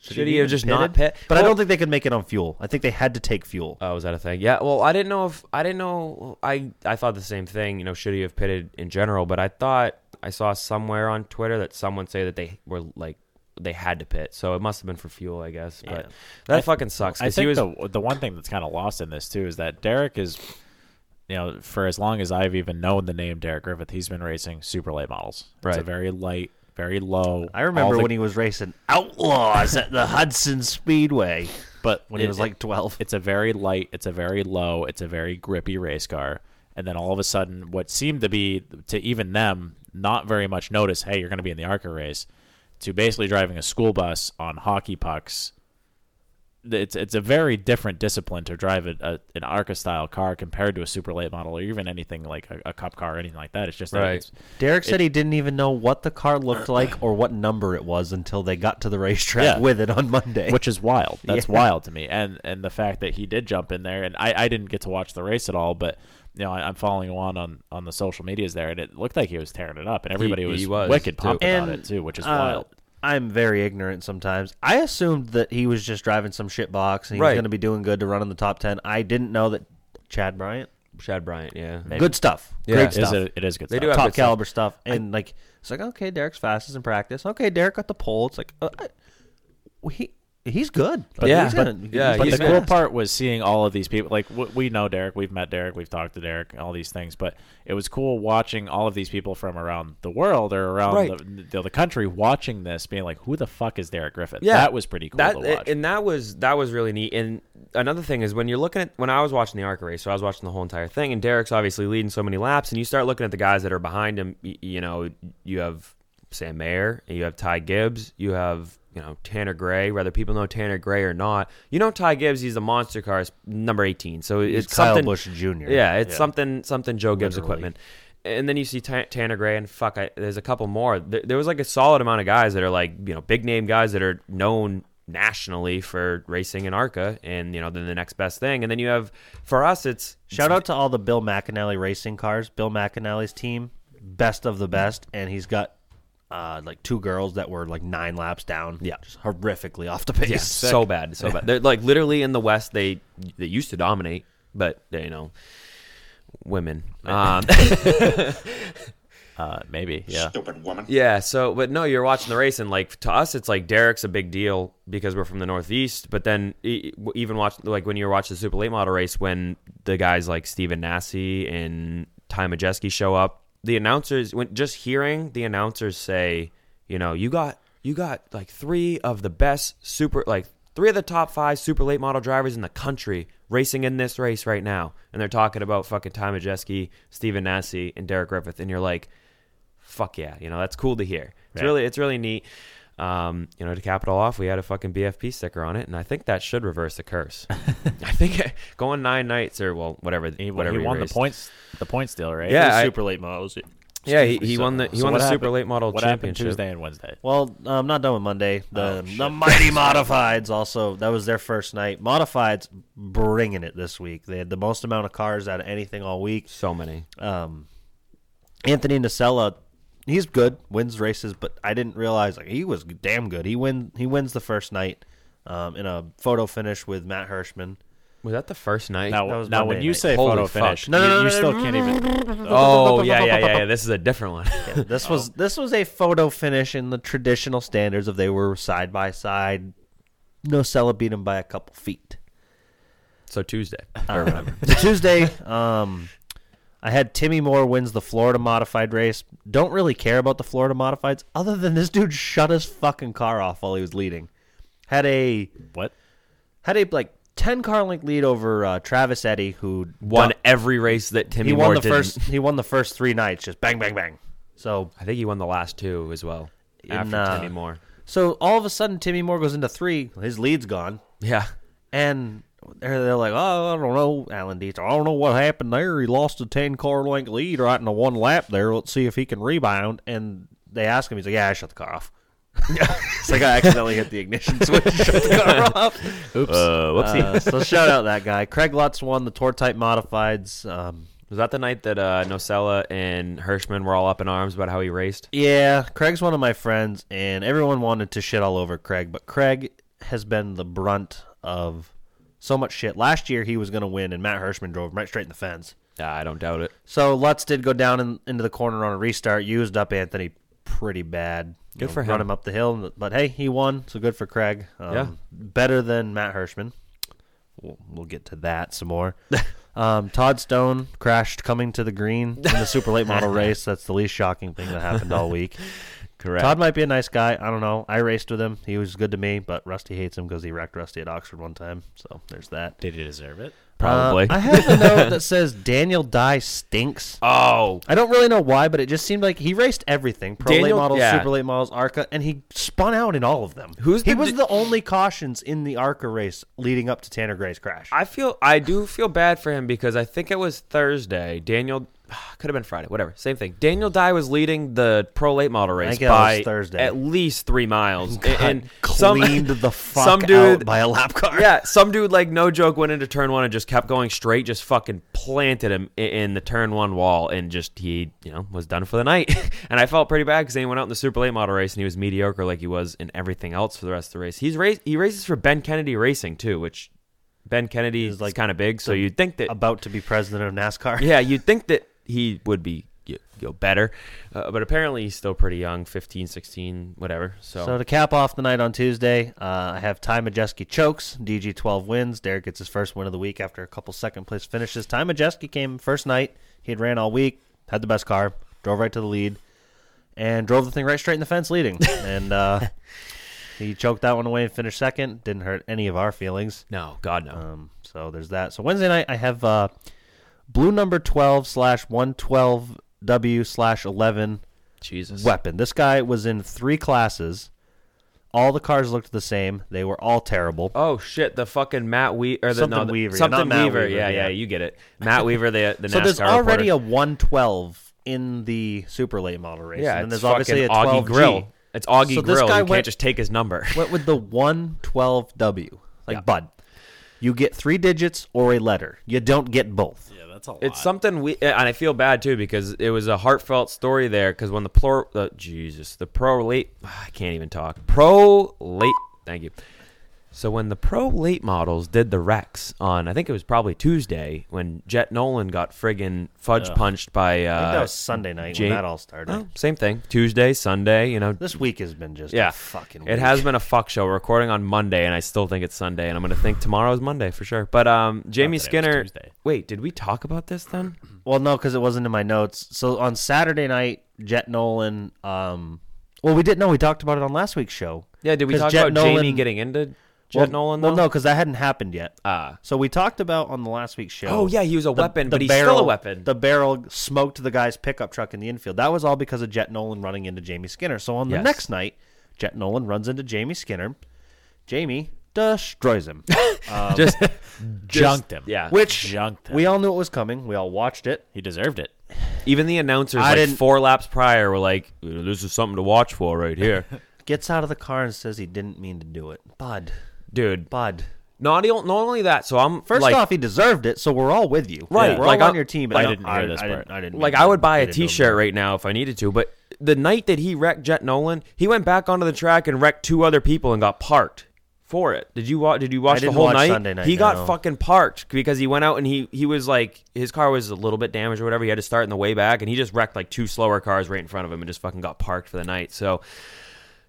[SPEAKER 3] should,
[SPEAKER 5] Should
[SPEAKER 3] he,
[SPEAKER 5] he have
[SPEAKER 3] even
[SPEAKER 5] just not
[SPEAKER 3] pitted?
[SPEAKER 5] pit-
[SPEAKER 3] But I
[SPEAKER 5] Well-
[SPEAKER 3] don't think they could make it on fuel. I think they had to take fuel.
[SPEAKER 5] Oh, was that a thing? Yeah. Well, I didn't know if I didn't know. I I thought the same thing. You know, should he have pitted in general? But I thought I saw somewhere on Twitter that someone say that they were like they had to pit, so it must have been for fuel, I guess. But that fucking sucks
[SPEAKER 4] I
[SPEAKER 5] because he
[SPEAKER 4] think
[SPEAKER 5] was
[SPEAKER 4] the the one thing that's kind of lost in this too is that Derek is, you know, for as long as I've even known the name Derek Griffith, he's been racing super late models. It's a
[SPEAKER 5] Right.
[SPEAKER 4] very light, very low.
[SPEAKER 3] I remember
[SPEAKER 4] all the-
[SPEAKER 3] when he was racing Outlaws at the Hudson Speedway,
[SPEAKER 4] but
[SPEAKER 3] when he was like twelve.
[SPEAKER 4] it's a very light, it's a very low, it's a very grippy race car. And then all of a sudden, what seemed to be to even them not very much notice, hey, you're going to be in the ARCA race, to basically driving a school bus on hockey pucks it's it's a very different discipline to drive a, a, an ARCA style car compared to a super late model or even anything like a, a cup car or anything like that. It's just that
[SPEAKER 3] Right.
[SPEAKER 4] it's-
[SPEAKER 3] Derek said
[SPEAKER 4] it-
[SPEAKER 3] he didn't even know what the car looked like or what number it was until they got to the racetrack
[SPEAKER 4] Yeah.
[SPEAKER 3] with it on Monday.
[SPEAKER 4] [laughs] which is wild. That's
[SPEAKER 3] Yeah.
[SPEAKER 4] wild to me. And and the fact that he did jump in there, and I, I didn't get to watch the race at all, but you know I, I'm following along on on the social medias there, and it looked like he was tearing it up, and everybody was,
[SPEAKER 5] he was,
[SPEAKER 4] wicked
[SPEAKER 5] too.
[SPEAKER 4] pumped about
[SPEAKER 3] And,
[SPEAKER 4] it too, which is
[SPEAKER 3] uh,
[SPEAKER 4] wild.
[SPEAKER 3] I'm very ignorant sometimes. I assumed that he was just driving some shit box and he
[SPEAKER 5] Right.
[SPEAKER 3] was going to be doing good to run in the top 10. I didn't know that Chad Bryant.
[SPEAKER 5] Chad Bryant, yeah.
[SPEAKER 3] Good stuff.
[SPEAKER 5] Yeah.
[SPEAKER 3] Great
[SPEAKER 4] It is
[SPEAKER 3] stuff.
[SPEAKER 4] a- it is good
[SPEAKER 5] They
[SPEAKER 4] stuff.
[SPEAKER 5] do have
[SPEAKER 3] top
[SPEAKER 5] good stuff.
[SPEAKER 3] caliber stuff. And like it's like okay, Derek's fastest in practice. Okay, Derek got the pole. It's like uh, I- he he's good. But
[SPEAKER 5] Yeah.
[SPEAKER 3] he's gonna-
[SPEAKER 5] But- yeah,
[SPEAKER 3] he's
[SPEAKER 4] but the
[SPEAKER 5] he's
[SPEAKER 3] gonna-
[SPEAKER 4] cool part was seeing all of these people. Like w- we know Derek, we've met Derek, we've talked to Derek, all these things. But it was cool watching all of these people from around the world or around
[SPEAKER 5] Right.
[SPEAKER 4] the, the, the country watching this, being like, "Who the fuck is Derek Griffin?"
[SPEAKER 5] Yeah,
[SPEAKER 4] that was pretty cool
[SPEAKER 5] That-
[SPEAKER 4] to watch.
[SPEAKER 5] and that was that was really neat. And another thing is when you're looking at when I was watching the ARCA race, so I was watching the whole entire thing, and Derek's obviously leading so many laps, and you start looking at the guys that are behind him. y- You know, you have Sam Mayer, and you have Ty Gibbs, you have you know Tanner Gray. Whether people know Tanner Gray or not, you know Ty Gibbs. He's the monster car is number 18, so it's
[SPEAKER 3] Kyle
[SPEAKER 5] something,
[SPEAKER 3] Busch Jr..
[SPEAKER 5] Yeah, it's
[SPEAKER 3] Yeah.
[SPEAKER 5] something something Joe Gibbs
[SPEAKER 3] Literally.
[SPEAKER 5] equipment. and then you see Tan Tanner Gray and fuck, I, there's a couple more. There, there was like a solid amount of guys that are like you know big name guys that are known nationally for racing in ARCA, and you know then the next best thing. And then you have for us, it's
[SPEAKER 3] Shout out to all the Bill McAnally racing cars. Bill McAnally's team, best of the best, and he's got uh, like two girls that were like nine laps down. Yeah, just horrifically off the pace. [laughs]
[SPEAKER 5] yeah, so bad, so bad. They're like literally in the West, they they used to dominate, but they, you know women. Um,
[SPEAKER 4] uh, maybe, yeah.
[SPEAKER 5] Yeah, so but no, you're watching the race and like to us it's like Derek's a big deal because we're from the Northeast, but then e- even watch like when you were watching the super late model race when the guys like Steven Nassi and Ty Majeski show up, the announcers when just hearing the announcers say, you know, you got you got like 3 of the best super like three of the top 5 super late model drivers in the country racing in this race right now. And they're talking about fucking Ty Majeski, Steven Nassi and Derek Griffith and you're like fuck yeah, you know that's cool to hear. It's really it's really neat. Um, you know, to cap it all off, we had a fucking BFP sticker on it, and I think that should reverse the
[SPEAKER 4] [laughs]
[SPEAKER 5] curse. I think going nine nights or well, whatever,
[SPEAKER 4] He,
[SPEAKER 5] whatever
[SPEAKER 4] he won the
[SPEAKER 5] raced.
[SPEAKER 4] points, the points deal, right?
[SPEAKER 5] Yeah, I-
[SPEAKER 3] super late models.
[SPEAKER 5] Yeah, he, he won the he
[SPEAKER 4] So
[SPEAKER 5] won the
[SPEAKER 4] what
[SPEAKER 5] super
[SPEAKER 4] happened-
[SPEAKER 5] late model
[SPEAKER 4] What happened
[SPEAKER 5] championship.
[SPEAKER 4] Tuesday and Wednesday?
[SPEAKER 3] Well, I'm not done with Monday. The the mighty modifieds also that was their first night. Modifieds bringing it this week. They had the most amount of cars out of anything all week.
[SPEAKER 5] So many.
[SPEAKER 4] Uh,
[SPEAKER 3] um, Anthony Nacella, he's good, wins races, but I didn't realize like he was damn good. He win he wins the first night um, in a photo finish with Matt Hirschman.
[SPEAKER 5] Was that the first night?
[SPEAKER 4] Now,
[SPEAKER 3] was
[SPEAKER 4] now
[SPEAKER 3] Monday
[SPEAKER 4] when you
[SPEAKER 3] night.
[SPEAKER 4] say
[SPEAKER 5] Holy
[SPEAKER 4] photo
[SPEAKER 5] fuck.
[SPEAKER 4] finish,
[SPEAKER 3] No,
[SPEAKER 4] you,
[SPEAKER 3] no, no,
[SPEAKER 4] you
[SPEAKER 3] no,
[SPEAKER 4] still
[SPEAKER 3] no,
[SPEAKER 4] can't even. [laughs]
[SPEAKER 5] oh yeah, yeah, yeah, yeah. This is a different one.
[SPEAKER 3] This was this was a photo finish in the traditional standards of they were side by side. Nacella beat him by a couple feet.
[SPEAKER 5] [laughs] so
[SPEAKER 4] [laughs]
[SPEAKER 5] Tuesday.
[SPEAKER 3] Tuesday, um, I had Timmy Moore wins the Florida modified race. Don't really care about the Florida modifieds, other than this dude shut his fucking car off while he was leading. Had a
[SPEAKER 4] What?
[SPEAKER 3] had a like ten car length lead over uh, Travis Eddy, who
[SPEAKER 5] won
[SPEAKER 3] done-
[SPEAKER 5] every race that Timmy
[SPEAKER 3] He won
[SPEAKER 5] Moore
[SPEAKER 3] the
[SPEAKER 5] didn't.
[SPEAKER 3] first. He won the first three nights, just bang, bang, bang. So
[SPEAKER 5] I think he won the last two as well. after
[SPEAKER 3] uh,
[SPEAKER 5] Timmy Moore.
[SPEAKER 3] so all of a sudden, Timmy Moore goes into three. His lead's gone.
[SPEAKER 5] Yeah.
[SPEAKER 3] And they're, they're like, oh, I don't know, Alan Dietz. I don't know what happened there. He lost a 10 car length lead right in the one lap there. Let's see if he can rebound. And they ask him, he's like, yeah, I shut the car off. [laughs] it's like I accidentally hit the ignition [laughs] switch, shut the car off. Oops. Uh, so shout out that guy. Craig Lutz won the Tour Type Modifieds. Um,
[SPEAKER 5] Was that the night that uh, Nocella and Hirschman were all up in arms about how he raced?
[SPEAKER 3] yeah, Craig's one of my friends, and everyone wanted to shit all over Craig, but Craig has been the brunt of so much shit. Last year, he was going to win, and Matt Hirschman drove him right straight in the fence.
[SPEAKER 5] Yeah, I don't doubt it.
[SPEAKER 3] So Lutz did go down in, into the corner on a restart, used up Anthony pretty bad. Good
[SPEAKER 5] for
[SPEAKER 3] Run
[SPEAKER 5] him.
[SPEAKER 3] him up the hill, but hey, he won, so good for Craig. Um,
[SPEAKER 5] Yeah.
[SPEAKER 3] Better than Matt Hirschman. We'll, we'll get to that some [laughs] more. um, Todd Stone [laughs] crashed coming to the green in the super late model race. That's the least shocking thing that happened all week. [laughs] Correct. Todd might be a nice guy. I don't know. I raced with him. He was good to me, but Rusty hates him because he wrecked Rusty at Oxford one time. So there's that.
[SPEAKER 4] Did he deserve it?
[SPEAKER 5] Probably.
[SPEAKER 3] Uh, I have [laughs] a note that says Daniel Dye stinks.
[SPEAKER 5] Oh.
[SPEAKER 3] I don't really know why, but it just seemed like he raced everything pro late
[SPEAKER 5] Daniel-
[SPEAKER 3] models,
[SPEAKER 5] yeah.
[SPEAKER 3] super late models, ARCA, and he spun out in all of them.
[SPEAKER 5] Who's
[SPEAKER 3] he
[SPEAKER 5] the
[SPEAKER 3] was
[SPEAKER 5] d-
[SPEAKER 3] the only cautions in the ARCA race leading up to Tanner Gray's crash. [laughs]
[SPEAKER 5] I feel I do feel bad for him because I think it was Thursday. Daniel [sighs] could have been Friday, whatever. Same thing. Daniel Dye was leading the pro late model race
[SPEAKER 3] think it was
[SPEAKER 5] by
[SPEAKER 3] Thursday.
[SPEAKER 5] at least three
[SPEAKER 3] [laughs]
[SPEAKER 5] miles, and, and
[SPEAKER 3] cleaned
[SPEAKER 5] some,
[SPEAKER 3] the
[SPEAKER 5] [laughs]
[SPEAKER 3] fuck
[SPEAKER 5] some dude
[SPEAKER 3] out by a lap
[SPEAKER 5] [laughs]
[SPEAKER 3] car.
[SPEAKER 5] Yeah, some dude like no joke went into turn one and just kept going straight, just fucking planted him i- in the turn one wall, and just he you know was done for the night. [laughs] and I felt pretty bad because then he went out in the super late model race and he was mediocre like he was in everything else for the rest of the race. He's race he races for Ben Kennedy Racing too, which. Ben Kennedy is like kind of big, so you'd think that
[SPEAKER 3] About to be president of NASCAR.
[SPEAKER 5] yeah, you'd think that he would be y- go better, uh, but apparently he's still pretty young, 15, 16, whatever. So,
[SPEAKER 3] So to cap off the night on Tuesday, uh, I have Ty Majeski chokes, DG 12 wins. Derek gets his first win of the week after a couple second place finishes. Ty Majeski came first night. He had ran all week, had the best car, drove right to the lead, and drove the thing right straight in the fence leading. and uh, he choked that one away and finished second. Didn't hurt any of our feelings.
[SPEAKER 5] no, God no.
[SPEAKER 3] Um, so there's that. So Wednesday night, I have uh, blue number 12 slash 112W slash 11
[SPEAKER 5] Jesus.
[SPEAKER 3] weapon. This guy was in three classes. All the cars looked the same. They were all terrible.
[SPEAKER 5] Oh shit! The fucking Matt Weaver, or the,
[SPEAKER 3] Something
[SPEAKER 5] no, the-
[SPEAKER 3] Weaver, yeah,
[SPEAKER 5] something
[SPEAKER 3] not Matt
[SPEAKER 5] Weaver.
[SPEAKER 3] Weaver,
[SPEAKER 5] yeah, yeah,
[SPEAKER 3] yeah.
[SPEAKER 5] you get it. Matt Weaver, the the
[SPEAKER 3] [laughs] so there's
[SPEAKER 5] NASCAR
[SPEAKER 3] already
[SPEAKER 5] reporter.
[SPEAKER 3] a 112 in the super late model race.
[SPEAKER 5] yeah.
[SPEAKER 3] and then
[SPEAKER 5] it's
[SPEAKER 3] there's obviously a
[SPEAKER 5] fucking Augie
[SPEAKER 3] 12
[SPEAKER 5] Grill. It's Augie
[SPEAKER 3] So this
[SPEAKER 5] Grill.
[SPEAKER 3] guy
[SPEAKER 5] You
[SPEAKER 3] went-
[SPEAKER 5] can't just take his
[SPEAKER 3] [laughs]
[SPEAKER 5] number.
[SPEAKER 3] What with the 112W? Like bud. You get three digits or a letter. You don't get both.
[SPEAKER 5] It's
[SPEAKER 3] uh,
[SPEAKER 5] something we and I feel bad too because it was a heartfelt story there because when the pro uh, Jesus the pro late I can't even talk pro late thank you. So when the pro late models did the Rex on I think it was probably Tuesday when Jet Nolan got friggin' fudge punched by uh,
[SPEAKER 3] I think that was Sunday night
[SPEAKER 5] Jane-
[SPEAKER 3] when that all started.
[SPEAKER 5] Oh, same thing Tuesday Sunday you know
[SPEAKER 3] This week has been just
[SPEAKER 5] yeah
[SPEAKER 3] a fucking.
[SPEAKER 5] it
[SPEAKER 3] week.
[SPEAKER 5] has been a fuck show. We're recording on Monday and I still think it's Sunday and I'm gonna think tomorrow's Monday for sure. But um Jamie
[SPEAKER 4] today was
[SPEAKER 5] Skinner
[SPEAKER 4] Tuesday.
[SPEAKER 5] wait did we talk about this then?
[SPEAKER 3] Well, no, because it wasn't in my notes. So on Saturday night, Jet Nolan. Um, well, we didn't know. We talked about it on last week's show.
[SPEAKER 5] Yeah, did we
[SPEAKER 3] 'Cause
[SPEAKER 5] talk
[SPEAKER 3] Jet
[SPEAKER 5] about Jamie getting into Jet
[SPEAKER 3] well,
[SPEAKER 5] Nolan? Though?
[SPEAKER 3] Well, no, because that hadn't happened yet.
[SPEAKER 5] Ah.
[SPEAKER 3] so we talked about on the last week's show.
[SPEAKER 5] Oh, yeah, he was a weapon, but he's still a weapon.
[SPEAKER 3] The barrel smoked the guy's pickup truck in the infield. That was all because of Jet Nolan running into Jamie Skinner. So on the
[SPEAKER 5] Yes.
[SPEAKER 3] next night, Jet Nolan runs into Jamie Skinner. Jamie
[SPEAKER 5] [laughs]
[SPEAKER 3] destroys him.
[SPEAKER 5] just
[SPEAKER 4] Um, [laughs] Junked him.
[SPEAKER 5] Yeah,
[SPEAKER 3] Which
[SPEAKER 4] Junked him.
[SPEAKER 3] we all knew it was coming. We all watched it.
[SPEAKER 4] He deserved it.
[SPEAKER 5] even the announcers
[SPEAKER 3] I
[SPEAKER 5] like
[SPEAKER 3] didn't-
[SPEAKER 5] four laps prior were like, "This is something to watch for right
[SPEAKER 3] [laughs]
[SPEAKER 5] here,
[SPEAKER 3] Gets out of the car and says he didn't mean to do it. Bud.
[SPEAKER 5] dude."
[SPEAKER 3] Bud.
[SPEAKER 5] Not, e-, not only that, so I'm
[SPEAKER 3] First
[SPEAKER 5] like,
[SPEAKER 3] off, he deserved it, so we're all with you.
[SPEAKER 5] Right,
[SPEAKER 3] We're
[SPEAKER 5] like,
[SPEAKER 3] all on
[SPEAKER 5] I-
[SPEAKER 3] your team.
[SPEAKER 5] like,
[SPEAKER 3] don't-
[SPEAKER 5] I didn't
[SPEAKER 4] hear this
[SPEAKER 3] I
[SPEAKER 4] part.
[SPEAKER 3] didn't, I didn't
[SPEAKER 5] like
[SPEAKER 3] mean
[SPEAKER 5] I
[SPEAKER 3] to-
[SPEAKER 5] would buy a
[SPEAKER 3] didn't do him
[SPEAKER 5] T-shirt
[SPEAKER 3] that.
[SPEAKER 5] right now if I needed to. But the night that he wrecked Jet Nolan, he went back onto the track and wrecked two other people and got parked for it. Did you watch? Did you watch the
[SPEAKER 3] didn't
[SPEAKER 5] whole
[SPEAKER 3] watch
[SPEAKER 5] night?
[SPEAKER 3] Sunday night,
[SPEAKER 5] He
[SPEAKER 3] no.
[SPEAKER 5] got fucking parked because he went out and he he was like his car was a little bit damaged or whatever. He had to start in the way back and he just wrecked like two slower cars right in front of him and just fucking got parked for the night. So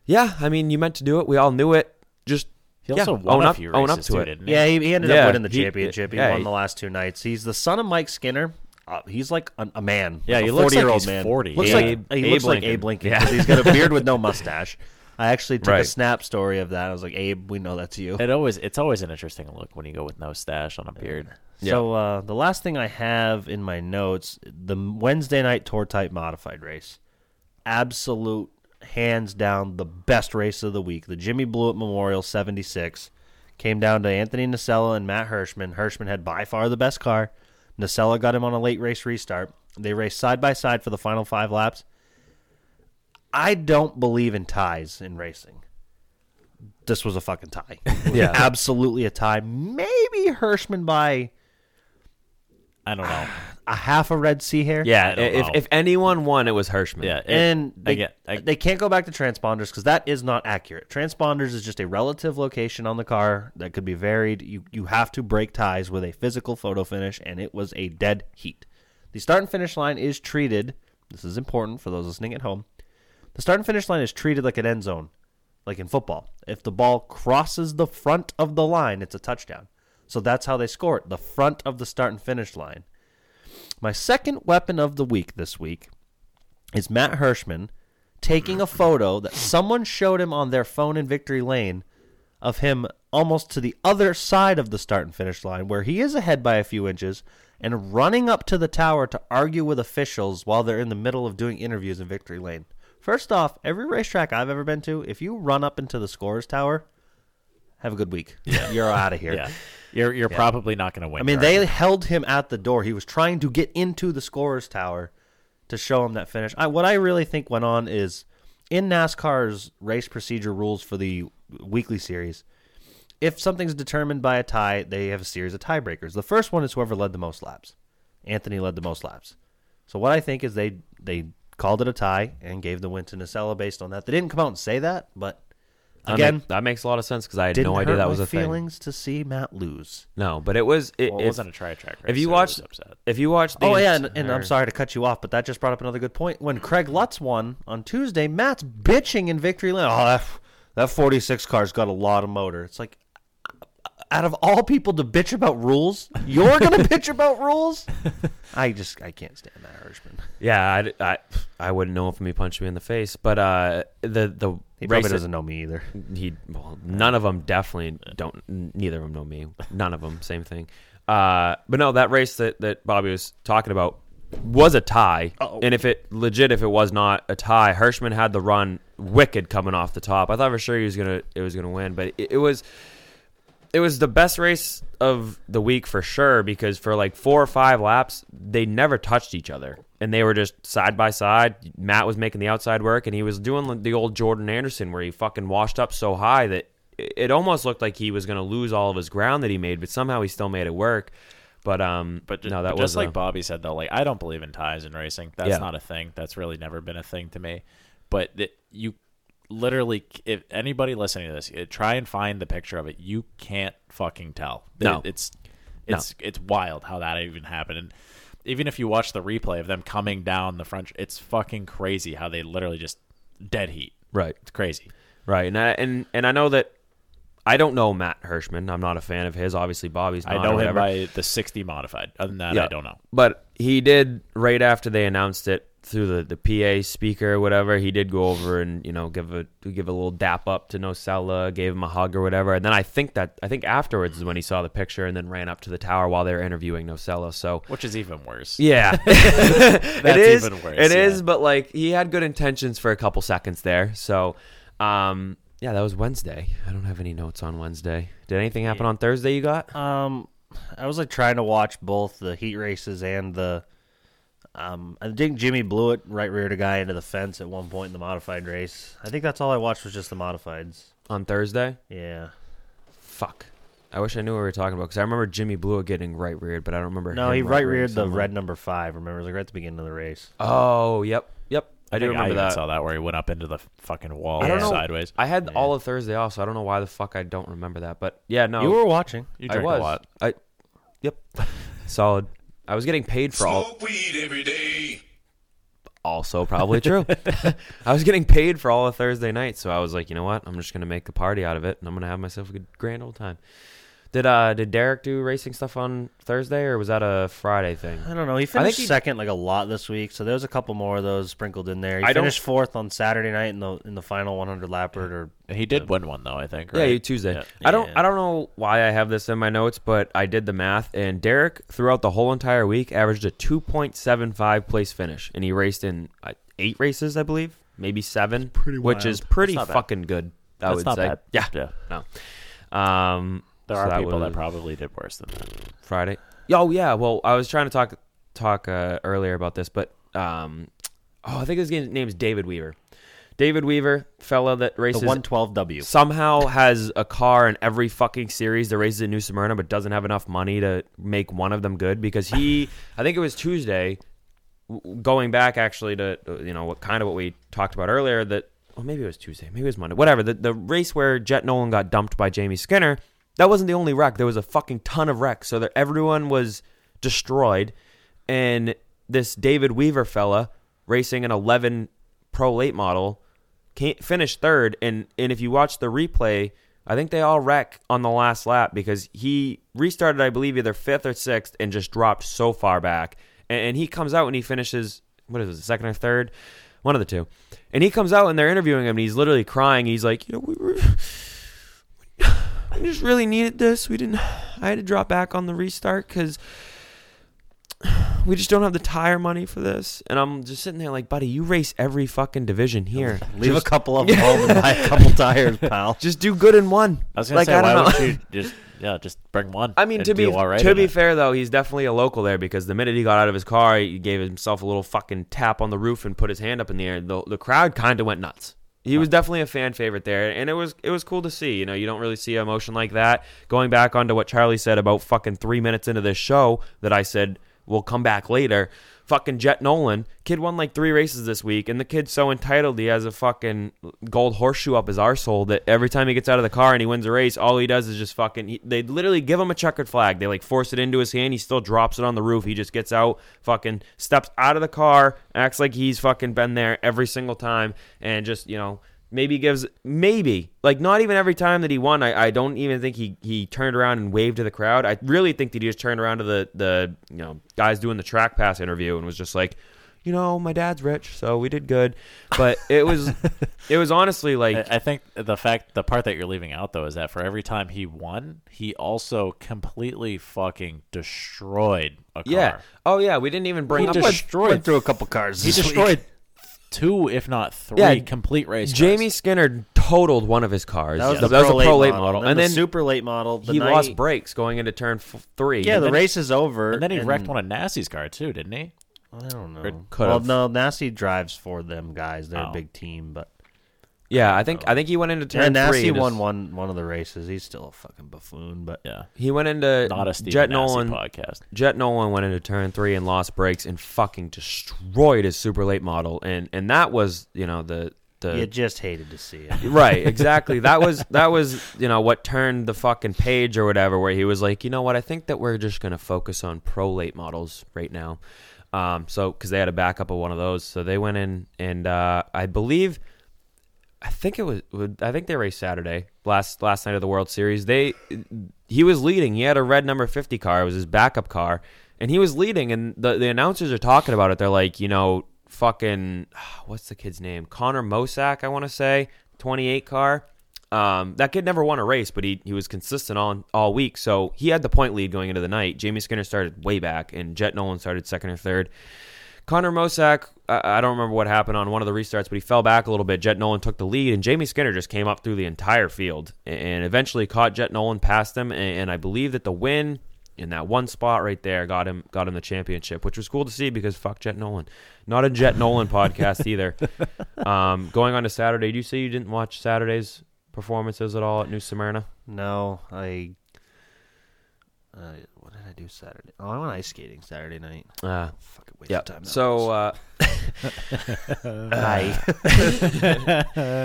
[SPEAKER 5] yeah, I mean, you meant to do it. We all knew it. Just
[SPEAKER 4] He
[SPEAKER 5] yeah,
[SPEAKER 4] also won
[SPEAKER 5] own
[SPEAKER 4] a
[SPEAKER 5] up,
[SPEAKER 4] few
[SPEAKER 5] own up
[SPEAKER 4] races
[SPEAKER 5] to
[SPEAKER 4] too,
[SPEAKER 5] it.
[SPEAKER 4] didn't he?
[SPEAKER 3] Yeah, he, he ended
[SPEAKER 5] Yeah,
[SPEAKER 3] up winning the
[SPEAKER 5] he-
[SPEAKER 3] championship. He,
[SPEAKER 5] yeah,
[SPEAKER 3] won
[SPEAKER 5] he-
[SPEAKER 3] the last two nights. He's the son of Mike Skinner. Uh, he's like a, a man.
[SPEAKER 4] Yeah,
[SPEAKER 3] Like
[SPEAKER 4] he
[SPEAKER 3] a
[SPEAKER 4] looks like
[SPEAKER 3] forty-year-old
[SPEAKER 4] he's
[SPEAKER 3] man.
[SPEAKER 4] 40.
[SPEAKER 3] Looks
[SPEAKER 5] Abe-
[SPEAKER 3] like he
[SPEAKER 5] Abe
[SPEAKER 3] looks like
[SPEAKER 5] Lincoln.
[SPEAKER 3] Abe Lincoln. 'cause He's got a beard with no mustache. I actually took a
[SPEAKER 5] Right.
[SPEAKER 3] snap story of that. I was like, Abe, we know that's you.
[SPEAKER 4] It always it's always an interesting look when you go with no stash on a beard.
[SPEAKER 3] So uh, the last thing I have in my notes, the Wednesday night tour type modified race, absolute hands down the best race of the week. The Jimmy Blewett Memorial 76 came down to Anthony Nacella and Matt Hirschman. Hirschman had by far the best car. Nacella got him on a late race restart. They raced side by side for the final five laps. I don't believe in ties in racing. This was a fucking tie. yeah, absolutely a tie. Maybe Hirschman by
[SPEAKER 4] I don't
[SPEAKER 3] [sighs]
[SPEAKER 4] know.
[SPEAKER 3] a half a red sea hair.
[SPEAKER 5] Yeah,
[SPEAKER 4] don't
[SPEAKER 5] if,
[SPEAKER 4] know.
[SPEAKER 5] if anyone won, it was Hirschman.
[SPEAKER 4] Yeah, it-
[SPEAKER 3] And they,
[SPEAKER 4] I get I,
[SPEAKER 3] they can't go back to transponders because that is not accurate. Transponders is just a relative location on the car that could be varied. You you have to break ties with a physical photo finish, and it was a dead heat. The start and finish line is treated. This is important for those listening at home. The start and finish line is treated like an end zone, like in football. If the ball crosses the front of the line, it's a touchdown. So that's how they score it. The front of the start and finish line. My second weapon of the week this week is Matt Hirschman taking a photo that someone showed him on their phone in Victory Lane of him almost to the other side of the start and finish line where he is ahead by a few inches and running up to the tower to argue with officials while they're in the middle of doing interviews in Victory Lane. First off, every racetrack I've ever been to, if you run up into the scores tower, have a good week. Yeah. You're out of here.
[SPEAKER 4] Yeah. You're you're
[SPEAKER 3] Yeah.
[SPEAKER 4] probably not going to win.
[SPEAKER 3] I mean,
[SPEAKER 4] very
[SPEAKER 3] they
[SPEAKER 4] much.
[SPEAKER 3] held him at the door. He was trying to get into the scorer's tower to show him that finish. I, what I really think went on is in NASCAR's race procedure rules for the weekly series, if something's determined by a tie, they have a series of tiebreakers. The first one is whoever led the most laps. Anthony led the most laps. So what I think is they they called it a tie and gave the win to Nacella based on that. They didn't come out and say that, but
[SPEAKER 5] That
[SPEAKER 3] again,
[SPEAKER 5] make- that makes a lot of sense because I had
[SPEAKER 3] didn't
[SPEAKER 5] no idea
[SPEAKER 3] hurt
[SPEAKER 5] that
[SPEAKER 3] my
[SPEAKER 5] was a thing.
[SPEAKER 3] feelings to see Matt lose.
[SPEAKER 5] No, but it was. It,
[SPEAKER 4] Well, it
[SPEAKER 5] if-
[SPEAKER 4] wasn't a tri-track
[SPEAKER 5] If
[SPEAKER 4] race,
[SPEAKER 5] you
[SPEAKER 4] so I was
[SPEAKER 5] watched,
[SPEAKER 4] upset.
[SPEAKER 5] if you watched, the
[SPEAKER 3] Oh yeah, and, and
[SPEAKER 5] entire-
[SPEAKER 3] I'm sorry to cut you off, but that just brought up another good point. When Craig Lutz won on Tuesday, Matt's bitching in victory lane. Oh, that, that 46 car's got a lot of motor. It's like, uh, out of all people to bitch about rules, you're [laughs] gonna bitch about [laughs] rules. I just I can't stand that Irishman.
[SPEAKER 5] Yeah, I'd- I, I, wouldn't know if he punched me in the face, but uh, the the
[SPEAKER 3] He
[SPEAKER 5] race
[SPEAKER 3] probably doesn't know me either.
[SPEAKER 5] He well, none of them definitely don't. n- Neither of them know me. None of them. Same thing. Uh, but no, that race that that Bobby was talking about was a tie, and if it legit, if it was not a tie, Hirschman had the run wicked coming off the top. I thought for sure he was gonna it was gonna win, but it, it was it was the best race of the week for sure because for like four or five laps they never touched each other and they were just side by side matt was making the outside work and he was doing the old jordan anderson where he fucking washed up so high that it it almost looked like he was going to lose all of his ground that he made but somehow he still made it work but um
[SPEAKER 4] But ju-
[SPEAKER 5] no that
[SPEAKER 4] but
[SPEAKER 5] was
[SPEAKER 4] just like
[SPEAKER 5] a-
[SPEAKER 4] Bobby said though, like I don't believe in ties in racing. That's
[SPEAKER 5] Yeah.
[SPEAKER 4] not a thing. That's really never been a thing to me. But that you literally, if anybody listening to this, eh, try and find the picture of it. You can't fucking tell.
[SPEAKER 5] No.
[SPEAKER 4] It- it's
[SPEAKER 5] No.
[SPEAKER 4] it's it's wild how that even happened. And even if you watch the replay of them coming down the front, it's fucking crazy how they literally just dead heat.
[SPEAKER 5] right
[SPEAKER 4] It's crazy.
[SPEAKER 5] right and I, and and i know that i don't know matt hirschman i'm not a fan of his obviously bobby's not
[SPEAKER 4] I
[SPEAKER 5] or
[SPEAKER 4] know him
[SPEAKER 5] whatever.
[SPEAKER 4] by the sixty modified. Other than that, I don't know.
[SPEAKER 5] But he did right after they announced it through the, the PA speaker or whatever. He did go over and you know give a give a little dap up to Nocella, gave him a hug or whatever. And then I think that I think afterwards is when he saw the picture and then ran up to the tower while they were interviewing Nocella. So
[SPEAKER 4] Which is even worse. [laughs]
[SPEAKER 5] yeah, [laughs]
[SPEAKER 4] That's
[SPEAKER 5] it is.
[SPEAKER 4] even worse,
[SPEAKER 5] It is,
[SPEAKER 4] yeah.
[SPEAKER 5] but like he had good intentions for a couple seconds there. So, um, yeah, that was Wednesday. I don't have any notes on Wednesday. Did anything happen on Thursday? You got?
[SPEAKER 4] Uh,
[SPEAKER 3] Um, I was like trying to watch both the heat races and the. Um, I think Jimmy blew it right reared a guy into the fence at one point in the modified race. I think that's all I watched was just the modifieds.
[SPEAKER 5] on Thursday?
[SPEAKER 3] Yeah.
[SPEAKER 5] Fuck. I wish I knew what we were talking about because I remember Jimmy Blua getting right reared, but I don't remember.
[SPEAKER 3] No,
[SPEAKER 5] him
[SPEAKER 3] he right reared the
[SPEAKER 5] someone.
[SPEAKER 3] red number five. Remember, it was like right at the beginning of the race.
[SPEAKER 5] Oh, yep, yep. I, do
[SPEAKER 4] think
[SPEAKER 5] remember
[SPEAKER 4] even
[SPEAKER 5] that.
[SPEAKER 4] Saw that where he went up into the fucking wall
[SPEAKER 5] I don't know.
[SPEAKER 4] sideways.
[SPEAKER 5] I had all of Thursday off, so I don't know why the fuck I don't remember that. But yeah, no,
[SPEAKER 3] You were watching.
[SPEAKER 4] You
[SPEAKER 5] I
[SPEAKER 4] drank
[SPEAKER 5] was.
[SPEAKER 4] a lot.
[SPEAKER 5] I, yep, [laughs] solid. I was getting paid for all.
[SPEAKER 6] weed every day.
[SPEAKER 5] Also, probably true. [laughs] I was getting paid for all of Thursday night, so I was like, you know what? I'm just gonna make a party out of it, and I'm gonna have myself a good grand old time. Did uh did Derek do racing stuff on Thursday, or was that a Friday thing?
[SPEAKER 3] I don't know. He finished
[SPEAKER 5] he-
[SPEAKER 3] second like a lot this week, so there was a couple more of those sprinkled in there. He
[SPEAKER 5] I don't-
[SPEAKER 3] finished fourth on Saturday night in the in the final 100 lapper. Or
[SPEAKER 4] He did win one though, I think.
[SPEAKER 5] Yeah,
[SPEAKER 4] Right?
[SPEAKER 5] you Tuesday. I don't I don't know why I have this in my notes, but I did the math and Derek throughout the whole entire week averaged a 2.75 place finish and he raced in uh, 8 races, I believe, maybe 7, pretty which is pretty
[SPEAKER 4] That's not bad.
[SPEAKER 5] fucking good. I
[SPEAKER 4] That's
[SPEAKER 5] would
[SPEAKER 4] not
[SPEAKER 5] say.
[SPEAKER 4] bad.
[SPEAKER 5] Yeah.
[SPEAKER 4] Yeah.
[SPEAKER 5] No. Um
[SPEAKER 4] There
[SPEAKER 5] so
[SPEAKER 4] are people that
[SPEAKER 5] was-
[SPEAKER 4] probably did worse than that.
[SPEAKER 5] Friday. Oh yeah. Well, I was trying to talk talk uh, earlier about this, but um, oh, I think his game- name's David Weaver. David Weaver, fella that races [laughs]
[SPEAKER 3] 112W.
[SPEAKER 5] somehow has a car in every fucking series that races in New Smyrna, but doesn't have enough money to make one of them good because he, [laughs] I think it was Tuesday, w- going back actually to uh, you know what kind of what we talked about earlier that well maybe it was Tuesday maybe it was Monday whatever the the race where Jet Nolan got dumped by Jamie Skinner that wasn't the only wreck there was a fucking ton of wrecks so that everyone was destroyed and this David Weaver fella racing an 11 pro late model can't finish third and and if you watch the replay I think they all wreck on the last lap because he restarted I believe either 5th or 6th and just dropped so far back and, and he comes out and he finishes what is it second or third one of the two. And he comes out and they're interviewing him, and he's literally crying. He's like, you know, we were, we just really needed this. We didn't. I had to drop back on the restart because we just don't have the tire money for this. And I'm just sitting there like, buddy, you race every fucking division here.
[SPEAKER 3] Leave
[SPEAKER 5] Just-
[SPEAKER 3] a
[SPEAKER 5] [laughs]
[SPEAKER 3] couple of them home and buy a couple tires, pal.
[SPEAKER 5] Just do good in one.
[SPEAKER 3] I was gonna say, why wouldn't
[SPEAKER 5] [laughs]
[SPEAKER 3] you just yeah, just bring one?
[SPEAKER 5] I mean,
[SPEAKER 3] and
[SPEAKER 5] to be
[SPEAKER 3] do all right
[SPEAKER 5] to
[SPEAKER 3] in
[SPEAKER 5] be
[SPEAKER 3] it.
[SPEAKER 5] fair though, he's definitely a local there because the minute he got out of his car, he gave himself a little fucking tap on the roof and put his hand up in the air. The, the crowd kind of went nuts. He was definitely a fan favorite there, and it was it was cool to see. You know, you don't really see emotion like that. Going back onto what Charlie said about fucking three minutes into this show that I said we'll come back later. Fucking Jet Nolan, kid won like three races this week, and the kid's so entitled he has a fucking gold horseshoe up his arsehole that every time he gets out of the car and he wins a race, all he does is just fucking. He, they literally give him a checkered flag. They like force it into his hand. He still drops it on the roof. He just gets out, fucking steps out of the car, acts like he's fucking been there every single time, and just you know maybe gives maybe like not even every time that he won I, I don't even think he he turned around and waved to the crowd i really think that he just turned around to the the you know guys doing the track pass interview and was just like you know my dad's rich so we did good but it was it was honestly like
[SPEAKER 4] I I think the fact, the part that you're leaving out though, is that for every time he won, he also completely fucking destroyed a car.
[SPEAKER 5] yeah oh yeah we didn't even bring
[SPEAKER 4] He
[SPEAKER 5] up
[SPEAKER 4] destroyed [laughs]
[SPEAKER 5] went through
[SPEAKER 3] a couple cars.
[SPEAKER 4] He
[SPEAKER 3] this week.
[SPEAKER 4] destroyed two, if not three,
[SPEAKER 5] Yeah,
[SPEAKER 4] complete race. cars.
[SPEAKER 5] jamie skinner totaled one of his cars
[SPEAKER 3] [laughs] That was the
[SPEAKER 5] that was
[SPEAKER 3] pro
[SPEAKER 5] a pro
[SPEAKER 3] late
[SPEAKER 5] late
[SPEAKER 3] model,
[SPEAKER 5] model,
[SPEAKER 3] then
[SPEAKER 5] and
[SPEAKER 3] the
[SPEAKER 5] then
[SPEAKER 3] super late model, the
[SPEAKER 5] he
[SPEAKER 3] night-
[SPEAKER 5] lost brakes going into turn f- three
[SPEAKER 3] Yeah, the
[SPEAKER 5] And then-
[SPEAKER 3] race is over,
[SPEAKER 4] and then he wrecked one of Nasty's car too, didn't he?
[SPEAKER 3] I don't know.
[SPEAKER 5] could've.
[SPEAKER 3] Well, no, Nasty drives for them guys. They're a
[SPEAKER 4] Oh.
[SPEAKER 3] big team, but
[SPEAKER 5] yeah i think i think he went into turn
[SPEAKER 3] yeah,
[SPEAKER 5] three
[SPEAKER 3] Nasty
[SPEAKER 5] and just-
[SPEAKER 3] won one one of the races. He's still a fucking buffoon, but
[SPEAKER 4] Yeah,
[SPEAKER 5] He went into
[SPEAKER 4] Not a Steve
[SPEAKER 5] Jet
[SPEAKER 4] Massey
[SPEAKER 5] Nolan
[SPEAKER 4] podcast.
[SPEAKER 5] Jet Nolan went into turn three and lost brakes and fucking destroyed his super late model, and and that was you know the the
[SPEAKER 3] you just hated to see it.
[SPEAKER 5] [laughs] right exactly that was that was you know what turned the fucking page or whatever where he was like you know what I think that we're just gonna focus on pro late models right now, um so because they had a backup of one of those so they went in and uh, I believe I think it was. I think they raced Saturday last last night of the World Series. They he was leading. He had a red number fifty car. It was his backup car, and he was leading. And the the announcers are talking about it. They're like, you know, fucking [sighs] what's the kid's name? Connor Mosak, I want to say, twenty eight car. Um, that kid never won a race, but he, he was consistent on all week. So he had the point lead going into the night. Jamie Skinner started way back, and Jet Nolan started second or third. Connor Mosak, I, I don't remember what happened on one of the restarts, but he fell back a little bit. Jet Nolan took the lead, and Jamie Skinner just came up through the entire field and, and eventually caught Jet Nolan past him. And, and I believe that the win in that one spot right there got him got him the championship, which was cool to see because fuck Jet Nolan. Not a Jet Nolan [laughs] podcast either. Um, going on to Saturday, do you say you didn't watch Saturday's performances at all at New Smyrna?
[SPEAKER 3] No, I. Uh, what did I do Saturday? Oh, I went ice skating Saturday night.
[SPEAKER 5] Uh,
[SPEAKER 3] Fucking waste
[SPEAKER 5] yeah.
[SPEAKER 3] of time. that
[SPEAKER 5] So.
[SPEAKER 3] was.
[SPEAKER 5] Uh,
[SPEAKER 3] [laughs] I,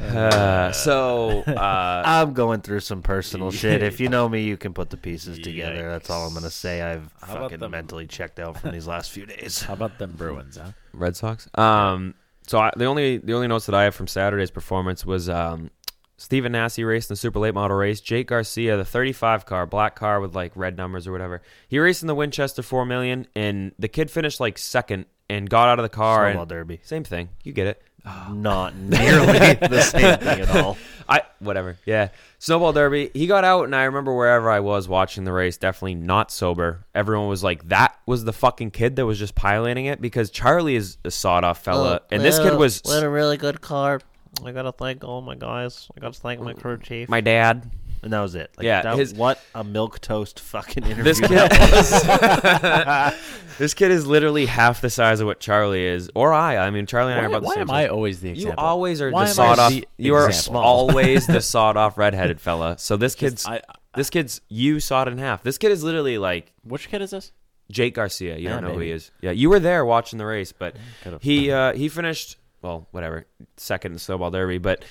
[SPEAKER 5] uh, so. Uh,
[SPEAKER 3] [laughs] I'm going through some [laughs] personal shit. If you know me, you can put the pieces together. That's all I'm gonna say. I've
[SPEAKER 4] about
[SPEAKER 3] fucking
[SPEAKER 4] them-
[SPEAKER 3] mentally checked out from [laughs] these last few days.
[SPEAKER 4] How about them Bruins? Huh?
[SPEAKER 5] Red Sox. Um, so I, the only the only notes that I have from Saturday's performance was um, Steven Nassi raced in the super late model race. Jake Garcia, the 35 car, black car with like red numbers or whatever. He raced in the Winchester 4 million, and the kid finished like second and got out of the car.
[SPEAKER 3] Snowball
[SPEAKER 5] and-
[SPEAKER 3] Derby.
[SPEAKER 5] Same thing. You get it.
[SPEAKER 3] Not nearly the same thing at [laughs] all.
[SPEAKER 5] I whatever. Yeah. Snowball Derby. He got out and I remember wherever I was watching the race, definitely not sober. Everyone was like, That was the fucking kid that was just piloting it because Charlie is a sawed off fella.
[SPEAKER 3] Oh,
[SPEAKER 5] and this kid was
[SPEAKER 3] really good car. I gotta thank all my guys. I gotta thank my crew chief.
[SPEAKER 5] my dad.
[SPEAKER 3] and that was it. Like,
[SPEAKER 5] Yeah,
[SPEAKER 3] that,
[SPEAKER 5] his-
[SPEAKER 3] what a milk toast [laughs] fucking interview.
[SPEAKER 5] [laughs] This kid This kid is literally half the size of what Charlie is. Or I. I mean Charlie and I are
[SPEAKER 4] Why,
[SPEAKER 5] about the
[SPEAKER 4] why
[SPEAKER 5] same
[SPEAKER 4] am
[SPEAKER 5] size.
[SPEAKER 4] I always the
[SPEAKER 5] you
[SPEAKER 4] example?
[SPEAKER 5] always are
[SPEAKER 4] Why
[SPEAKER 5] the
[SPEAKER 4] am I
[SPEAKER 5] sawed off.
[SPEAKER 4] the
[SPEAKER 5] You are
[SPEAKER 4] example?
[SPEAKER 5] always the sawed off redheaded fella. So this kid's
[SPEAKER 4] I-
[SPEAKER 5] this kid's you sawed in half. This kid is literally like
[SPEAKER 4] [laughs] Which kid is this?
[SPEAKER 5] Jake Garcia. You
[SPEAKER 4] Yeah,
[SPEAKER 5] don't know who
[SPEAKER 4] maybe.
[SPEAKER 5] he is. Yeah, you were there watching the race, but he uh, he finished well, whatever, second in snowball derby. But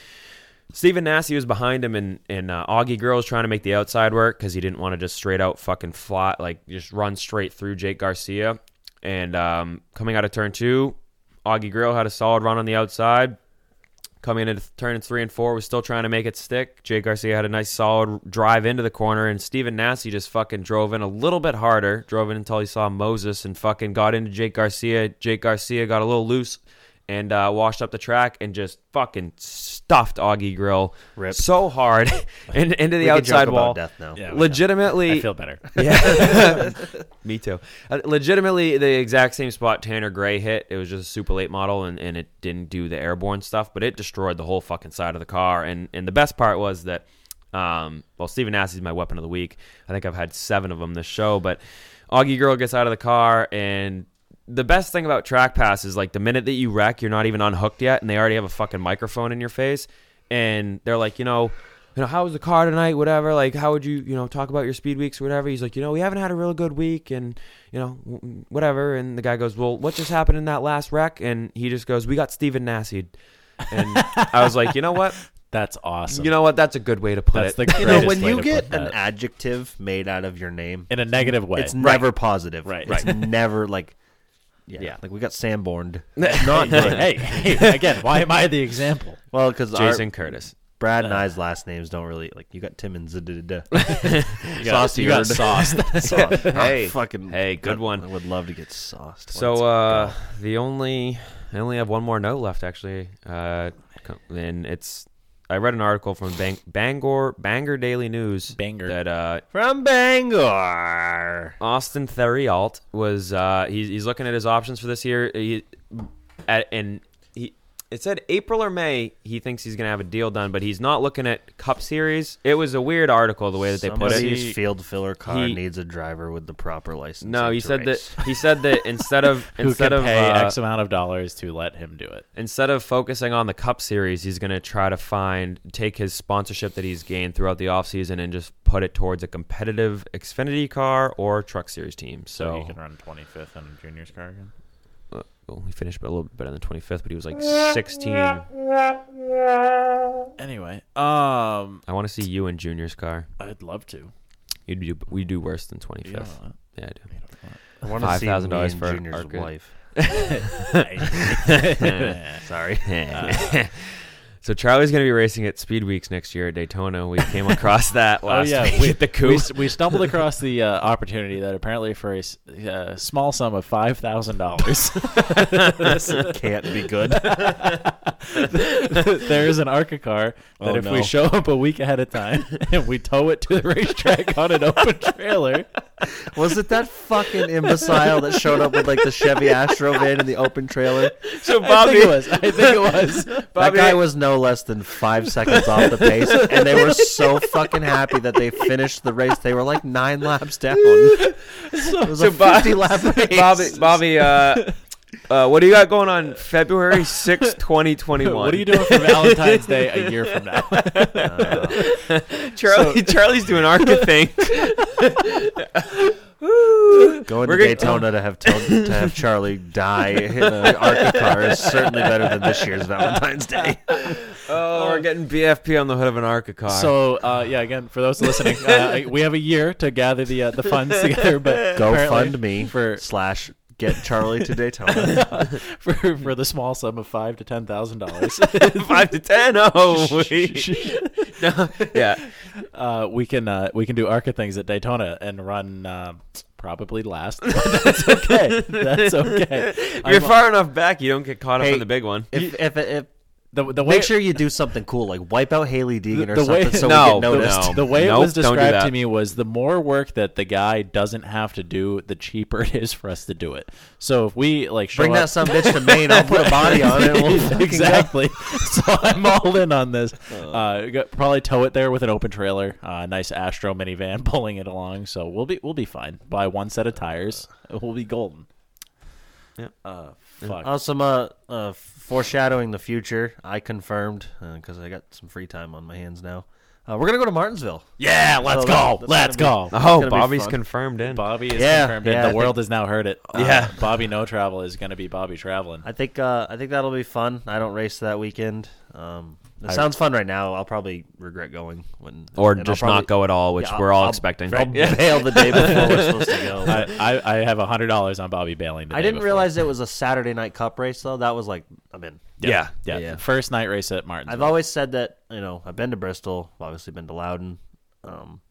[SPEAKER 5] Steven Nassi was behind him, and and uh, Augie Girl was trying to make the outside work because he didn't want to just straight out fucking fly like just run straight through Jake Garcia. And um, coming out of turn two, Augie Grill had a solid run on the outside coming into turn three and four was still trying to make it stick. Jay Garcia had a nice solid drive into the corner, and Steven Nassi just fucking drove in a little bit harder, drove in until he saw Moses and fucking got into Jake Garcia. Jake Garcia got a little loose and uh, washed up the track and just fucking stuffed Augie Grill
[SPEAKER 3] Rip.
[SPEAKER 5] so hard [laughs] in, into the
[SPEAKER 3] We can joke
[SPEAKER 5] outside
[SPEAKER 3] about
[SPEAKER 5] wall.
[SPEAKER 3] death now. Yeah, we know.
[SPEAKER 5] Legitimately,
[SPEAKER 3] I feel better.
[SPEAKER 5] Yeah, me too. Uh, legitimately, the exact same spot Tanner Gray hit. It was just a super late model, and, and it didn't do the airborne stuff, but it destroyed the whole fucking side of the car. And and the best part was that, um, well, Steven Assie's my weapon of the week. I think I've had seven of them this show, but Augie Girl gets out of the car and the best thing about track pass is like the minute that you wreck, you're not even unhooked yet, and they already have a fucking microphone in your face, and they're like, you know, you know, how was the car tonight? Whatever. Like, how would you, you know, talk about your speed weeks or whatever? He's like, you know, we haven't had a real good week, and you know, w- whatever. And the guy goes, well, what just happened in that last wreck? And he just goes, we got Steven Nassied. And I was like, you know what?
[SPEAKER 4] That's awesome.
[SPEAKER 5] You know what? That's a good way to put
[SPEAKER 4] That's
[SPEAKER 5] it.
[SPEAKER 4] the
[SPEAKER 3] You know,
[SPEAKER 4] greatest
[SPEAKER 3] when
[SPEAKER 4] way
[SPEAKER 3] you
[SPEAKER 4] to
[SPEAKER 3] get
[SPEAKER 4] put that.
[SPEAKER 3] an adjective made out of your name
[SPEAKER 4] in a negative way,
[SPEAKER 3] it's never positive.
[SPEAKER 4] Right.
[SPEAKER 3] It's
[SPEAKER 4] Right.
[SPEAKER 3] never like, yeah,
[SPEAKER 4] Yeah.
[SPEAKER 3] like we got Sanborned. Not good.
[SPEAKER 4] [laughs] hey,
[SPEAKER 5] [laughs]
[SPEAKER 4] hey, again, why am I the example?
[SPEAKER 3] Well, because
[SPEAKER 5] Jason Curtis.
[SPEAKER 3] Brad and I's last names don't really like. You got Timmons. da- da- da- da.
[SPEAKER 4] got- you got
[SPEAKER 3] Sauced. [laughs] Sauced.
[SPEAKER 5] Hey.
[SPEAKER 3] I fucking
[SPEAKER 5] Hey, good
[SPEAKER 3] I-
[SPEAKER 5] one.
[SPEAKER 3] I would love to get sauced. Let's
[SPEAKER 5] So uh, the only I only have one more note left actually, uh, co- and it's I read an article from Bang, Bangor Bangor Daily News
[SPEAKER 4] Bangor.
[SPEAKER 5] that uh,
[SPEAKER 3] from Bangor.
[SPEAKER 5] Austin Theriault was uh, he's, he's looking at his options for this year. He, at, and he it said April or May he thinks he's gonna have a deal done, but he's not looking at Cup Series. It was a weird article the way that they put it.
[SPEAKER 3] Somebody's field filler car
[SPEAKER 5] he-
[SPEAKER 3] needs a driver with the proper license.
[SPEAKER 5] No, he
[SPEAKER 3] to
[SPEAKER 5] said
[SPEAKER 3] race.
[SPEAKER 5] that he said that instead of
[SPEAKER 4] [laughs] Who
[SPEAKER 5] instead
[SPEAKER 4] can
[SPEAKER 5] of
[SPEAKER 4] pay
[SPEAKER 5] uh,
[SPEAKER 4] X amount of dollars to let him do it?
[SPEAKER 5] instead of focusing on the cup series he's going to try to find take his sponsorship that he's gained throughout the offseason and just put it towards a competitive xfinity car or truck series team
[SPEAKER 4] So
[SPEAKER 5] so,
[SPEAKER 4] he can run 25th in junior's car again.
[SPEAKER 5] well, he finished a little bit better than 25th but he was like 16 i
[SPEAKER 4] Anyway, um,
[SPEAKER 5] want to see you in junior's car
[SPEAKER 4] I'd
[SPEAKER 5] [laughs]
[SPEAKER 4] love to.
[SPEAKER 5] you do we do worse than 25th
[SPEAKER 4] You don't want
[SPEAKER 5] yeah i do
[SPEAKER 3] I want to see
[SPEAKER 5] $5,000
[SPEAKER 3] me and
[SPEAKER 5] for
[SPEAKER 3] Junior's
[SPEAKER 5] Arca.
[SPEAKER 3] wife.
[SPEAKER 4] [laughs]
[SPEAKER 5] Sorry. [laughs] so Charlie's going to be racing at Speed Weeks next year at Daytona. We came across that last week
[SPEAKER 4] Oh, we,
[SPEAKER 5] at [laughs] the
[SPEAKER 4] we
[SPEAKER 5] coup.
[SPEAKER 4] s- we stumbled across the uh, opportunity that apparently for a s- uh, small sum of five thousand dollars, [laughs]
[SPEAKER 3] this can't be good.
[SPEAKER 4] there is an ARCA car that
[SPEAKER 3] Oh,
[SPEAKER 4] if
[SPEAKER 3] no.
[SPEAKER 4] we show up a week ahead of time [laughs] and we tow it to the racetrack [laughs] on an open trailer,
[SPEAKER 3] Was it that fucking imbecile that showed up with like the Chevy Astro van in the open trailer?
[SPEAKER 5] so
[SPEAKER 4] I
[SPEAKER 5] Bobby
[SPEAKER 4] think it was. I think
[SPEAKER 5] [laughs]
[SPEAKER 4] it was.
[SPEAKER 5] Bobby-
[SPEAKER 3] that guy was no less than five seconds off the pace, and they were so fucking happy that they finished the race. They were like nine laps down. It was a
[SPEAKER 5] Bob-
[SPEAKER 3] fifty lap
[SPEAKER 5] [laughs]
[SPEAKER 3] [laughs] race.
[SPEAKER 5] Bobby, Bobby,
[SPEAKER 4] [laughs]
[SPEAKER 5] uh, uh, what do you got going on February
[SPEAKER 4] [laughs]
[SPEAKER 5] sixth, 2021?
[SPEAKER 4] What are you doing for Valentine's Day a year from now?
[SPEAKER 5] Charlie, Charlie's doing
[SPEAKER 4] [laughs]
[SPEAKER 5] ARCA thing. We're
[SPEAKER 3] Going to
[SPEAKER 5] gonna-
[SPEAKER 3] Daytona to have to, to have Charlie die in an Arca car is certainly better than this year's Valentine's Day.
[SPEAKER 5] Oh, we're getting BFP on the hood of an ARCA car.
[SPEAKER 4] So uh, yeah, again for those listening, uh, we have a year to gather the uh, the funds together.
[SPEAKER 5] [laughs]
[SPEAKER 4] But apparently
[SPEAKER 3] GoFundMe
[SPEAKER 4] for
[SPEAKER 3] slash get Charlie to Daytona.
[SPEAKER 4] for for the small sum of five to ten
[SPEAKER 5] [laughs]
[SPEAKER 4] thousand dollars,
[SPEAKER 5] [laughs] five to ten.
[SPEAKER 4] [laughs]
[SPEAKER 5] Oh, we- yeah.
[SPEAKER 4] uh, we can uh, we can do ARCA things at Daytona and run uh, probably last. [laughs] But
[SPEAKER 5] [laughs]
[SPEAKER 4] that's okay. That's okay.
[SPEAKER 5] You're
[SPEAKER 4] I'm-
[SPEAKER 5] far enough back. You don't get caught up
[SPEAKER 3] Hey,
[SPEAKER 5] in the big one.
[SPEAKER 3] if, if, if
[SPEAKER 4] the, the way
[SPEAKER 3] Make sure you do something cool, like wipe out Haley Deegan or
[SPEAKER 4] the way-
[SPEAKER 3] something,
[SPEAKER 5] [laughs]
[SPEAKER 3] so
[SPEAKER 5] No,
[SPEAKER 3] we get noticed.
[SPEAKER 5] no.
[SPEAKER 4] the way
[SPEAKER 5] Nope,
[SPEAKER 4] it was
[SPEAKER 5] don't do
[SPEAKER 4] described
[SPEAKER 5] that.
[SPEAKER 4] to me was the more work that the guy doesn't have to do, the cheaper [laughs] it is for us to do it. So if we like show
[SPEAKER 3] Bring
[SPEAKER 4] up,
[SPEAKER 3] that some bitch to Maine. I'll put a body on it. and
[SPEAKER 5] [laughs]
[SPEAKER 4] [laughs]
[SPEAKER 3] We'll fucking go.
[SPEAKER 4] exactly. so I'm all in on this. Uh, go- probably tow it there with an open trailer, uh, nice Astro minivan [laughs] pulling it along. So we'll be we'll be fine. Buy one set of tires, we'll be golden.
[SPEAKER 5] Yep.
[SPEAKER 4] Uh, fuck.
[SPEAKER 3] Uh, some uh, uh, foreshadowing the future. I confirmed because I got some free time on my hands now. Uh, we're gonna go to Martinsville.
[SPEAKER 4] yeah, let's
[SPEAKER 3] so
[SPEAKER 4] go.
[SPEAKER 3] that- that's
[SPEAKER 4] let's
[SPEAKER 3] gonna
[SPEAKER 4] go.
[SPEAKER 5] Oh,
[SPEAKER 3] gonna be
[SPEAKER 5] Bobby's
[SPEAKER 3] fun.
[SPEAKER 5] confirmed in.
[SPEAKER 4] Bobby is
[SPEAKER 3] Yeah,
[SPEAKER 4] confirmed. in.
[SPEAKER 3] yeah, I
[SPEAKER 4] the
[SPEAKER 3] think-
[SPEAKER 4] world has now heard it. Uh,
[SPEAKER 5] Yeah.
[SPEAKER 4] Bobby No Travel is going to be Bobby traveling.
[SPEAKER 3] I think uh, I think that'll be fun. I don't race that weekend. Um, it sounds fun right now. I'll probably regret going when
[SPEAKER 5] Or
[SPEAKER 3] and I'll
[SPEAKER 5] just
[SPEAKER 3] probably-
[SPEAKER 5] not go at all, which
[SPEAKER 3] Yeah,
[SPEAKER 5] we're all
[SPEAKER 3] I'll-
[SPEAKER 5] expecting. [laughs]
[SPEAKER 3] I'll bail the day before we're supposed to go.
[SPEAKER 4] [laughs] I, I, I have hundred dollars on Bobby bailing. the
[SPEAKER 3] I
[SPEAKER 4] day
[SPEAKER 3] didn't
[SPEAKER 4] before.
[SPEAKER 3] realize it was a Saturday night cup race though. That was like I'm in.
[SPEAKER 5] Yeah.
[SPEAKER 4] Yeah,
[SPEAKER 3] Yeah.
[SPEAKER 4] first night race at Martin.
[SPEAKER 3] I've always said that you know I've been to Bristol, I've obviously been to Loudon. Um,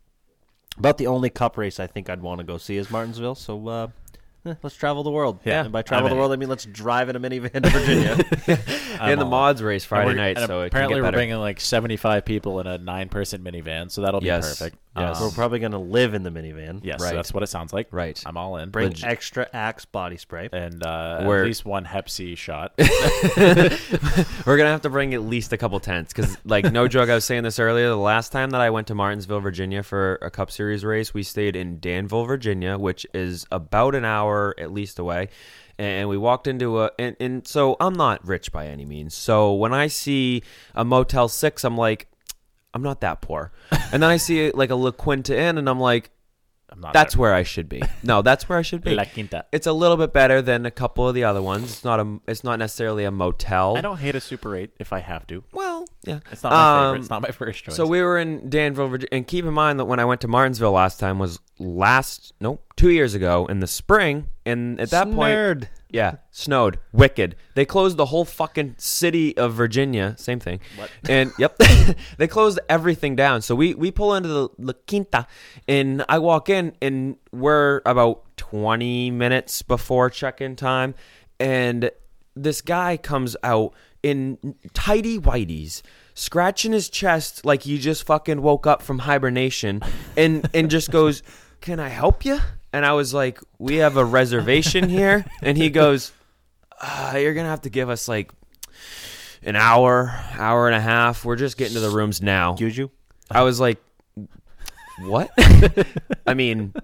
[SPEAKER 3] about the only cup race I think I'd want to go see is Martinsville. So uh, eh, let's travel the world.
[SPEAKER 4] Yeah,
[SPEAKER 3] and by travel
[SPEAKER 4] I'm
[SPEAKER 3] the
[SPEAKER 4] in.
[SPEAKER 3] world, I mean let's drive in a minivan to
[SPEAKER 4] [laughs]
[SPEAKER 3] Virginia.
[SPEAKER 5] and the mods race Friday
[SPEAKER 4] And we're-
[SPEAKER 5] night,
[SPEAKER 4] and
[SPEAKER 5] so it can
[SPEAKER 4] apparently
[SPEAKER 5] get
[SPEAKER 4] we're
[SPEAKER 5] better.
[SPEAKER 4] bringing like seventy-five people in a nine-person minivan, so that'll be
[SPEAKER 5] Yes.
[SPEAKER 4] perfect.
[SPEAKER 5] Yes.
[SPEAKER 3] We're probably going to live in the minivan.
[SPEAKER 4] yes,
[SPEAKER 5] right.
[SPEAKER 4] that's what it sounds like.
[SPEAKER 5] Right.
[SPEAKER 4] I'm all in.
[SPEAKER 3] Bring extra Axe body spray.
[SPEAKER 4] and uh, at
[SPEAKER 5] We're-
[SPEAKER 4] least one Hep C
[SPEAKER 5] [laughs]
[SPEAKER 4] shot.
[SPEAKER 5] We're gonna have to bring at least a couple tents because, like, no joke, I was saying this earlier. The last time that I went to Martinsville, Virginia, for a Cup Series race, we stayed in Danville, Virginia, which is about an hour at least away. And we walked into a and, and so I'm not rich by any means. So when I see a Motel Six, I'm like, I'm not that poor. And then I see like a La Quinta Inn, and I'm like,
[SPEAKER 4] I'm not
[SPEAKER 5] that's
[SPEAKER 4] there.
[SPEAKER 5] where I should be. No, that's where I should be.
[SPEAKER 4] La Quinta.
[SPEAKER 5] It's a little bit better than a couple of the other ones. It's not a. It's not necessarily a motel.
[SPEAKER 4] I don't hate a Super Eight if I have to.
[SPEAKER 5] Well, yeah,
[SPEAKER 4] It's not my favorite.
[SPEAKER 5] Um,
[SPEAKER 4] It's not my [laughs] first choice.
[SPEAKER 5] So we were in Danville, Virginia, and keep in mind that when I went to Martinsville last time was last nope two years ago in the spring, and at that
[SPEAKER 3] Snowed.
[SPEAKER 5] point, yeah, snowed, wicked. They closed the whole fucking city of Virginia. Same thing. What? And yep, [laughs] they closed everything down. So we we pull into the La Quinta, and I walk in, and we're about twenty minutes before check-in time, and this guy comes out in tidy whities scratching his chest like he just fucking woke up from hibernation and and just goes can i help you and i was like we have a reservation here and he goes uh, you're gonna have to give us like an hour hour and a half we're just getting to the rooms now
[SPEAKER 3] Juju.
[SPEAKER 5] I was like,
[SPEAKER 4] [laughs]
[SPEAKER 5] what? I mean,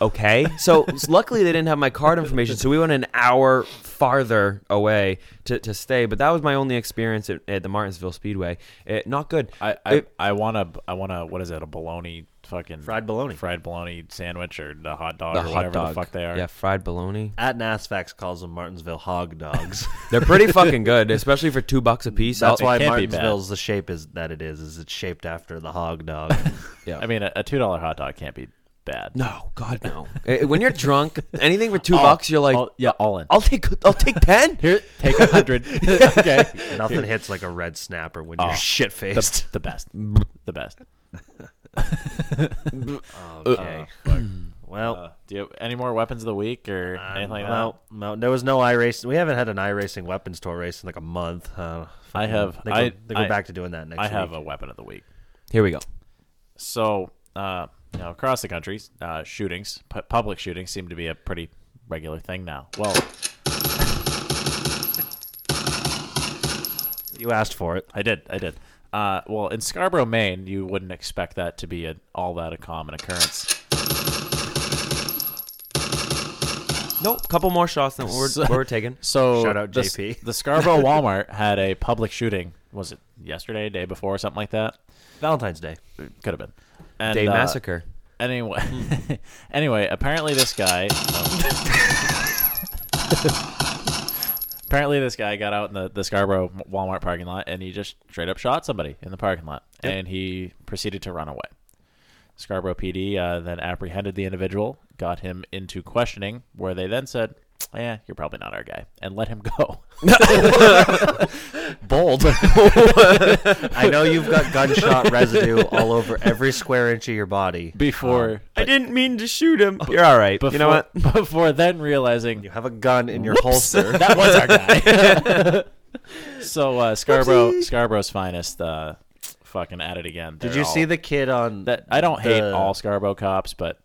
[SPEAKER 5] okay. So luckily they didn't have my card information, so we went an hour farther away to, to stay. But that was my only experience at, at the Martinsville Speedway. Eh, not good.
[SPEAKER 4] I I,
[SPEAKER 5] It-
[SPEAKER 4] I want a I want a what is it a bologna fucking
[SPEAKER 3] Fried bologna.
[SPEAKER 4] fried bologna sandwich or the hot dog
[SPEAKER 5] the
[SPEAKER 4] or
[SPEAKER 5] hot
[SPEAKER 4] whatever
[SPEAKER 5] dog.
[SPEAKER 4] the fuck they are.
[SPEAKER 5] Yeah, fried bologna.
[SPEAKER 3] At NASFAX calls them Martinsville hog
[SPEAKER 4] [laughs]
[SPEAKER 3] dogs.
[SPEAKER 5] They're pretty fucking good, especially for two bucks a piece.
[SPEAKER 3] That's
[SPEAKER 5] I'll-
[SPEAKER 3] why
[SPEAKER 4] can't be bad.
[SPEAKER 3] Martinsville's the shape is that it is. Is it's shaped after the hog dog.
[SPEAKER 5] Yeah.
[SPEAKER 4] I mean a, a two dollar hot dog can't be bad.
[SPEAKER 5] no, God no. [laughs] Eh, when you're drunk, anything for two
[SPEAKER 4] All-
[SPEAKER 5] bucks, you're like,
[SPEAKER 4] all- yeah, all in.
[SPEAKER 5] I'll take, I'll take ten.
[SPEAKER 4] Oh, Here, take a hundred. okay, [laughs]
[SPEAKER 3] Nothing hits like a red snapper when you're
[SPEAKER 4] Oh.
[SPEAKER 3] shit
[SPEAKER 4] the, [laughs]
[SPEAKER 3] faced.
[SPEAKER 4] the best, the best.
[SPEAKER 3] Okay. well.
[SPEAKER 4] Uh, do you have any more weapons of the week or anything like that?
[SPEAKER 3] no, no, there was no iRacing. We haven't had an iRacing weapons tour race in like a month. Uh,
[SPEAKER 4] I have-
[SPEAKER 3] They go,
[SPEAKER 4] I-
[SPEAKER 3] they go
[SPEAKER 4] I-
[SPEAKER 3] back to doing that next.
[SPEAKER 4] I have a
[SPEAKER 3] week.
[SPEAKER 4] weapon of the week.
[SPEAKER 5] Here we go.
[SPEAKER 4] So, uh, you know, across the country, uh, shootings, pu- public shootings, seem to be a pretty regular thing now. Well,
[SPEAKER 3] You asked for it.
[SPEAKER 4] I did, I did. Uh, well, in Scarborough, Maine, you wouldn't expect that to be an all that a common occurrence.
[SPEAKER 5] Nope, couple more shots than what we're,
[SPEAKER 4] So-
[SPEAKER 5] what we're taking.
[SPEAKER 4] So,
[SPEAKER 3] Shout out
[SPEAKER 4] the s-
[SPEAKER 3] JP.
[SPEAKER 4] the Scarborough Walmart had a public shooting. Was it yesterday, day before, something like that?
[SPEAKER 3] [laughs] Valentine's Day.
[SPEAKER 4] Could have been. And,
[SPEAKER 5] Day
[SPEAKER 4] uh,
[SPEAKER 5] massacre. Hmm.
[SPEAKER 4] Anyway, [laughs] anyway, apparently this guy. [laughs] apparently this guy got out in the, the Scarborough Walmart parking lot and he just straight up shot somebody in the parking lot and he proceeded to run away. Scarborough PD uh, then apprehended the individual, got him into questioning, where they then said, "Yeah, you're probably not our guy," and let him
[SPEAKER 5] [laughs]
[SPEAKER 4] go.
[SPEAKER 3] Bold. I know you've got gunshot residue all over every square inch of your body.
[SPEAKER 4] [laughs] Before
[SPEAKER 5] I didn't mean to shoot him. You're all right.
[SPEAKER 4] before,
[SPEAKER 5] you know what?
[SPEAKER 4] [laughs] before then realizing
[SPEAKER 3] You have a gun in your
[SPEAKER 4] [laughs]
[SPEAKER 3] holster.
[SPEAKER 4] that was our guy. [laughs] so uh, Scarborough, Scarborough's finest, uh, fucking at it again.
[SPEAKER 3] Did
[SPEAKER 4] They're
[SPEAKER 3] you see
[SPEAKER 4] all-
[SPEAKER 3] the kid on
[SPEAKER 4] that? I don't hate
[SPEAKER 3] the-
[SPEAKER 4] all Scarborough cops, but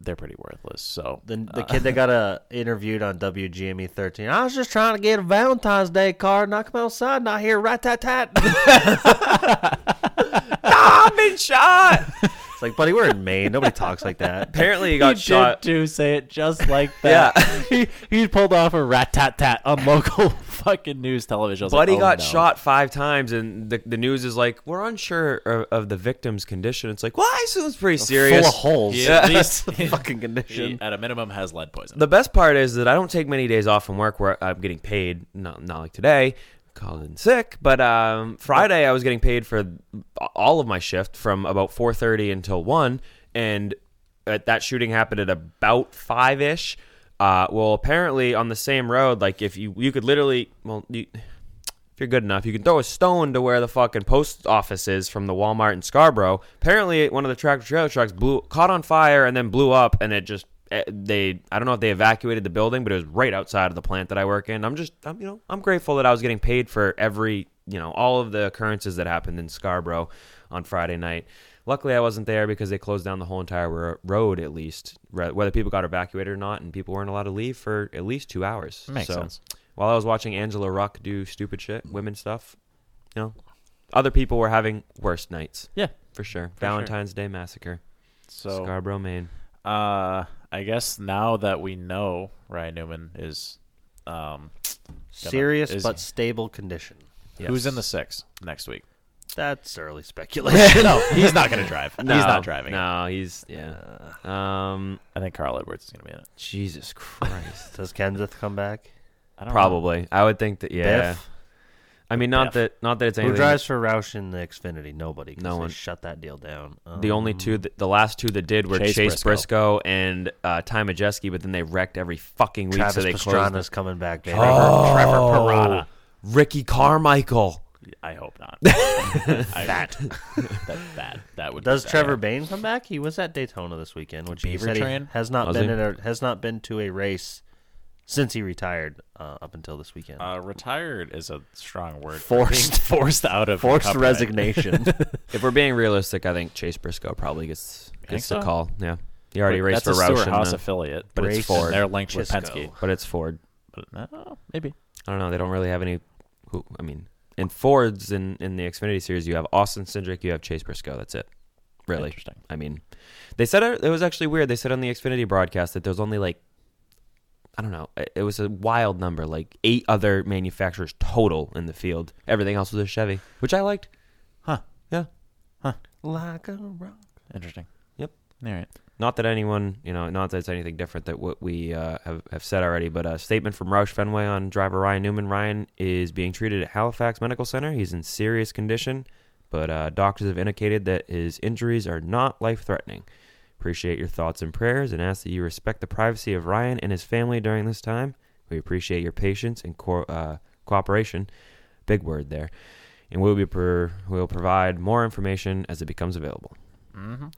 [SPEAKER 4] they're pretty worthless. So
[SPEAKER 3] the, the kid that got uh, interviewed on WGME 13? E I was just trying to get a Valentine's Day card, and I come outside, and I hear rat tat [laughs] tat.
[SPEAKER 5] I've been shot.
[SPEAKER 3] It's like, buddy, we're in Maine. Nobody talks like that.
[SPEAKER 5] Apparently, he got
[SPEAKER 4] he
[SPEAKER 5] shot.
[SPEAKER 4] did do say it just like that. [laughs] he, he pulled off a rat tat tat on local [laughs] fucking news television. I was
[SPEAKER 5] Buddy
[SPEAKER 4] like, oh,
[SPEAKER 5] got
[SPEAKER 4] no.
[SPEAKER 5] shot five times, and the, the news is like, "We're unsure of, of the victim's condition." It's like, "Well, I assume it's pretty serious."
[SPEAKER 3] Full of holes.
[SPEAKER 5] Yeah.
[SPEAKER 3] That's the [laughs] fucking
[SPEAKER 4] [laughs] He,
[SPEAKER 3] condition.
[SPEAKER 4] at a minimum, has lead poisoning.
[SPEAKER 5] The best part is that I don't take many days off from work where I'm getting paid. Not not like today, calling sick. But um, Friday I was getting paid for all of my shift from about four thirty until one, and uh, that shooting happened at about five ish. Uh, well, apparently on the same road, like if you you could literally well you if you're good enough, you can throw a stone to where the fucking post office is from the Walmart in Scarborough. Apparently, one of the tractor trailer trucks blew, caught on fire and then blew up, and it just eh, they I don't know if they evacuated the building, but it was right outside of the plant that I work in. I'm just I'm you know I'm grateful that I was getting paid for every you know all of the occurrences that happened in Scarborough on Friday night. Luckily, I wasn't there because they closed down the whole entire ro- road at least, re- whether people got evacuated or not, and people weren't allowed to leave for at least two hours.
[SPEAKER 4] Makes
[SPEAKER 5] so,
[SPEAKER 4] sense.
[SPEAKER 5] While I was watching Angela Ruck do stupid shit, women stuff, you know, other people were having worse nights.
[SPEAKER 4] Yeah.
[SPEAKER 5] for sure.
[SPEAKER 4] sure.
[SPEAKER 5] Valentine's Day massacre.
[SPEAKER 4] So
[SPEAKER 5] Scarborough, Maine.
[SPEAKER 4] Uh, I guess now that we know Ryan Newman is um,
[SPEAKER 3] [laughs] Serious
[SPEAKER 4] is-
[SPEAKER 3] but stable condition.
[SPEAKER 4] who's in the six next week?
[SPEAKER 3] That's [laughs] early speculation.
[SPEAKER 4] no, he's not going to drive. he's
[SPEAKER 5] No,
[SPEAKER 4] not driving.
[SPEAKER 5] No, Uh, he's yeah. um,
[SPEAKER 4] I think Carl Edwards is going to be in it.
[SPEAKER 5] [laughs] Jesus Christ.
[SPEAKER 3] Does Kenseth come back?
[SPEAKER 4] I don't know.
[SPEAKER 5] Probably. I would think that yeah.
[SPEAKER 3] Biff?
[SPEAKER 5] I mean, not
[SPEAKER 4] Biff.
[SPEAKER 5] that not that it's
[SPEAKER 3] Who
[SPEAKER 5] anything.
[SPEAKER 3] drives for Roush in the Xfinity? Nobody. 'cause
[SPEAKER 5] No
[SPEAKER 3] they
[SPEAKER 5] one.
[SPEAKER 3] Shut that deal down.
[SPEAKER 5] the only two, that, the last two that did were
[SPEAKER 4] Chase
[SPEAKER 5] Chase,
[SPEAKER 4] Briscoe.
[SPEAKER 5] Briscoe. and uh, Ty Majeski, but then they wrecked every fucking week,
[SPEAKER 3] Travis
[SPEAKER 5] so they closed.
[SPEAKER 3] Pastrana's Oh, coming back. Baby.
[SPEAKER 4] Trevor Parada.
[SPEAKER 5] Ricky Carmichael.
[SPEAKER 4] I hope not. that. that that that would.
[SPEAKER 3] Does
[SPEAKER 4] be bad.
[SPEAKER 3] Trevor Bain come back? He was at Daytona this weekend, which
[SPEAKER 4] Beaver
[SPEAKER 3] he said he
[SPEAKER 4] train?
[SPEAKER 3] has not
[SPEAKER 5] Was
[SPEAKER 3] been
[SPEAKER 5] he?
[SPEAKER 3] in a, has not been to a race since he retired uh, up until this weekend.
[SPEAKER 4] Uh, retired is a strong word.
[SPEAKER 3] Forced-
[SPEAKER 4] Being forced out of
[SPEAKER 3] Forced
[SPEAKER 4] Cup, right?
[SPEAKER 3] resignation. [laughs]
[SPEAKER 5] If we're being realistic, I think Chase Briscoe probably gets
[SPEAKER 4] think
[SPEAKER 5] gets
[SPEAKER 4] so?
[SPEAKER 5] the call. Yeah, he already
[SPEAKER 4] But
[SPEAKER 5] raced
[SPEAKER 4] that's
[SPEAKER 5] for
[SPEAKER 4] a
[SPEAKER 5] Roush,
[SPEAKER 4] Stewart
[SPEAKER 5] in
[SPEAKER 4] Haas
[SPEAKER 5] the-
[SPEAKER 4] affiliate,
[SPEAKER 5] but it's
[SPEAKER 4] Race-
[SPEAKER 5] Ford.
[SPEAKER 4] They're linked with
[SPEAKER 3] Chisco.
[SPEAKER 4] Penske.
[SPEAKER 5] but it's Ford.
[SPEAKER 4] But, uh, maybe.
[SPEAKER 5] I don't know. They don't really have any. Who I mean, in Fords in in the Xfinity series, you have Austin Cindric, you have Chase Briscoe. That's it. Really
[SPEAKER 4] Interesting.
[SPEAKER 5] I mean, they said it was actually weird. They said on the Xfinity broadcast that there's only like I don't know. It- It was a wild number, like eight other manufacturers total in the field. Everything else was a Chevy, which I liked.
[SPEAKER 4] Huh.
[SPEAKER 5] Yeah.
[SPEAKER 3] like a rock.
[SPEAKER 4] Interesting.
[SPEAKER 5] Yep.
[SPEAKER 4] All right.
[SPEAKER 5] Not that anyone, you know, not that it's anything different than what we uh, have, have said already, but a statement from Roush Fenway on driver Ryan Newman. Ryan is being treated at Halifax Medical Center. He's in serious condition, but uh, doctors have indicated that his injuries are not life threatening. Appreciate your thoughts and prayers and ask that you respect the privacy of Ryan and his family during this time. We appreciate your patience and co- uh, cooperation. Big word there. And we'll, be pro- we'll provide more information as it becomes available.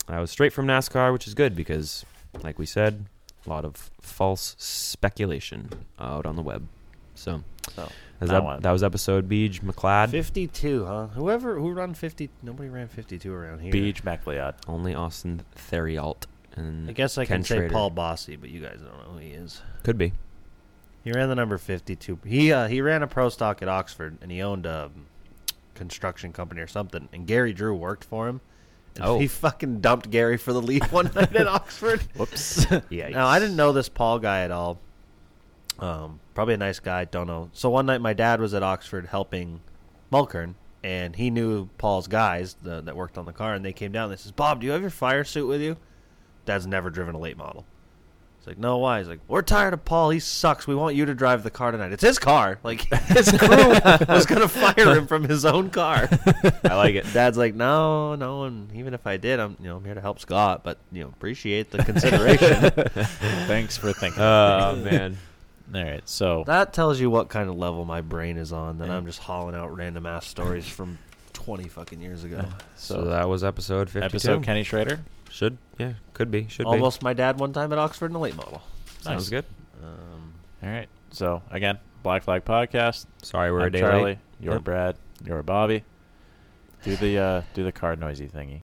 [SPEAKER 5] I was straight from NASCAR, which is good because, like we said, a lot of false speculation out on the web. So,
[SPEAKER 3] So,
[SPEAKER 5] that, was
[SPEAKER 4] that
[SPEAKER 5] ep-
[SPEAKER 4] one.
[SPEAKER 5] that was episode Beej McLeod.
[SPEAKER 3] Fifty-two, huh? Whoever who run fifty, nobody ran fifty-two around here.
[SPEAKER 4] Beach MacLeod.
[SPEAKER 5] Only Austin Theriault. And
[SPEAKER 3] I guess I
[SPEAKER 5] Ken
[SPEAKER 3] can say
[SPEAKER 5] Schrader.
[SPEAKER 3] Paul Bossy, but you guys don't know who he is.
[SPEAKER 5] Could be.
[SPEAKER 3] He ran the number fifty-two. He uh, he ran a pro stock at Oxford, and he owned a construction company or something. And Gary Drew worked for him. And
[SPEAKER 5] Oh.
[SPEAKER 3] he [laughs] fucking dumped Gary for the lead one [laughs] night at Oxford.
[SPEAKER 4] Whoops.
[SPEAKER 3] Yeah. [laughs] Now I didn't know this Paul guy at all. Um, probably a nice guy. Don't know. So one night my dad was at Oxford helping Mulkern, and he knew Paul's guys the, that worked on the car, and they came down. and They says, "Bob, do you have your fire suit with you?" Dad's never driven a late model. It's like, no, why? He's like, we're tired of Paul. He sucks. We want you to drive the car tonight. It's his car. Like [laughs] his crew was gonna fire him from his own car.
[SPEAKER 5] I like it.
[SPEAKER 3] Dad's like, no, no, and even if I did, I'm you know I'm here to help Scott, but you know appreciate the consideration.
[SPEAKER 4] Thanks for thinking.
[SPEAKER 5] Oh, man.
[SPEAKER 4] All right. So
[SPEAKER 3] [laughs] That tells you what kind of level my brain is on. That I'm just hauling out random ass stories from 20 fucking years [laughs] ago.
[SPEAKER 5] So that was episode 52.
[SPEAKER 4] episode Kenny Schrader.
[SPEAKER 5] Should. Yeah. Could be. Should
[SPEAKER 3] Almost my dad one time at Oxford in a late model.
[SPEAKER 5] be. Sounds good.
[SPEAKER 4] Um, All right. So again, Black Flag Podcast.
[SPEAKER 5] Sorry we're
[SPEAKER 4] I'm
[SPEAKER 5] a day
[SPEAKER 4] Charlie.
[SPEAKER 5] late.
[SPEAKER 4] You're
[SPEAKER 5] Yep.
[SPEAKER 4] Brad. You're Bobby. Do the uh, do the card noisy thingy.